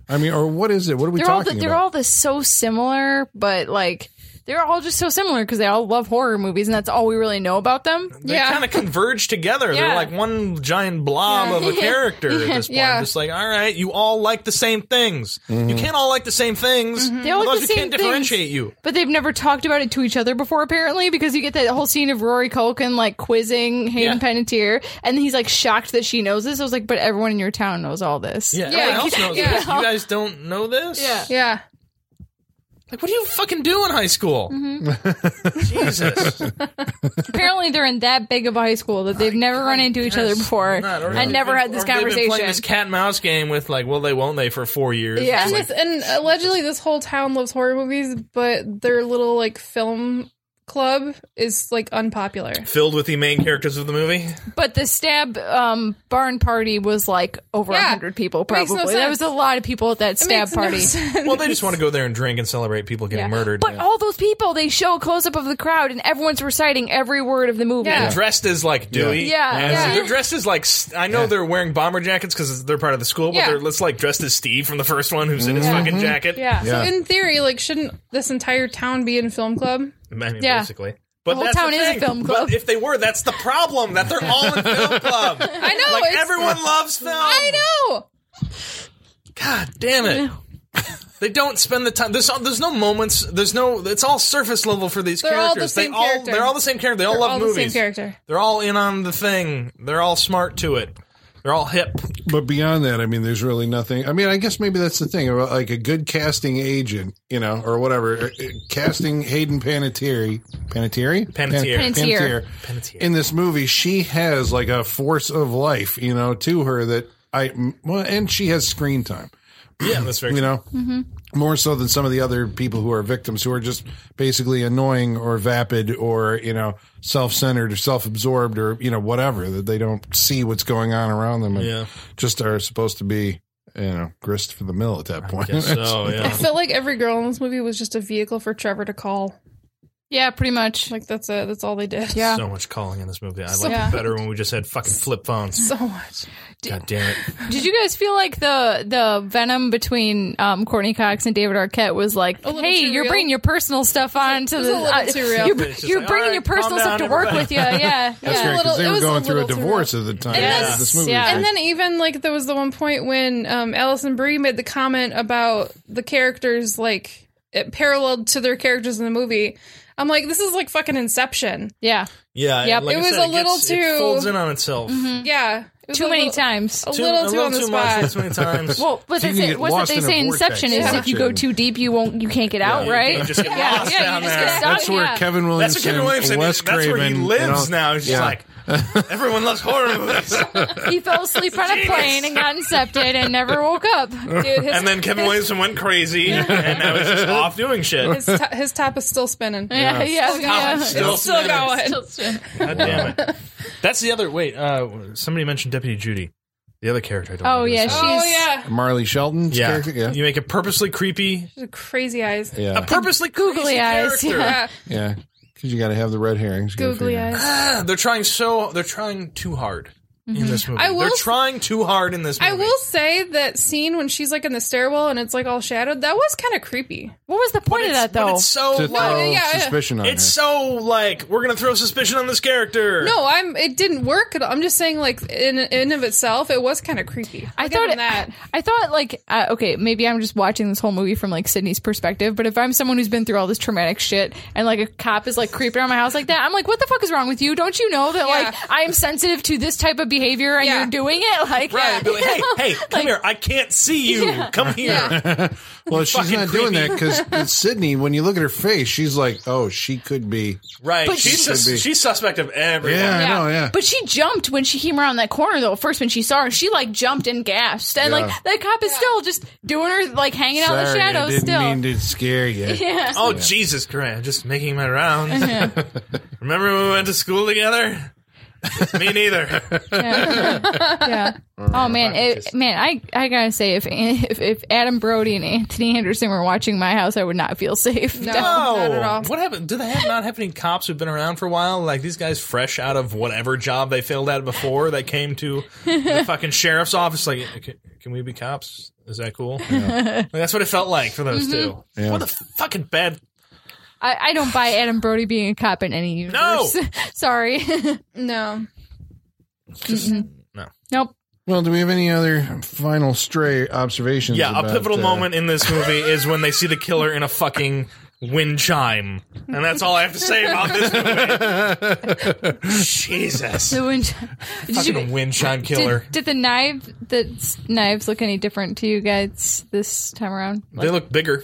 [SPEAKER 1] I mean or what is it? What are we
[SPEAKER 3] they're all
[SPEAKER 1] talking
[SPEAKER 3] the, they're
[SPEAKER 1] about?
[SPEAKER 3] all the so similar, but like they're all just so similar because they all love horror movies, and that's all we really know about them.
[SPEAKER 2] They
[SPEAKER 4] Yeah.
[SPEAKER 2] kind of converge together. They're
[SPEAKER 3] Yeah.
[SPEAKER 2] like one giant blob of a character at this point.
[SPEAKER 4] Yeah.
[SPEAKER 2] Just like, all right, you all like the same things. You can't all like the same things.
[SPEAKER 3] They all like
[SPEAKER 2] Otherwise,
[SPEAKER 3] the
[SPEAKER 2] we
[SPEAKER 3] same
[SPEAKER 2] can't differentiate
[SPEAKER 3] things.
[SPEAKER 2] you.
[SPEAKER 3] But they've never talked about it to each other before, apparently, because you get that whole scene of Rory Culkin like quizzing
[SPEAKER 2] Yeah.
[SPEAKER 3] Hayden Panettiere, and he's like shocked that she knows this. I was like, but everyone in your town knows all this.
[SPEAKER 2] Yeah,
[SPEAKER 4] Yeah.
[SPEAKER 2] everyone else knows
[SPEAKER 4] Yeah.
[SPEAKER 2] this. You guys don't know this?
[SPEAKER 3] Yeah.
[SPEAKER 4] Yeah.
[SPEAKER 2] Like, what do you fucking do in high school? Jesus.
[SPEAKER 3] Apparently, they're in that big of a high school that they've never run into each other
[SPEAKER 2] Yes.
[SPEAKER 3] before,
[SPEAKER 2] Not- or
[SPEAKER 3] and
[SPEAKER 2] they've
[SPEAKER 3] never
[SPEAKER 2] been-
[SPEAKER 3] had this
[SPEAKER 2] or they've been playing
[SPEAKER 3] conversation.
[SPEAKER 2] this cat and mouse game with, like, will they, won't they for four years.
[SPEAKER 3] Yeah.
[SPEAKER 4] And
[SPEAKER 2] It's
[SPEAKER 4] this and allegedly this whole town loves horror movies, but their little like film club is like unpopular.
[SPEAKER 2] like, filled with the main characters of the movie.
[SPEAKER 3] But the stab um, barn party was like over a
[SPEAKER 4] Yeah.
[SPEAKER 3] 100 people,
[SPEAKER 4] Makes
[SPEAKER 3] probably.
[SPEAKER 4] no
[SPEAKER 3] There
[SPEAKER 4] sense.
[SPEAKER 3] was a lot of people at that
[SPEAKER 4] It
[SPEAKER 3] stab
[SPEAKER 4] makes no
[SPEAKER 3] party.
[SPEAKER 4] sense.
[SPEAKER 2] Well, they just want to go there and drink and celebrate people getting murdered.
[SPEAKER 3] But
[SPEAKER 2] Yeah.
[SPEAKER 3] all those people, they show a close up of the crowd, and everyone's reciting every word of the movie.
[SPEAKER 4] Yeah.
[SPEAKER 2] dressed as like Dewey.
[SPEAKER 3] Yeah. Yeah. Yeah.
[SPEAKER 2] So they're dressed as like st- I know they're wearing bomber jackets because they're part of the school, but
[SPEAKER 4] Yeah.
[SPEAKER 2] they're it's like dressed as Steve from the first one who's in his fucking jacket.
[SPEAKER 3] Yeah.
[SPEAKER 1] Yeah.
[SPEAKER 4] in theory, like shouldn't this entire town be in film club?
[SPEAKER 2] I mean,
[SPEAKER 3] Yeah.
[SPEAKER 2] basically. But
[SPEAKER 3] whole
[SPEAKER 2] that's
[SPEAKER 3] town is a
[SPEAKER 2] thing.
[SPEAKER 3] film club.
[SPEAKER 2] But if they were, that's the problem that they're all in film club.
[SPEAKER 4] I know.
[SPEAKER 2] Like
[SPEAKER 4] it's,
[SPEAKER 2] everyone loves film.
[SPEAKER 4] I know.
[SPEAKER 2] God damn it. They don't spend the time. There's, there's no moments. There's no. It's all surface level for these
[SPEAKER 4] They're all the
[SPEAKER 2] characters.
[SPEAKER 4] same
[SPEAKER 2] they all
[SPEAKER 4] character.
[SPEAKER 2] they're all the same character. They all
[SPEAKER 4] They're
[SPEAKER 2] love
[SPEAKER 4] all the
[SPEAKER 2] movies.
[SPEAKER 4] same character.
[SPEAKER 2] They're all in on the thing. They're all smart to it. They're all hip.
[SPEAKER 1] But beyond that, I mean, there's really nothing. I mean, I guess maybe that's the thing about like a good casting agent, you know, or whatever, uh, uh, casting Hayden Panettiere, Panettiere, Pan-
[SPEAKER 2] Panettiere.
[SPEAKER 3] Panettiere.
[SPEAKER 2] Panettiere.
[SPEAKER 1] In this movie, she has like a force of life, you know, to her that I m- well, and she has screen time,
[SPEAKER 2] Yeah, that's very.
[SPEAKER 1] you know,
[SPEAKER 4] Mm-hmm.
[SPEAKER 1] more so than some of the other people who are victims who are just basically annoying or vapid or you know self-centered or self-absorbed or you know whatever that they don't see what's going on around them. And,
[SPEAKER 2] Yeah.
[SPEAKER 1] just are supposed to be, you know, grist for the mill at that point.
[SPEAKER 2] Guess so,
[SPEAKER 4] I
[SPEAKER 2] yeah.
[SPEAKER 4] felt like every girl in this movie was just a vehicle for Trevor to call.
[SPEAKER 3] Yeah, pretty much.
[SPEAKER 4] Like that's it. That's all they did.
[SPEAKER 3] Yeah.
[SPEAKER 2] So much calling in this movie. I liked
[SPEAKER 4] Yeah.
[SPEAKER 2] it better when we just had fucking flip phones.
[SPEAKER 4] So much.
[SPEAKER 2] God damn it.
[SPEAKER 3] Did you guys feel like the the venom between um, Courtney Cox and David Arquette was like,
[SPEAKER 4] little
[SPEAKER 3] hey,
[SPEAKER 4] too
[SPEAKER 3] you're
[SPEAKER 4] real?
[SPEAKER 3] bringing your personal stuff on to the. uh,
[SPEAKER 4] a little too real.
[SPEAKER 3] You're,
[SPEAKER 2] It's just
[SPEAKER 3] you're
[SPEAKER 2] like,
[SPEAKER 3] bringing
[SPEAKER 2] all
[SPEAKER 3] your
[SPEAKER 2] right, calm
[SPEAKER 3] personal stuff to
[SPEAKER 2] down,
[SPEAKER 3] work with you. Yeah.
[SPEAKER 1] That's
[SPEAKER 3] yeah.
[SPEAKER 1] great because
[SPEAKER 4] little-
[SPEAKER 1] they
[SPEAKER 4] it
[SPEAKER 1] were
[SPEAKER 4] was
[SPEAKER 1] going
[SPEAKER 4] a
[SPEAKER 1] through a
[SPEAKER 4] little too
[SPEAKER 1] divorce at the time.
[SPEAKER 3] Yes,
[SPEAKER 1] that This movie.
[SPEAKER 3] yeah.
[SPEAKER 4] And then even like there was the one point when um, Allison Brie made the comment about the characters like it paralleled to their characters in the movie. I'm like, this is like fucking Inception.
[SPEAKER 3] Yeah.
[SPEAKER 2] Yeah.
[SPEAKER 3] Yep.
[SPEAKER 2] like
[SPEAKER 3] It
[SPEAKER 2] I
[SPEAKER 4] was
[SPEAKER 2] said,
[SPEAKER 4] a
[SPEAKER 2] gets-
[SPEAKER 4] little
[SPEAKER 2] It
[SPEAKER 4] too-
[SPEAKER 2] folds in on itself.
[SPEAKER 4] Yeah, It was
[SPEAKER 3] Too
[SPEAKER 4] a
[SPEAKER 3] many
[SPEAKER 4] little-
[SPEAKER 3] times.
[SPEAKER 4] A little too, on the
[SPEAKER 2] too
[SPEAKER 4] spot.
[SPEAKER 2] much. Too many times.
[SPEAKER 3] Well, what
[SPEAKER 1] So you
[SPEAKER 3] they
[SPEAKER 1] can
[SPEAKER 3] say,
[SPEAKER 1] get
[SPEAKER 3] what's what
[SPEAKER 1] lost
[SPEAKER 3] they
[SPEAKER 1] in a
[SPEAKER 3] say?
[SPEAKER 1] vortex.
[SPEAKER 3] Inception is
[SPEAKER 1] Yeah.
[SPEAKER 3] if you go too deep, you won't, you can't get out,
[SPEAKER 2] you
[SPEAKER 3] right?
[SPEAKER 2] just get
[SPEAKER 3] yeah,
[SPEAKER 2] lost
[SPEAKER 3] yeah,
[SPEAKER 2] down
[SPEAKER 3] you just
[SPEAKER 2] there.
[SPEAKER 3] get stuck.
[SPEAKER 1] That's where
[SPEAKER 3] yeah.
[SPEAKER 1] Kevin Williamson,
[SPEAKER 2] That's what Kevin Williamson
[SPEAKER 1] Wes
[SPEAKER 2] is. That's where he
[SPEAKER 1] Craven,
[SPEAKER 2] lives
[SPEAKER 1] you know,
[SPEAKER 2] now. He's
[SPEAKER 1] yeah.
[SPEAKER 2] just like, everyone loves horror movies.
[SPEAKER 3] he fell asleep on a plane and got incepted and never woke up. Dude, his,
[SPEAKER 2] and then Kevin Williamson went crazy, and now he's just off doing shit.
[SPEAKER 4] His, to- his top is still spinning.
[SPEAKER 3] yeah, yeah, Oh, yeah. Oh,
[SPEAKER 2] Still
[SPEAKER 4] Still going.
[SPEAKER 2] God damn it. That's the other. Wait, uh, somebody mentioned Deputy Judy, the other character. I don't
[SPEAKER 3] Oh
[SPEAKER 2] remember
[SPEAKER 3] yeah,
[SPEAKER 2] his
[SPEAKER 3] she's
[SPEAKER 2] name.
[SPEAKER 4] Oh yeah,
[SPEAKER 1] Marley Shelton's
[SPEAKER 2] yeah.
[SPEAKER 1] character. Yeah.
[SPEAKER 2] You make a purposely creepy,
[SPEAKER 4] She's crazy eyes.
[SPEAKER 1] yeah.
[SPEAKER 2] a purposely
[SPEAKER 3] Googly
[SPEAKER 2] crazy
[SPEAKER 3] eyes,
[SPEAKER 2] character.
[SPEAKER 3] yeah.
[SPEAKER 4] Yeah,
[SPEAKER 1] yeah. Because you got to have the red herrings. You gotta
[SPEAKER 4] googly
[SPEAKER 1] figure it out.
[SPEAKER 4] eyes.
[SPEAKER 2] Ah, they're trying so they're trying too hard in this movie.
[SPEAKER 4] Mm-hmm. I will
[SPEAKER 2] They're
[SPEAKER 4] s-
[SPEAKER 2] trying too hard in this movie.
[SPEAKER 4] I will say that scene when she's like in the stairwell and it's like all shadowed, that was kind of creepy.
[SPEAKER 3] What was the point of that though?
[SPEAKER 2] But it's so
[SPEAKER 1] to
[SPEAKER 2] like,
[SPEAKER 1] throw
[SPEAKER 4] yeah, yeah.
[SPEAKER 1] suspicion on
[SPEAKER 2] it's
[SPEAKER 1] her.
[SPEAKER 2] so like we're gonna throw suspicion on this character.
[SPEAKER 4] No, I'm. It didn't work. At all. I'm just saying, like in in of itself, it was kind of creepy.
[SPEAKER 3] I
[SPEAKER 4] I'll give
[SPEAKER 3] thought
[SPEAKER 4] him
[SPEAKER 3] it,
[SPEAKER 4] that.
[SPEAKER 3] I thought like uh, okay, maybe I'm just watching this whole movie from like Sydney's perspective, but if I'm someone who's been through all this traumatic shit and like a cop is like creeping around my house like that, I'm like, what the fuck is wrong with you? Don't you know that
[SPEAKER 4] Yeah.
[SPEAKER 3] like I am sensitive to this type of behavior and
[SPEAKER 4] Yeah.
[SPEAKER 3] you're doing it? Like,
[SPEAKER 2] Right, I'd be like, hey, hey, come
[SPEAKER 3] Like-
[SPEAKER 2] here! I can't see you. Come here.
[SPEAKER 1] Well, she's
[SPEAKER 2] fucking
[SPEAKER 1] not doing that
[SPEAKER 2] creepy.
[SPEAKER 1] because Sydney, when you look at her face, she's like, oh, she could be.
[SPEAKER 2] Right?
[SPEAKER 3] But
[SPEAKER 2] she's
[SPEAKER 3] she-
[SPEAKER 2] sus-
[SPEAKER 1] Could be.
[SPEAKER 2] she's suspect of everyone.
[SPEAKER 1] Yeah, I know, yeah.
[SPEAKER 3] But she jumped when she came around that corner though. First when she saw her, she like jumped and gasped, and
[SPEAKER 1] Yeah.
[SPEAKER 3] like that cop is still just doing her like hanging out in the
[SPEAKER 1] Sorry, I
[SPEAKER 3] shadows
[SPEAKER 1] didn't
[SPEAKER 3] still.
[SPEAKER 1] mean to scare you.
[SPEAKER 3] yeah.
[SPEAKER 2] Oh Jesus Christ! Just making my rounds.
[SPEAKER 4] Uh-huh.
[SPEAKER 2] Remember when we went to school together? Me neither.
[SPEAKER 3] yeah. Oh man, it, man, I I gotta say, if, if if Adam Brody and Anthony Anderson were watching my house, I would not feel safe.
[SPEAKER 2] Oh,
[SPEAKER 4] No, not at all.
[SPEAKER 2] what happened? Do they have not have any cops who've been around for a while? Like these guys, fresh out of whatever job they failed at before, they came to the fucking sheriff's office. Like, "Can- can we be cops? Is that cool? Like, that's what it felt like for those
[SPEAKER 3] Mm-hmm.
[SPEAKER 2] two.
[SPEAKER 1] Yeah.
[SPEAKER 2] What the fucking bad?
[SPEAKER 3] I, I don't buy Adam Brody being a cop in any universe. Sorry,
[SPEAKER 4] No,
[SPEAKER 2] No.
[SPEAKER 3] nope.
[SPEAKER 1] Well, do we have any other final stray observations?
[SPEAKER 2] Yeah,
[SPEAKER 1] about,
[SPEAKER 2] a pivotal
[SPEAKER 1] uh,
[SPEAKER 2] moment in this movie is when they see the killer in a fucking wind chime, and that's all I have to say about this movie. Jesus,
[SPEAKER 3] The wind. Did, you,
[SPEAKER 2] fucking wind chime killer.
[SPEAKER 3] did, did the knife the s- knives look any different to you guys this time around? Like,
[SPEAKER 2] they look bigger.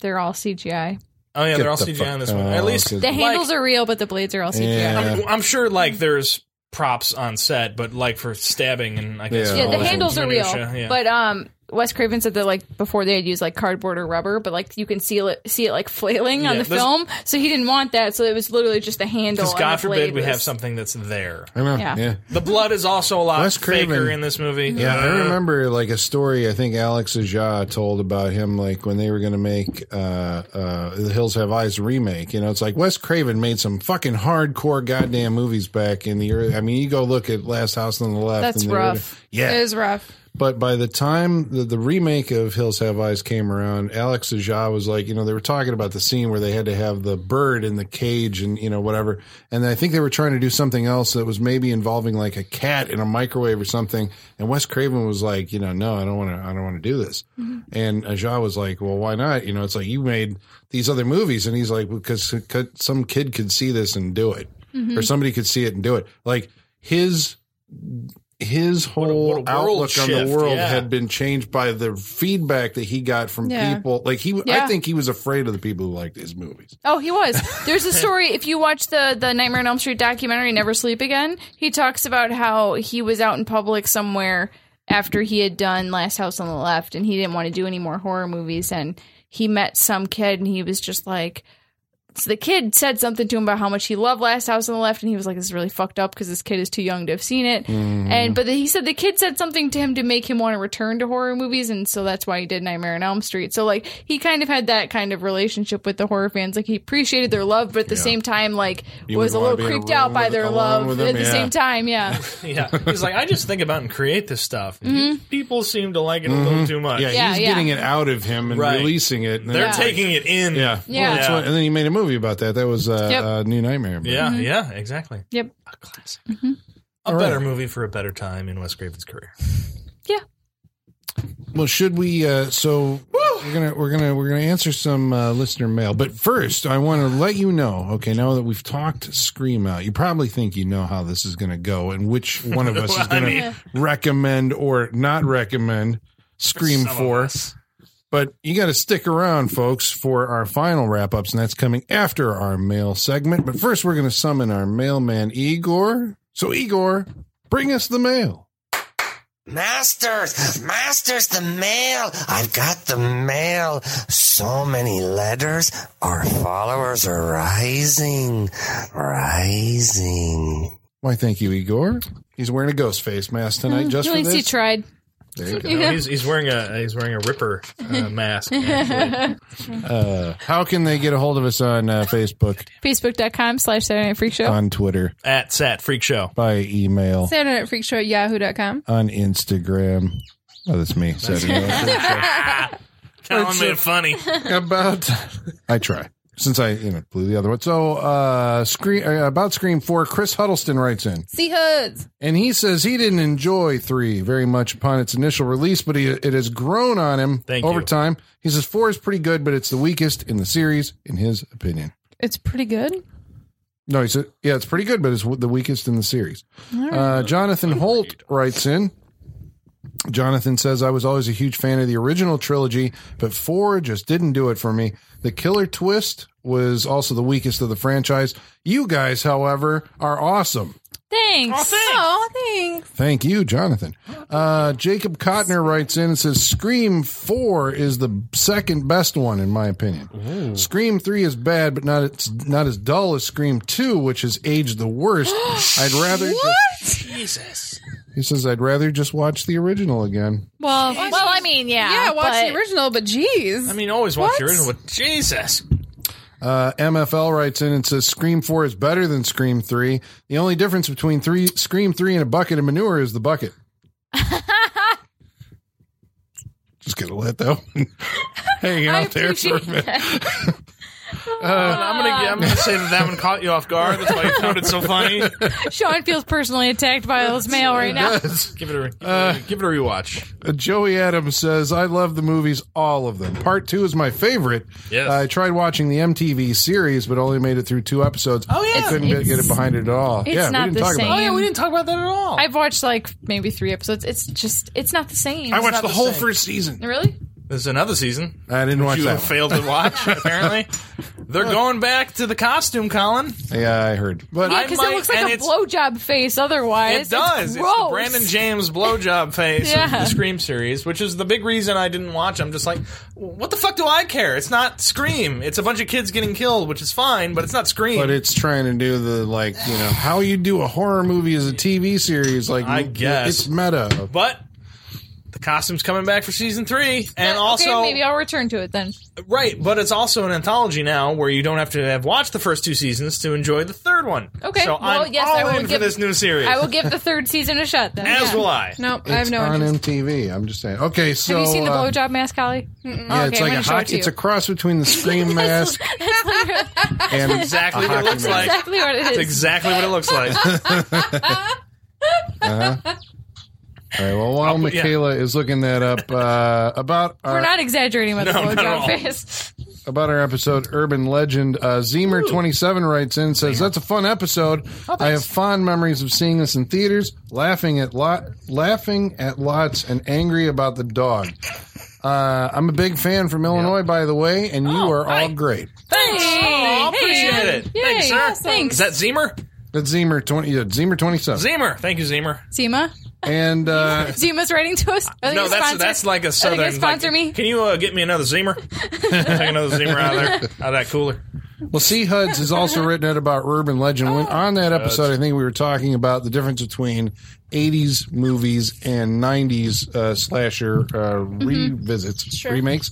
[SPEAKER 3] they're all CGI.
[SPEAKER 2] Oh yeah,
[SPEAKER 1] Get
[SPEAKER 2] they're all
[SPEAKER 1] the
[SPEAKER 2] CGI
[SPEAKER 1] fuck-
[SPEAKER 2] in this one.
[SPEAKER 1] oh,
[SPEAKER 2] At least
[SPEAKER 1] okay.
[SPEAKER 3] The
[SPEAKER 1] Like-
[SPEAKER 3] handles are real, but the blades are all CGI.
[SPEAKER 1] Yeah.
[SPEAKER 2] I'm, I'm sure like there's props on set, but like for stabbing and I guess
[SPEAKER 1] Yeah.
[SPEAKER 3] Yeah,
[SPEAKER 2] all
[SPEAKER 3] the
[SPEAKER 2] that
[SPEAKER 3] handles are real,
[SPEAKER 2] minutia, yeah.
[SPEAKER 3] but um, Wes Craven said that like before they had used like cardboard or rubber, but like you can see it see it like flailing on
[SPEAKER 2] Yeah,
[SPEAKER 3] the
[SPEAKER 2] this-
[SPEAKER 3] film, so he didn't want that. So it was literally just a handle.
[SPEAKER 2] because
[SPEAKER 3] and
[SPEAKER 2] God
[SPEAKER 3] the blade
[SPEAKER 2] forbid we
[SPEAKER 3] was-
[SPEAKER 2] have something that's there.
[SPEAKER 1] I know.
[SPEAKER 3] Yeah.
[SPEAKER 1] yeah.
[SPEAKER 2] The blood is also a lot
[SPEAKER 1] Wes
[SPEAKER 2] faker
[SPEAKER 1] Craven.
[SPEAKER 2] in this movie.
[SPEAKER 1] Yeah, I remember like a story I think Alex Aja told about him, like when they were going to make uh, uh, The Hills Have Eyes remake. You know, it's like Wes Craven made some fucking hardcore goddamn movies back in the early. I mean, you go look at Last House on the Left.
[SPEAKER 3] That's
[SPEAKER 1] and the early-
[SPEAKER 3] rough.
[SPEAKER 1] yeah,
[SPEAKER 4] it was rough.
[SPEAKER 1] but by the time the, the remake of Hills Have Eyes came around, Alex Aja was like, you know, they were talking about the scene where they had to have the bird in the cage and, you know, whatever. And I think they were trying to do something else that was maybe involving like a cat in a microwave or something. And Wes Craven was like, you know, no, I don't want to, I don't want to do this. And Aja was like, well, why not? You know, it's like you made these other movies. And he's like, because could- some kid could see this and do it
[SPEAKER 3] Mm-hmm.
[SPEAKER 1] or somebody could see it and do it. Like his, his whole
[SPEAKER 2] what a world
[SPEAKER 1] outlook on
[SPEAKER 2] shift,
[SPEAKER 1] the world
[SPEAKER 2] yeah.
[SPEAKER 1] had been changed by the feedback that he got from
[SPEAKER 4] Yeah.
[SPEAKER 1] people. Like he, I
[SPEAKER 3] Yeah.
[SPEAKER 1] think he was afraid of the people who liked his movies.
[SPEAKER 3] Oh, he was. There's a story. If you watch the the Nightmare on Elm Street documentary, Never Sleep Again, he talks about how he was out in public somewhere after he had done Last House on the Left, and he didn't want to do any more horror movies, and he met some kid, and he was just like. So the kid said something to him about how much he loved Last House on the Left, and he was like, "This is really fucked up because this kid is too young to have seen it."
[SPEAKER 1] Mm-hmm.
[SPEAKER 3] And but he said the kid said something to him to make him want to return to horror movies, and so that's why he did Nightmare on Elm Street. So like he kind of had that kind of relationship with the horror fans. Like he appreciated their love, but at the same time, like
[SPEAKER 1] You
[SPEAKER 3] was a
[SPEAKER 1] wouldn't wanna
[SPEAKER 3] little
[SPEAKER 1] be in a
[SPEAKER 3] creeped out
[SPEAKER 1] room
[SPEAKER 3] by
[SPEAKER 1] with-
[SPEAKER 3] their
[SPEAKER 1] alone
[SPEAKER 3] love
[SPEAKER 1] with
[SPEAKER 3] at
[SPEAKER 1] him,
[SPEAKER 3] the
[SPEAKER 1] yeah.
[SPEAKER 3] same time. Yeah,
[SPEAKER 2] yeah. He's like, I just think about and create this stuff.
[SPEAKER 3] Mm-hmm.
[SPEAKER 2] People seem to like it a little too much.
[SPEAKER 1] Mm-hmm. Yeah,
[SPEAKER 3] Yeah,
[SPEAKER 1] he's
[SPEAKER 3] yeah.
[SPEAKER 1] getting it out of him and
[SPEAKER 2] Right.
[SPEAKER 1] releasing it. And then
[SPEAKER 2] They're
[SPEAKER 1] it's like-
[SPEAKER 2] taking it in.
[SPEAKER 1] yeah,
[SPEAKER 3] Yeah.
[SPEAKER 1] Well, that's what- and then he made a movie about that. That was uh,
[SPEAKER 3] Yep.
[SPEAKER 1] uh, New Nightmare. But-
[SPEAKER 2] yeah, yeah, exactly.
[SPEAKER 3] Mm-hmm. yep, Mm-hmm.
[SPEAKER 2] A classic. A
[SPEAKER 1] All right.
[SPEAKER 2] better movie for a better time in Wes Craven's career.
[SPEAKER 3] yeah.
[SPEAKER 1] Well, should we? Uh, so we're gonna we're gonna we're gonna answer some uh, listener mail, but first I want to let you know. Okay, now that we've talked Scream out, you probably think you know how this is gonna go and which one of us is
[SPEAKER 2] Well, I
[SPEAKER 1] gonna
[SPEAKER 2] mean-
[SPEAKER 1] recommend or not recommend Scream
[SPEAKER 2] Some of
[SPEAKER 1] for.
[SPEAKER 2] us.
[SPEAKER 1] But you got to stick around, folks, for our final wrap ups, and that's coming after our mail segment. But first, we're going to summon our mailman, Igor. So, Igor, bring us the mail.
[SPEAKER 5] Masters, masters, the mail. I've got the mail. So many letters. Our followers are rising, rising.
[SPEAKER 1] Why, thank you, Igor. He's wearing a ghost face mask tonight just
[SPEAKER 3] At
[SPEAKER 1] for
[SPEAKER 3] least he
[SPEAKER 1] this.
[SPEAKER 3] tried.
[SPEAKER 1] There you go.
[SPEAKER 2] No, he's, he's wearing a he's wearing a Ripper uh, mask. actually.
[SPEAKER 1] Uh, how can they get a hold of us on uh, Facebook,
[SPEAKER 3] Facebook.com slash Saturday Night Freak Show.
[SPEAKER 1] on Twitter,
[SPEAKER 2] At Sat Freak Show.
[SPEAKER 1] by email,
[SPEAKER 4] Saturday Night Freak Show at yahoo.com.
[SPEAKER 1] on Instagram? Oh, that's me. Saturday Night Freak Show.
[SPEAKER 2] Colin made it funny.
[SPEAKER 1] about I try since I you know blew the other one. So uh, screen uh, about Scream Four. Chris Huddleston writes in.
[SPEAKER 4] See hoods.
[SPEAKER 1] And he says he didn't enjoy three very much upon its initial release, but he, it has grown on him
[SPEAKER 2] Thank
[SPEAKER 1] over
[SPEAKER 2] you.
[SPEAKER 1] time. He says four is pretty good, but it's the weakest in the series, in his opinion.
[SPEAKER 4] It's pretty good.
[SPEAKER 1] No, he said, yeah, it's pretty good, but it's the weakest in the series. Uh, Jonathan Holt writes in. Jonathan says, I was always a huge fan of the original trilogy, but four just didn't do it for me. The killer twist was also the weakest of the franchise. You guys, however, are awesome.
[SPEAKER 3] Thanks.
[SPEAKER 4] Oh, thanks.
[SPEAKER 1] Thank you, Jonathan. Uh, Jacob Cotner writes in and says Scream 4 is the second best one, in my opinion. Scream 3 is bad, but not, it's not as dull as Scream 2, which has aged the worst. I'd rather. What? Jesus. He says, I'd rather just watch the original again.
[SPEAKER 4] Well,
[SPEAKER 3] Well, I mean, yeah.
[SPEAKER 4] yeah, watch
[SPEAKER 3] but-
[SPEAKER 4] the original, but geez.
[SPEAKER 2] I mean, always watch the
[SPEAKER 4] What?
[SPEAKER 2] original. but Jesus.
[SPEAKER 1] Uh, MFL writes in and says Scream 4 is better than Scream 3. The only difference between three Scream 3 and a bucket of manure is the bucket. Just going to let that one hang out there for a
[SPEAKER 3] appreciate
[SPEAKER 1] minute.
[SPEAKER 2] Uh, I'm gonna I'm gonna say that that one caught you off guard. That's why you found it so funny.
[SPEAKER 3] Sean feels personally attacked by this mail right now.
[SPEAKER 2] Give it a give, it, a, give it a rewatch.
[SPEAKER 1] Uh, Joey Adams says, I love the movies, all of them. Part two is my favorite.
[SPEAKER 2] Yes.
[SPEAKER 1] I tried watching the MTV series, but only made it through two episodes. Oh,
[SPEAKER 2] yeah.
[SPEAKER 1] I couldn't get,
[SPEAKER 3] It's-
[SPEAKER 1] get it behind it at all.
[SPEAKER 3] it's
[SPEAKER 1] Oh, yeah,
[SPEAKER 3] not
[SPEAKER 1] we didn't
[SPEAKER 3] the
[SPEAKER 1] talk
[SPEAKER 3] same.
[SPEAKER 1] about it.
[SPEAKER 3] yeah, we
[SPEAKER 2] didn't talk about that at all.
[SPEAKER 3] I've watched like maybe three episodes. It's just, it's not the same.
[SPEAKER 1] I
[SPEAKER 3] It's
[SPEAKER 1] watched
[SPEAKER 3] not
[SPEAKER 1] the whole
[SPEAKER 3] same.
[SPEAKER 1] first season.
[SPEAKER 3] Really?
[SPEAKER 2] There's another season.
[SPEAKER 1] I didn't watch
[SPEAKER 2] you
[SPEAKER 1] that. one.
[SPEAKER 2] failed to watch. apparently, they're going back to the costume, Colin.
[SPEAKER 1] Yeah, I heard. But
[SPEAKER 2] I
[SPEAKER 3] Because
[SPEAKER 2] might-
[SPEAKER 3] it looks
[SPEAKER 2] and
[SPEAKER 3] like a
[SPEAKER 2] it's-
[SPEAKER 3] blowjob face otherwise.
[SPEAKER 2] It does. It's,
[SPEAKER 3] It's
[SPEAKER 2] the
[SPEAKER 3] gross.
[SPEAKER 2] Brandon James blowjob face
[SPEAKER 3] Yeah.
[SPEAKER 2] of the Scream series, which is the big reason I didn't watch. I'm just like, what the fuck do I care? It's not Scream. It's a bunch of kids getting killed, which is fine, but it's not Scream.
[SPEAKER 1] but it's trying to do the like you know how you do a horror movie as a TV series. Like
[SPEAKER 2] I guess.
[SPEAKER 1] it's meta.
[SPEAKER 2] But the costume's coming back for season three, and
[SPEAKER 3] Okay,
[SPEAKER 2] also
[SPEAKER 3] maybe I'll return to it then.
[SPEAKER 2] right. But it's also an anthology now, where you don't have to have watched the first two seasons to enjoy the third one.
[SPEAKER 3] Okay,
[SPEAKER 2] so
[SPEAKER 3] well,
[SPEAKER 2] I'm
[SPEAKER 3] yes,
[SPEAKER 2] all
[SPEAKER 3] I will
[SPEAKER 2] in for
[SPEAKER 3] give-
[SPEAKER 2] this new series.
[SPEAKER 3] I will give the third season a shot then.
[SPEAKER 2] as
[SPEAKER 3] Yeah.
[SPEAKER 2] will I.
[SPEAKER 4] no, I have
[SPEAKER 1] It's
[SPEAKER 4] no
[SPEAKER 1] on
[SPEAKER 4] interest.
[SPEAKER 1] MTV. I'm just saying. Okay, so
[SPEAKER 3] Have you seen the
[SPEAKER 1] uh,
[SPEAKER 3] blowjob mask, Holly?
[SPEAKER 1] yeah,
[SPEAKER 3] okay,
[SPEAKER 1] it's
[SPEAKER 3] I'm
[SPEAKER 1] like
[SPEAKER 3] gonna
[SPEAKER 1] a
[SPEAKER 3] show it
[SPEAKER 1] hockey,
[SPEAKER 3] to
[SPEAKER 1] it's
[SPEAKER 3] you.
[SPEAKER 1] a cross between the Scream mask
[SPEAKER 3] That's literally-
[SPEAKER 1] and
[SPEAKER 2] Exactly
[SPEAKER 1] a
[SPEAKER 2] what it
[SPEAKER 1] hockey
[SPEAKER 2] looks
[SPEAKER 1] mask.
[SPEAKER 2] like.
[SPEAKER 3] exactly what it is.
[SPEAKER 2] That's exactly what it looks like.
[SPEAKER 1] All right, well, while
[SPEAKER 2] Oh, yeah.
[SPEAKER 1] Michaela is looking that up, uh, about
[SPEAKER 3] We're
[SPEAKER 1] our,
[SPEAKER 3] not exaggerating about
[SPEAKER 2] No,
[SPEAKER 3] the
[SPEAKER 2] not at all.
[SPEAKER 3] blowjob face.
[SPEAKER 1] about our episode Urban Legend, uh, Zemer27 writes in and says, That's a fun episode. I have fond memories of seeing this in theaters, laughing at lot, laughing at lots and angry about the dog. Uh, I'm a big fan from Illinois, by the way, and you are all great.
[SPEAKER 3] Thanks.
[SPEAKER 2] Oh, appreciate it. Thanks, sir. Is
[SPEAKER 3] Thanks.
[SPEAKER 2] that Zemer?
[SPEAKER 1] That's Zemer twenty. Yeah, Zemer twenty seven.
[SPEAKER 2] Zemer. Thank you, Zemer.
[SPEAKER 3] Zima?
[SPEAKER 1] and uh,
[SPEAKER 3] Zima's writing to us. Are they
[SPEAKER 2] No,
[SPEAKER 3] gonna
[SPEAKER 2] that's
[SPEAKER 3] sponsor-
[SPEAKER 2] that's like a
[SPEAKER 3] Are they
[SPEAKER 2] southern.
[SPEAKER 3] gonna sponsor
[SPEAKER 2] like,
[SPEAKER 3] me.
[SPEAKER 2] Can you uh, get me another Zemer? Take another Zemer out of there, out of that cooler.
[SPEAKER 1] well, C Huds has also written it about urban legend. When on that episode, I think we were talking about the difference between '80s movies and '90s uh, slasher uh, revisits, remakes.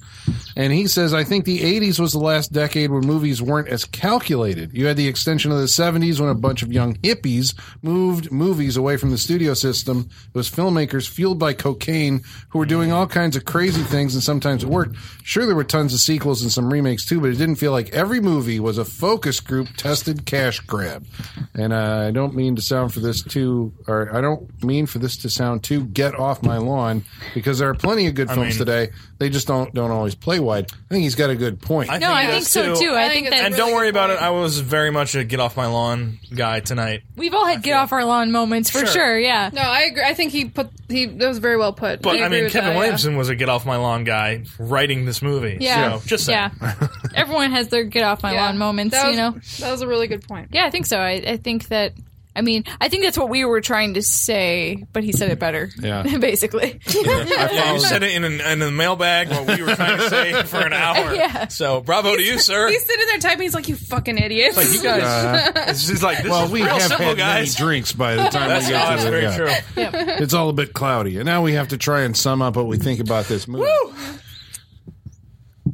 [SPEAKER 1] And he says, I think the '80s was the last decade when movies weren't as calculated. You had the extension of the '70s when a bunch of young hippies moved movies away from the studio system. It was filmmakers fueled by cocaine who were doing all kinds of crazy things, and sometimes it worked. Sure, there were tons of sequels and some remakes too, but it didn't feel like every movie was a focus group tested cash grab. And uh, I don't mean to sound for this too, or I don't mean for this to sound too get off my lawn because there are plenty of good films
[SPEAKER 2] mean-
[SPEAKER 1] today. They just don't don't always play wide. I think he's got a good point.
[SPEAKER 3] No, I think so too. I
[SPEAKER 4] I
[SPEAKER 3] think
[SPEAKER 4] think it's
[SPEAKER 3] that
[SPEAKER 2] And
[SPEAKER 4] Really
[SPEAKER 2] don't
[SPEAKER 4] good
[SPEAKER 2] worry about it.
[SPEAKER 4] point.
[SPEAKER 2] I was very much a get off my lawn guy tonight.
[SPEAKER 3] we've all had get off our lawn moments for
[SPEAKER 2] Sure.
[SPEAKER 3] sure. Yeah.
[SPEAKER 4] No, I agree. I think he put he that was very well put.
[SPEAKER 2] But I,
[SPEAKER 4] agree
[SPEAKER 2] mean,
[SPEAKER 4] with
[SPEAKER 2] Kevin
[SPEAKER 4] that, yeah.
[SPEAKER 2] Williamson was a get off my lawn guy writing this movie.
[SPEAKER 3] Yeah.
[SPEAKER 2] So, just saying.
[SPEAKER 3] Yeah. Everyone has their get off my
[SPEAKER 4] Yeah.
[SPEAKER 3] lawn moments,
[SPEAKER 4] That
[SPEAKER 3] you know.
[SPEAKER 4] was- That was a really good point.
[SPEAKER 3] Yeah, I think so. I, I think that I mean, I think that's what we were trying to say, but he said it better.
[SPEAKER 1] Yeah.
[SPEAKER 3] basically.
[SPEAKER 2] Yeah, you said it in, an, in the mailbag what we were trying to say for an hour.
[SPEAKER 3] Yeah.
[SPEAKER 2] So bravo to you, sir.
[SPEAKER 4] He's sitting there typing. He's like, "You fucking idiots!"
[SPEAKER 2] Like you guys, Uh, it's just like this
[SPEAKER 1] Well,
[SPEAKER 2] is
[SPEAKER 1] we
[SPEAKER 2] real
[SPEAKER 1] have
[SPEAKER 2] simple,
[SPEAKER 1] had
[SPEAKER 2] guys.
[SPEAKER 1] many drinks by the time
[SPEAKER 2] That's,
[SPEAKER 1] we
[SPEAKER 2] no,
[SPEAKER 1] get
[SPEAKER 2] that's
[SPEAKER 1] to
[SPEAKER 2] very
[SPEAKER 1] the, yeah.
[SPEAKER 2] true.
[SPEAKER 1] It's all a bit cloudy, and now we have to try and sum up what we think about this movie.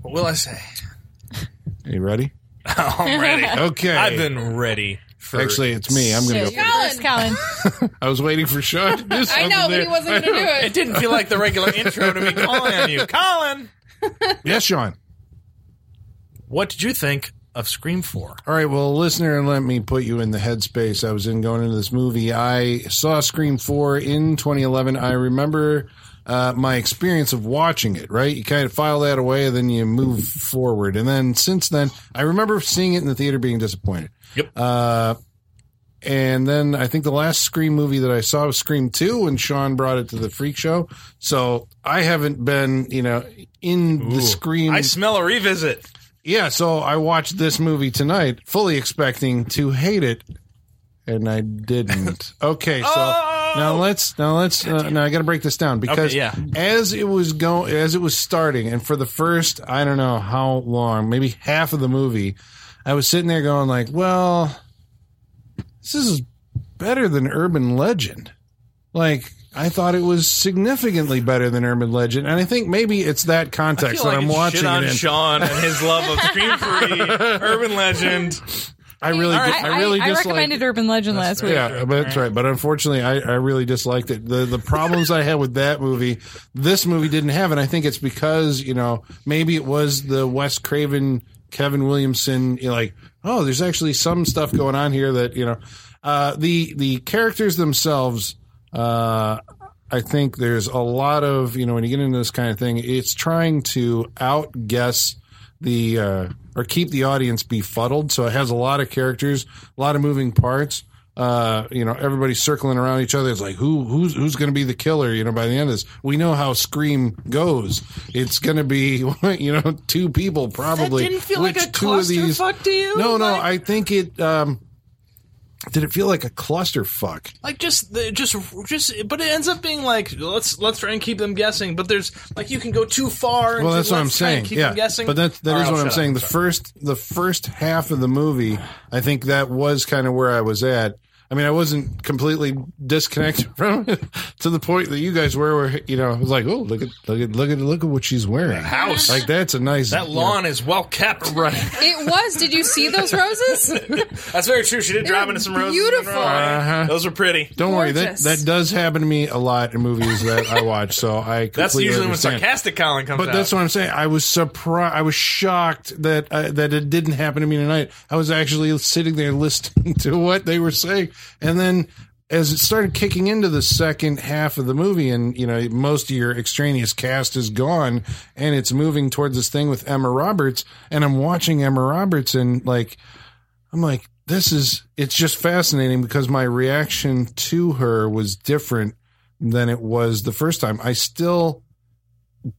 [SPEAKER 2] What will I say?
[SPEAKER 1] Are you ready?
[SPEAKER 2] I'm ready.
[SPEAKER 1] Okay.
[SPEAKER 2] I've been ready for
[SPEAKER 1] Actually, it's me. I'm gonna go.
[SPEAKER 3] Colin, Colin.
[SPEAKER 1] I was waiting for Sean. to do
[SPEAKER 4] I
[SPEAKER 1] something
[SPEAKER 4] know, but
[SPEAKER 1] there.
[SPEAKER 4] he wasn't going to do
[SPEAKER 2] It
[SPEAKER 4] it.
[SPEAKER 2] didn't feel like the regular intro to me calling on you, Colin.
[SPEAKER 1] Yes, Sean.
[SPEAKER 2] What did you think of Scream Four?
[SPEAKER 1] All right, well, listener, let me put you in the headspace I was in going into this movie. I saw Scream 4 in 2011. I remember uh, my experience of watching it, right? You kind of file that away, and then you move forward. And then since then, I remember seeing it in the theater being disappointed.
[SPEAKER 2] Yep.
[SPEAKER 1] Uh, And then I think the last Scream movie that I saw was Scream 2 and Sean brought it to the freak show. So I haven't been, you know, in the Scream.
[SPEAKER 2] I smell a revisit.
[SPEAKER 1] yeah, so I watched this movie tonight fully expecting to hate it and I didn't. Okay, so now let's now let's uh, now I got to break this down because
[SPEAKER 2] Oh! yeah.
[SPEAKER 1] as it was going as it was starting and for the first I don't know how long, maybe half of the movie, I was sitting there going like, well, this is better than Urban Legend. Like I thought it was significantly better than Urban Legend, and I think maybe it's that
[SPEAKER 2] I
[SPEAKER 1] context
[SPEAKER 2] feel
[SPEAKER 1] that
[SPEAKER 2] like
[SPEAKER 1] I'm
[SPEAKER 2] it's
[SPEAKER 1] watching
[SPEAKER 2] shit on
[SPEAKER 1] it in.
[SPEAKER 2] Sean and his love of Scream Three, Urban Legend.
[SPEAKER 1] I really,
[SPEAKER 3] All
[SPEAKER 1] di-
[SPEAKER 3] right,
[SPEAKER 1] I really
[SPEAKER 3] I,
[SPEAKER 1] dislike.
[SPEAKER 3] recommended Urban Legend last week.
[SPEAKER 1] Yeah, but that's right. But unfortunately, I, I really disliked it. The the problems I had with that movie, this movie didn't have, and I think it's because you know maybe it was the Wes Craven, Kevin Williamson, you know, like oh, there's actually some stuff going on here that you know, uh, the the characters themselves. Uh, I think there's a lot of you know when you get into this kind of thing, it's trying to outguess the uh, or keep the audience befuddled. So it has a lot of characters, a lot of moving parts. Uh, you know, everybody's circling around each other. It's like who who's who's going to be the killer? You know, by the end of this, we know how Scream goes. It's going to be you know two people probably.
[SPEAKER 6] didn't feel like
[SPEAKER 1] Which
[SPEAKER 6] a
[SPEAKER 1] two of these-
[SPEAKER 6] clusterfuck to you?
[SPEAKER 1] No, no,
[SPEAKER 6] Like-
[SPEAKER 1] I think it. Um, did it feel like a clusterfuck?
[SPEAKER 2] like just the, just just but it ends up being like let's let's try and keep them guessing but there's like you can go too far
[SPEAKER 1] Well,
[SPEAKER 2] into
[SPEAKER 1] that's what I'm
[SPEAKER 2] let's try and
[SPEAKER 1] saying.
[SPEAKER 2] keep
[SPEAKER 1] Yeah,
[SPEAKER 2] them guessing
[SPEAKER 1] but that that
[SPEAKER 2] All
[SPEAKER 1] is
[SPEAKER 2] right, I'll
[SPEAKER 1] what I'm
[SPEAKER 2] shut
[SPEAKER 1] saying.
[SPEAKER 2] up.
[SPEAKER 1] The first the first half of the movie, I think that was kind of where I was at. I mean, I wasn't completely disconnected from it to the point that you guys were, where you know, I was like, oh, look at look at look at look at what she's wearing.
[SPEAKER 2] house.
[SPEAKER 1] like that's a nice
[SPEAKER 2] that
[SPEAKER 1] you
[SPEAKER 2] lawn is well kept right
[SPEAKER 4] It was. Did you see those roses?
[SPEAKER 2] that's very true she did drop
[SPEAKER 4] They're
[SPEAKER 2] into some roses
[SPEAKER 4] beautiful.
[SPEAKER 2] Uh-huh. those are pretty
[SPEAKER 1] Don't worry that
[SPEAKER 4] Gorgeous.
[SPEAKER 1] that does happen to me a lot in movies that I watch. So I completely
[SPEAKER 2] that's usually when
[SPEAKER 1] understand.
[SPEAKER 2] sarcastic Colin comes
[SPEAKER 1] But
[SPEAKER 2] out
[SPEAKER 1] that's what I'm saying. I was surprised. I was shocked that uh, that it didn't happen to me tonight. I was actually sitting there listening to what they were saying, and then as it started kicking into the second half of the movie, and you know most of your extraneous cast is gone, and it's moving towards this thing with Emma Roberts, and I'm watching Emma Roberts, and like I'm like, this is it's just fascinating because my reaction to her was different than it was the first time. I still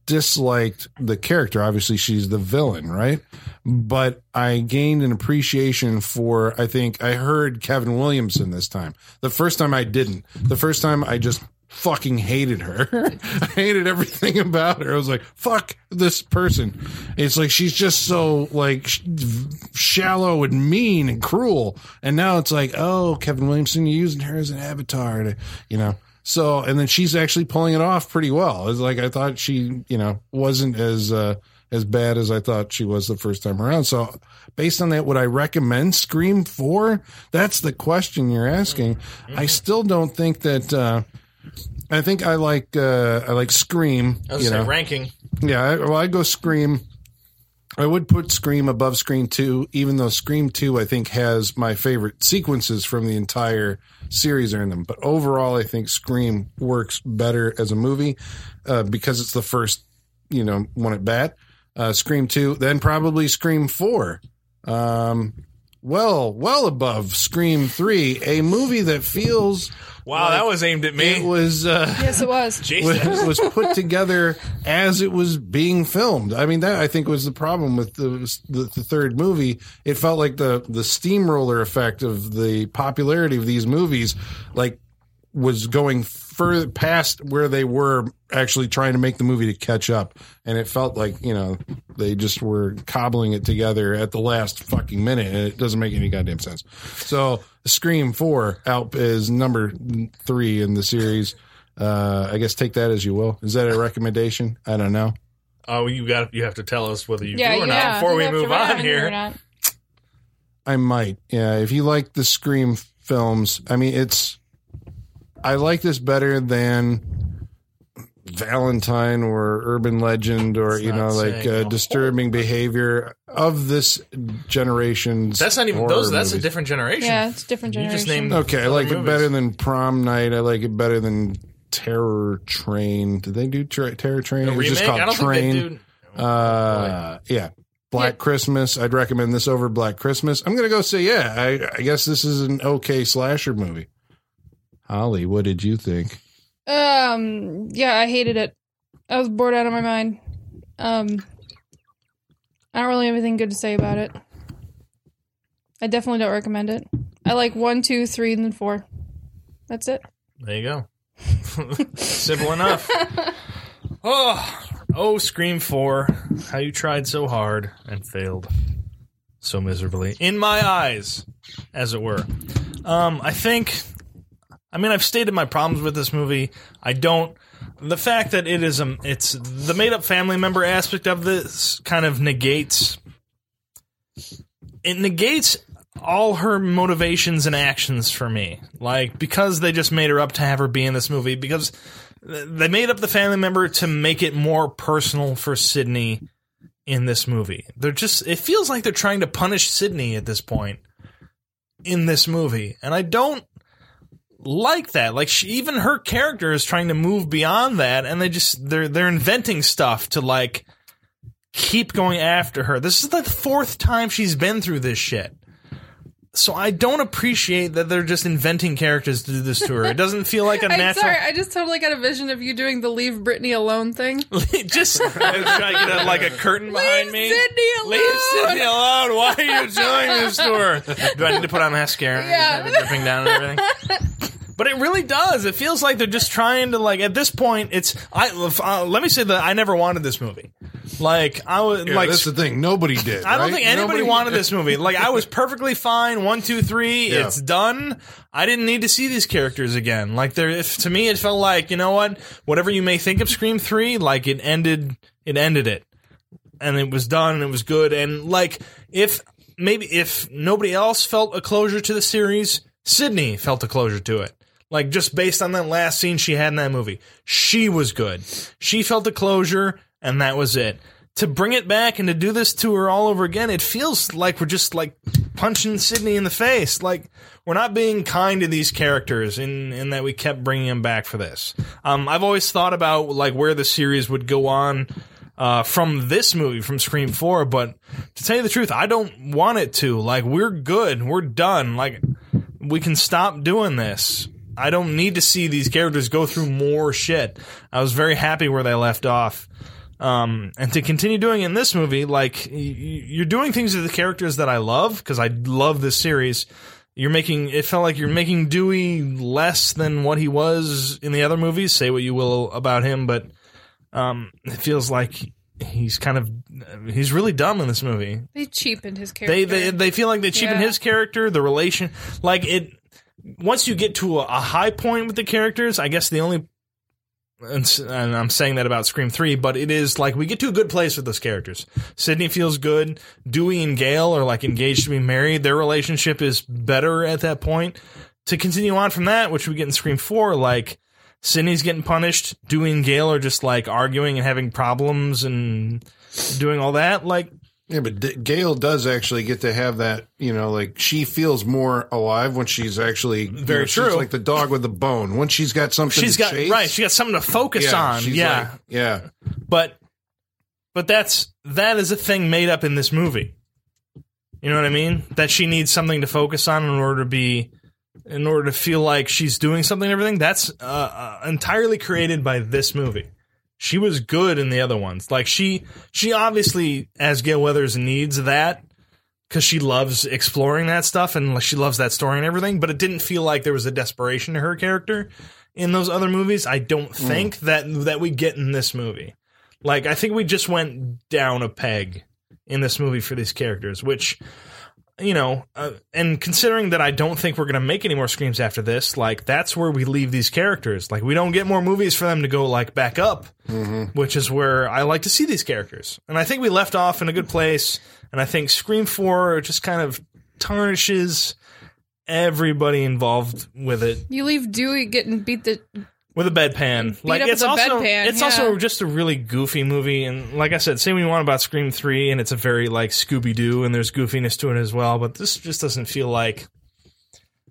[SPEAKER 1] disliked the character. Obviously, she's the villain, right? But I gained an appreciation for, I think, I heard Kevin Williamson this time. The first time I didn't. The first time I just fucking hated her. I hated everything about her. I was like, fuck this person. It's like she's just so like sh- shallow and mean and cruel. And now it's like, oh, Kevin Williamson, you're using her as an avatar to, you know. So, and then she's actually pulling it off pretty well. It's like I thought she, you know, wasn't as uh, as bad as I thought she was the first time around. So, based on that, would I recommend Scream Four? That's the question you're asking. I still don't think that. Uh, I think I like uh, I like Scream.
[SPEAKER 2] I was
[SPEAKER 1] you
[SPEAKER 2] gonna
[SPEAKER 1] know,
[SPEAKER 2] say ranking
[SPEAKER 1] yeah, I, well, I'd go Scream. I would put Scream above Scream 2, even though Scream 2, I think, has my favorite sequences from the entire series are in them. But overall, I think Scream works better as a movie uh, because it's the first, you know, one at bat. Uh, Scream 2, then probably Scream 4. Um, well, well above Scream 3, a movie that feels
[SPEAKER 2] Wow, that was aimed at
[SPEAKER 1] it
[SPEAKER 2] me.
[SPEAKER 1] was uh,
[SPEAKER 4] Yes, it was.
[SPEAKER 2] Jesus.
[SPEAKER 1] was, was put together as it was being filmed. I mean, that I think was the problem with the, the the third movie. It felt like the the steamroller effect of the popularity of these movies, like was going further past where they were actually trying to make the movie to catch up and it felt like you know they just were cobbling it together at the last fucking minute and it doesn't make any goddamn sense so scream 4 out is number 3 in the series uh, I guess take that as you will. Is that a recommendation? I don't know.
[SPEAKER 2] Oh, you got you have to tell us whether you
[SPEAKER 4] Yeah,
[SPEAKER 2] do or
[SPEAKER 4] you
[SPEAKER 2] not
[SPEAKER 4] have
[SPEAKER 2] before
[SPEAKER 4] to
[SPEAKER 2] we
[SPEAKER 4] have to
[SPEAKER 2] move
[SPEAKER 4] write
[SPEAKER 2] on
[SPEAKER 4] Or
[SPEAKER 2] here.
[SPEAKER 4] not.
[SPEAKER 1] I might. Yeah, if you like the Scream films, I mean, it's. I like this better than Valentine or Urban Legend or you know
[SPEAKER 2] not
[SPEAKER 1] like
[SPEAKER 2] saying a
[SPEAKER 1] uh,
[SPEAKER 2] whole-
[SPEAKER 1] disturbing behavior of this generation's.
[SPEAKER 2] That's not even
[SPEAKER 1] horror
[SPEAKER 2] those. That's a
[SPEAKER 1] movies.
[SPEAKER 2] different generation.
[SPEAKER 4] Yeah, it's a different
[SPEAKER 2] You
[SPEAKER 4] generation.
[SPEAKER 2] just named
[SPEAKER 1] Okay, I like it
[SPEAKER 2] movies.
[SPEAKER 1] better than Prom Night. I like it better than Terror Train. Did they do tra- Terror Train?
[SPEAKER 2] a
[SPEAKER 1] it was
[SPEAKER 2] remake.
[SPEAKER 1] just called
[SPEAKER 2] I don't
[SPEAKER 1] Train.
[SPEAKER 2] think they do.
[SPEAKER 1] Uh, yeah. Black Christmas. I'd recommend this over Black Christmas. I'm gonna go say yeah. I, I guess this is an okay slasher movie. Holly, what did you think?
[SPEAKER 4] Um. Yeah, I hated it. I was bored out of my mind. Um. I don't really have anything good to say about it. I definitely don't recommend it. I like one, two, three, and then four. That's it.
[SPEAKER 2] There you go. Simple enough. Oh, oh, Scream 4. How you tried so hard and failed so miserably. In my eyes, as it were. Um, I think, I mean, I've stated my problems with this movie. I don't. The fact that it is um, it's the made up family member aspect of this kind of negates it negates all her motivations and actions for me. Like because they just made her up to have her be in this movie because th- they made up the family member to make it more personal for Sydney in this movie. They're just it feels like they're trying to punish Sydney at this point in this movie. And I don't like that. Like she, even her character is trying to move beyond that and they just they're they're inventing stuff to like keep going after her. This is the fourth time she's been through this shit. So I don't appreciate that they're just inventing characters to do this to her. It doesn't feel like a
[SPEAKER 4] I'm
[SPEAKER 2] natural
[SPEAKER 4] sorry. I just totally got a vision of you doing the leave Brittany alone thing.
[SPEAKER 2] just try to get a, like a curtain behind
[SPEAKER 4] Leave
[SPEAKER 2] me.
[SPEAKER 4] Sydney alone.
[SPEAKER 2] Leave Sydney alone. Why are you doing this to her? Do I need to put on mascara?
[SPEAKER 4] Yeah.
[SPEAKER 2] Have it dripping down and everything. But it really does. It feels like they're just trying to like. At this point, it's. I uh, let me say that I never wanted this movie. Like I was like.
[SPEAKER 1] that's the thing. Nobody did.
[SPEAKER 2] I don't
[SPEAKER 1] right?
[SPEAKER 2] think anybody
[SPEAKER 1] Nobody-
[SPEAKER 2] wanted this movie. Like I was perfectly fine. One, two, three.
[SPEAKER 1] Yeah.
[SPEAKER 2] It's done. I didn't need to see these characters again. Like there, if, to me, it felt like you know what. Whatever you may think of Scream Three, like it ended. It ended it, and it was done. and It was good. And like if maybe if nobody else felt a closure to the series, Sydney felt a closure to it. Like just based on that last scene she had in that movie, she was good. She felt a closure, and that was it. To bring it back and to do this to her all over again, it feels like we're just like punching Sydney in the face. Like we're not being kind to these characters, in in that we kept bringing them back for this. Um, I've always thought about like where the series would go on uh, from this movie, from Scream 4. But to tell you the truth, I don't want it to. Like, we're good. We're done. Like, we can stop doing this. I don't need to see these characters go through more shit. I was very happy where they left off. Um, and to continue doing it in this movie, like, y- y- you're doing things to the characters that I love, because I love this series. You're making it felt like you're making Dewey less than what he was in the other movies. Say what you will about him, but um, it feels like he's kind of he's really dumb in this movie.
[SPEAKER 4] They cheapened his character.
[SPEAKER 2] They they, they feel like they cheapen
[SPEAKER 4] Yeah.
[SPEAKER 2] his character, the relation, like it. Once you get to a, a high point with the characters, I guess the only and, s- and I'm saying that about Scream Three, but it is like we get to a good place with those characters. Sydney feels good. Dewey and Gail are like engaged to be married. Their relationship is better at that point. To continue on from that, which we get in Scream Four, like Sydney's getting punished. Dewey and Gail are just like arguing and having problems and doing all that. Like
[SPEAKER 1] Yeah, but D- Gail does actually get to have that. You know, like she feels more alive when she's actually you
[SPEAKER 2] Very
[SPEAKER 1] know, she's
[SPEAKER 2] true.
[SPEAKER 1] like the dog with the bone. Once she's got something,
[SPEAKER 2] she's
[SPEAKER 1] to
[SPEAKER 2] got
[SPEAKER 1] chase,
[SPEAKER 2] right. She got something to focus on.
[SPEAKER 1] she's
[SPEAKER 2] Yeah,
[SPEAKER 1] like- yeah.
[SPEAKER 2] but but that's that is a thing made up in this movie. You know what I mean? That she needs something to focus on in order to be, in order to feel like she's doing something and everything. That's uh, uh, entirely created by this movie. She was good in the other ones. Like she, she obviously, as Gail Weathers, needs that because she loves exploring that stuff and like, she loves that story and everything. But it didn't feel like there was a desperation to her character in those other movies. I don't think that that we get in this movie. Like I think we just went down a peg in this movie for these characters, which you know, uh, and considering that I don't think we're going to make any more screams after this, like that's where we leave these characters. Like we don't get more movies for them to go like back up, which is where I like to see these characters. And I think we left off in a good place. And I think Scream Four just kind of tarnishes everybody involved with it
[SPEAKER 4] You leave Dewey getting beat the
[SPEAKER 2] with a bedpan. like
[SPEAKER 4] up with
[SPEAKER 2] it's
[SPEAKER 4] a
[SPEAKER 2] also
[SPEAKER 4] bedpan,
[SPEAKER 2] it's
[SPEAKER 4] yeah.
[SPEAKER 2] also just a really goofy movie. And like I said, say what you want about Scream Three, and it's a very like Scooby Doo, and there's goofiness to it as well. But this just doesn't feel like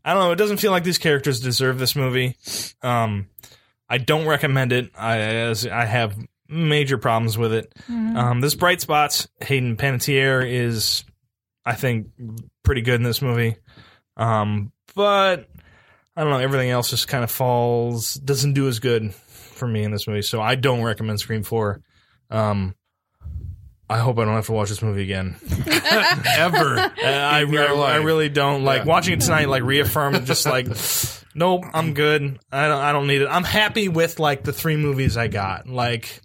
[SPEAKER 2] I don't know. It doesn't feel like these characters deserve this movie. Um, I don't recommend it. I as I have major problems with it.
[SPEAKER 4] Mm-hmm.
[SPEAKER 2] Um, this Bright Spots Hayden Panettiere is, I think, pretty good in this movie. Um, but I don't know. Everything else just kind of falls, doesn't do as good for me in this movie. So I don't recommend Scream 4. Um, I hope I don't have to watch this movie again. Ever. Uh, I, re- I really don't. Like, watching it tonight, like, reaffirmed just like, nope, I'm good. I don't, I don't need it. I'm happy with, like, the three movies I got. Like,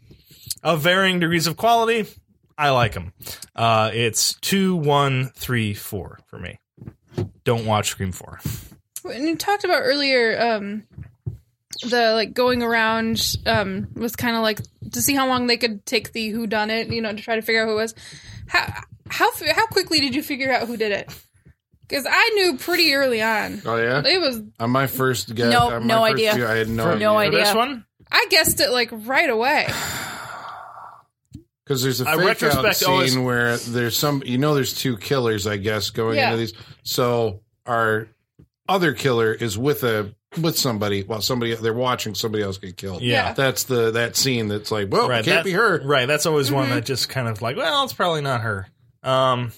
[SPEAKER 2] of varying degrees of quality, I like them. Uh, it's two, one, three, four for me. Don't watch Scream 4.
[SPEAKER 4] And you talked about earlier um, the like going around um, was kind of like to see how long they could take the who done it, you know, to try to figure out who it was. How how f- how quickly did you figure out who did it? Because I knew pretty early on.
[SPEAKER 1] Oh yeah,
[SPEAKER 4] It was
[SPEAKER 1] on my first guess,
[SPEAKER 3] No,
[SPEAKER 1] on my
[SPEAKER 3] no
[SPEAKER 1] first
[SPEAKER 3] idea.
[SPEAKER 1] view, I had no
[SPEAKER 3] For no
[SPEAKER 1] idea
[SPEAKER 3] idea.
[SPEAKER 2] For this one?
[SPEAKER 4] I guessed it like right away.
[SPEAKER 1] because there's a
[SPEAKER 2] I
[SPEAKER 1] fake out
[SPEAKER 2] retrospect oh,
[SPEAKER 1] scene
[SPEAKER 2] always-
[SPEAKER 1] where there's some. You know, there's two killers, I guess, going
[SPEAKER 4] Yeah.
[SPEAKER 1] into these. So our other killer is with a with somebody while somebody they're watching somebody else get killed.
[SPEAKER 2] Yeah.
[SPEAKER 1] that's the that scene that's like, well, it can't
[SPEAKER 2] that-
[SPEAKER 1] be her.
[SPEAKER 2] Right, that's always one that just kind of like, well, it's probably not her. Um,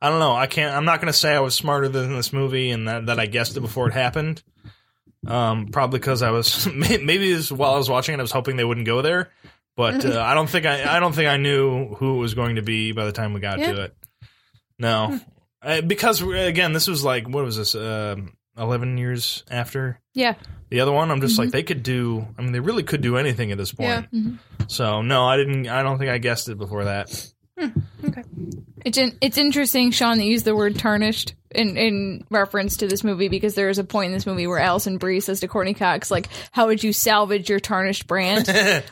[SPEAKER 2] I don't know. I can't. I'm not going to say I was smarter than this movie and that, that I guessed it before it happened. Um, probably because I was may- maybe it was while I was watching it, I was hoping they wouldn't go there. But uh, I don't think I, I don't think I knew who it was going to be by the time we got to
[SPEAKER 4] Yeah.
[SPEAKER 2] it. No, uh, because again, this was like what was this? Um, Eleven years after
[SPEAKER 3] Yeah.
[SPEAKER 2] the other one, I'm just
[SPEAKER 3] Mm-hmm.
[SPEAKER 2] like they could do. I mean, they really could do anything at this point.
[SPEAKER 4] Yeah.
[SPEAKER 3] Mm-hmm.
[SPEAKER 2] So no, I didn't. I don't think I guessed it before that.
[SPEAKER 3] It's in, it's interesting, Sean, that you used the word tarnished in, in reference to this movie because there is a point in this movie where Allison Brie says to Courtney Cox, like, how would you salvage your tarnished brand?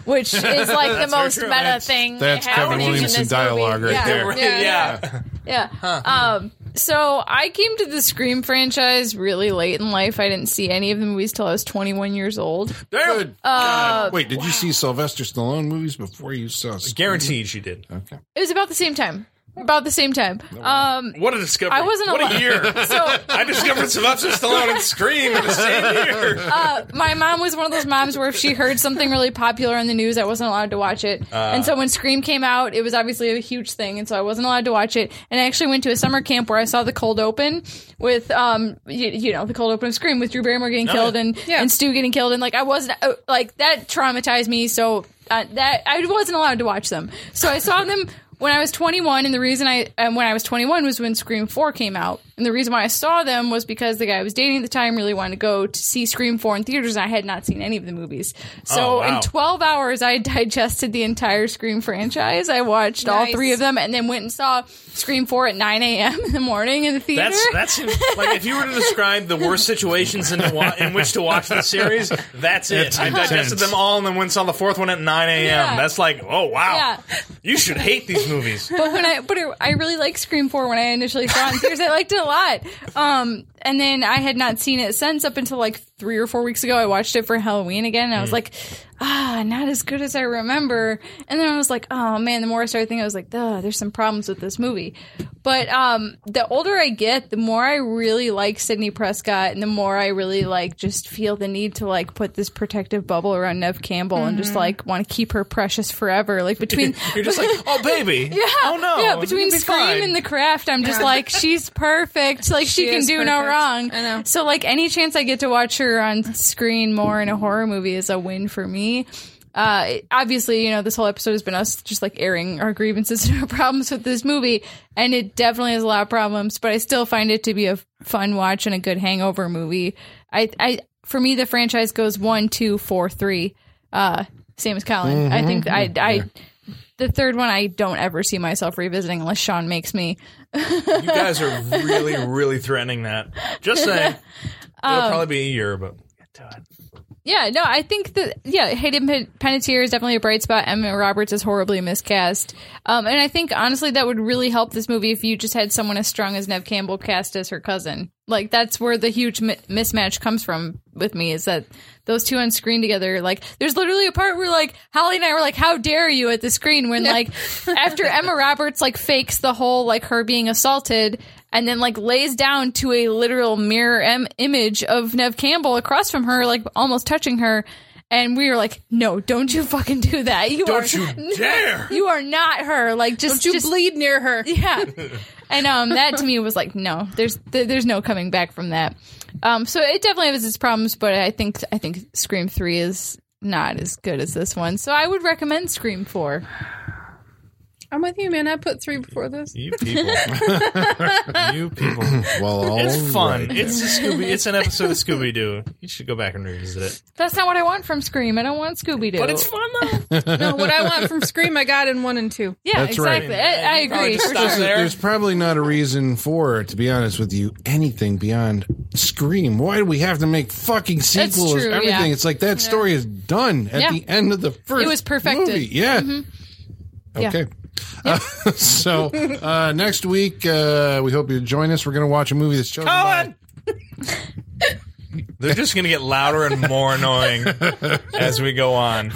[SPEAKER 3] Which is like the most
[SPEAKER 2] true.
[SPEAKER 3] meta
[SPEAKER 2] That's-
[SPEAKER 3] thing.
[SPEAKER 1] That's
[SPEAKER 3] how
[SPEAKER 1] Kevin
[SPEAKER 3] would you use in
[SPEAKER 1] Williamson
[SPEAKER 3] this movie?
[SPEAKER 1] dialogue right
[SPEAKER 3] Yeah.
[SPEAKER 1] there.
[SPEAKER 4] Yeah,
[SPEAKER 3] Yeah. Um, so I came to the Scream franchise really late in life. I didn't see any of the movies till I was 21 years old.
[SPEAKER 2] Damn.
[SPEAKER 1] Good God. Wait, did you see Sylvester Stallone movies before you saw?
[SPEAKER 2] Guaranteed she did.
[SPEAKER 1] Okay.
[SPEAKER 3] It was about the same time. About the same time.
[SPEAKER 1] Oh,
[SPEAKER 3] Um,
[SPEAKER 2] What a discovery!
[SPEAKER 3] I wasn't
[SPEAKER 2] What
[SPEAKER 3] alive.
[SPEAKER 2] a year!
[SPEAKER 3] so
[SPEAKER 2] I discovered Sylvester Stallone and Scream in the same year.
[SPEAKER 3] uh, my mom was one of those moms where if she heard something really popular in the news, I wasn't allowed to watch it. and so when Scream came out, it was obviously a huge thing, and so I wasn't allowed to watch it. And I actually went to a summer camp where I saw the cold open with, um, you, you know, the cold open of Scream with Drew Barrymore getting killed and
[SPEAKER 4] Yeah.
[SPEAKER 3] and Stu getting killed, and like I wasn't uh, like that traumatized me. So uh, that I wasn't allowed to watch them. So I saw them. When I was 21, and the reason I and when I was 21 was when Scream 4 came out, and the reason why I saw them was because the guy I was dating at the time really wanted to go to see Scream 4 in theaters, and I had not seen any of the movies. So
[SPEAKER 2] Oh, wow.
[SPEAKER 3] in 12 hours, I digested the entire Scream franchise. I watched all
[SPEAKER 4] Nice.
[SPEAKER 3] three of them, and then went and saw Scream 4 at 9 a.m. in the morning in the theater.
[SPEAKER 2] That's that's like if you were to describe the worst situations in, to wa- in which to watch the series, that's it. I digested them all and then went and saw the fourth one at nine a.m.
[SPEAKER 3] Yeah.
[SPEAKER 2] That's like, oh wow,
[SPEAKER 3] Yeah.
[SPEAKER 2] you should hate these movies.
[SPEAKER 3] but when I but I really liked Scream Four when I initially saw it. in theaters. I liked it a lot. Um, and then I had not seen it since up until like three or four weeks ago. I watched it for Halloween again, and I was like, ah, not as good as I remember. And then I was like, oh man, the more I started thinking, I was like, duh, there's some problems with this movie. But um, the older I get, the more I really like Sidney Prescott, and the more I really like just feel the need to like put this protective bubble around Nev Campbell and just like want to keep her precious forever. Like between
[SPEAKER 2] You're just like, oh baby, yeah, oh no,
[SPEAKER 3] yeah, between
[SPEAKER 2] You'll be
[SPEAKER 3] Scream
[SPEAKER 2] fine.
[SPEAKER 3] and The Craft, I'm just like, she's perfect. Like she,
[SPEAKER 4] She
[SPEAKER 3] can
[SPEAKER 4] is
[SPEAKER 3] do no
[SPEAKER 4] perfect.
[SPEAKER 3] wrong.
[SPEAKER 4] I know.
[SPEAKER 3] So like any chance I get to watch her on screen more in a horror movie is a win for me. Uh, obviously, you know, this whole episode has been us just like airing our grievances and our problems with this movie, and it definitely has a lot of problems, but I still find it to be a fun watch and a good hangover movie. I, I, for me, the franchise goes one, two, four, three. Uh, same as Colin. I think I, I, the third one I don't ever see myself revisiting unless Sean makes me.
[SPEAKER 2] You guys are really, really threatening that. Just saying, it'll probably be a year, but do it.
[SPEAKER 3] Yeah, no, I think that yeah, Hayden Pen- Panettiere is definitely a bright spot. Emma Roberts is horribly miscast, um, and I think honestly that would really help this movie if you just had someone as strong as Nev Campbell cast as her cousin. Like that's where the huge mi- mismatch comes from with me is that those two on screen together. Like there's literally a part where like Holly and I were like, "How dare you?" at the screen when like after Emma Roberts like fakes the whole like her being assaulted and then like lays down to a literal mirror em- image of Nev Campbell across from her, like almost touching her. And we were like, "No, don't you fucking do that! You
[SPEAKER 2] Don't
[SPEAKER 3] are,
[SPEAKER 2] you dare!"
[SPEAKER 3] You are not her! Like, just
[SPEAKER 4] Don't you
[SPEAKER 3] just,
[SPEAKER 4] bleed near her.
[SPEAKER 3] yeah." And um, that to me was like, "No, there's th- there's no coming back from that." Um, so it definitely has its problems, but I think I think Scream Three is not as good as this one. So I would recommend Scream Four.
[SPEAKER 4] I'm with you, man. I put three before this.
[SPEAKER 2] You people, you people.
[SPEAKER 1] Well, all
[SPEAKER 2] It's fun.
[SPEAKER 1] right.
[SPEAKER 2] It's a Scooby. It's an episode of Scooby Doo. You should go back and revisit it.
[SPEAKER 3] That's not what I want from Scream. I don't want Scooby Doo.
[SPEAKER 2] But it's fun though.
[SPEAKER 4] No, what I want from Scream, I got in one and two.
[SPEAKER 3] Yeah,
[SPEAKER 1] That's right.
[SPEAKER 3] exactly. I, I agree.
[SPEAKER 2] just
[SPEAKER 3] for
[SPEAKER 2] stop
[SPEAKER 3] sure.
[SPEAKER 2] there.
[SPEAKER 1] There's probably not a reason for, to be honest with you, anything beyond Scream. Why do we have to make fucking
[SPEAKER 3] That's
[SPEAKER 1] sequels?
[SPEAKER 3] true,
[SPEAKER 1] everything.
[SPEAKER 3] yeah.
[SPEAKER 1] It's like that story is done at
[SPEAKER 3] Yeah.
[SPEAKER 1] the end of the first.
[SPEAKER 3] It was perfected. Mm-hmm.
[SPEAKER 1] Movie. Yeah.
[SPEAKER 3] Yeah.
[SPEAKER 1] Okay. Uh, so uh, next week, uh, we hope you join us. We're going to watch a movie that's chosen by
[SPEAKER 2] Colin! They're just gonna get louder and more annoying as we go on.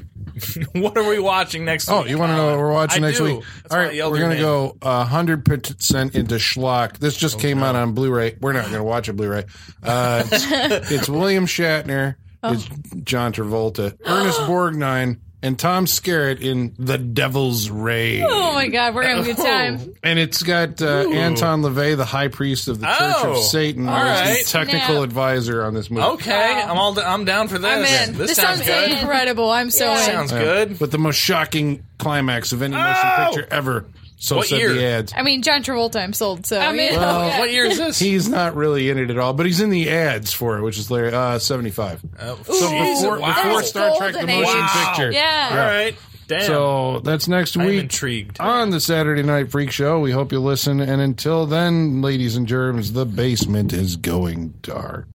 [SPEAKER 2] what are we watching next?
[SPEAKER 1] Oh,
[SPEAKER 2] week,
[SPEAKER 1] you want to know what we're watching
[SPEAKER 2] I
[SPEAKER 1] next
[SPEAKER 2] do.
[SPEAKER 1] week?
[SPEAKER 2] That's
[SPEAKER 1] All
[SPEAKER 2] why I
[SPEAKER 1] right,
[SPEAKER 2] yelled
[SPEAKER 1] we're
[SPEAKER 2] your
[SPEAKER 1] gonna
[SPEAKER 2] name.
[SPEAKER 1] go uh, hundred percent into schlock. This just came out on Blu-ray. We're not gonna watch a Blu-ray. Uh, it's, it's William Shatner, it's John Travolta, Ernest Borgnine, and Tom Skerritt in The Devil's Raid.
[SPEAKER 3] Oh my god, we're gonna have a good time.
[SPEAKER 1] And it's got uh, Anton LaVey, the High Priest of the Church
[SPEAKER 2] Oh,
[SPEAKER 1] of Satan,
[SPEAKER 2] all
[SPEAKER 1] as
[SPEAKER 2] right.
[SPEAKER 1] the technical
[SPEAKER 3] Now-
[SPEAKER 1] advisor on this movie.
[SPEAKER 2] Okay, I'm all. I'm down for this.
[SPEAKER 4] I'm in.
[SPEAKER 2] This,
[SPEAKER 3] This
[SPEAKER 2] sounds,
[SPEAKER 3] sounds
[SPEAKER 2] good.
[SPEAKER 3] incredible. I'm so in.
[SPEAKER 2] Sounds good.
[SPEAKER 1] Uh, With the most shocking climax of any
[SPEAKER 2] Ow!
[SPEAKER 1] motion picture ever. So
[SPEAKER 2] What
[SPEAKER 1] said
[SPEAKER 2] year?
[SPEAKER 1] the ads.
[SPEAKER 3] I mean, John Travolta, I'm sold. So
[SPEAKER 4] I'm in.
[SPEAKER 3] yeah.
[SPEAKER 2] what year is this?
[SPEAKER 1] He's not really in it at all, but he's in the ads for it, which is Larry uh, seventy five.
[SPEAKER 2] Oh,
[SPEAKER 1] So
[SPEAKER 2] Jesus,
[SPEAKER 1] before,
[SPEAKER 2] wow.
[SPEAKER 1] before Star Trek the
[SPEAKER 3] golden age.
[SPEAKER 1] motion
[SPEAKER 2] Wow.
[SPEAKER 1] picture.
[SPEAKER 3] Yeah.
[SPEAKER 2] All right. Damn.
[SPEAKER 1] So that's next
[SPEAKER 2] I'm
[SPEAKER 1] week
[SPEAKER 2] intrigued.
[SPEAKER 1] on the Saturday Night Freak Show. We hope you listen, and until then, ladies and germs, the basement is going dark.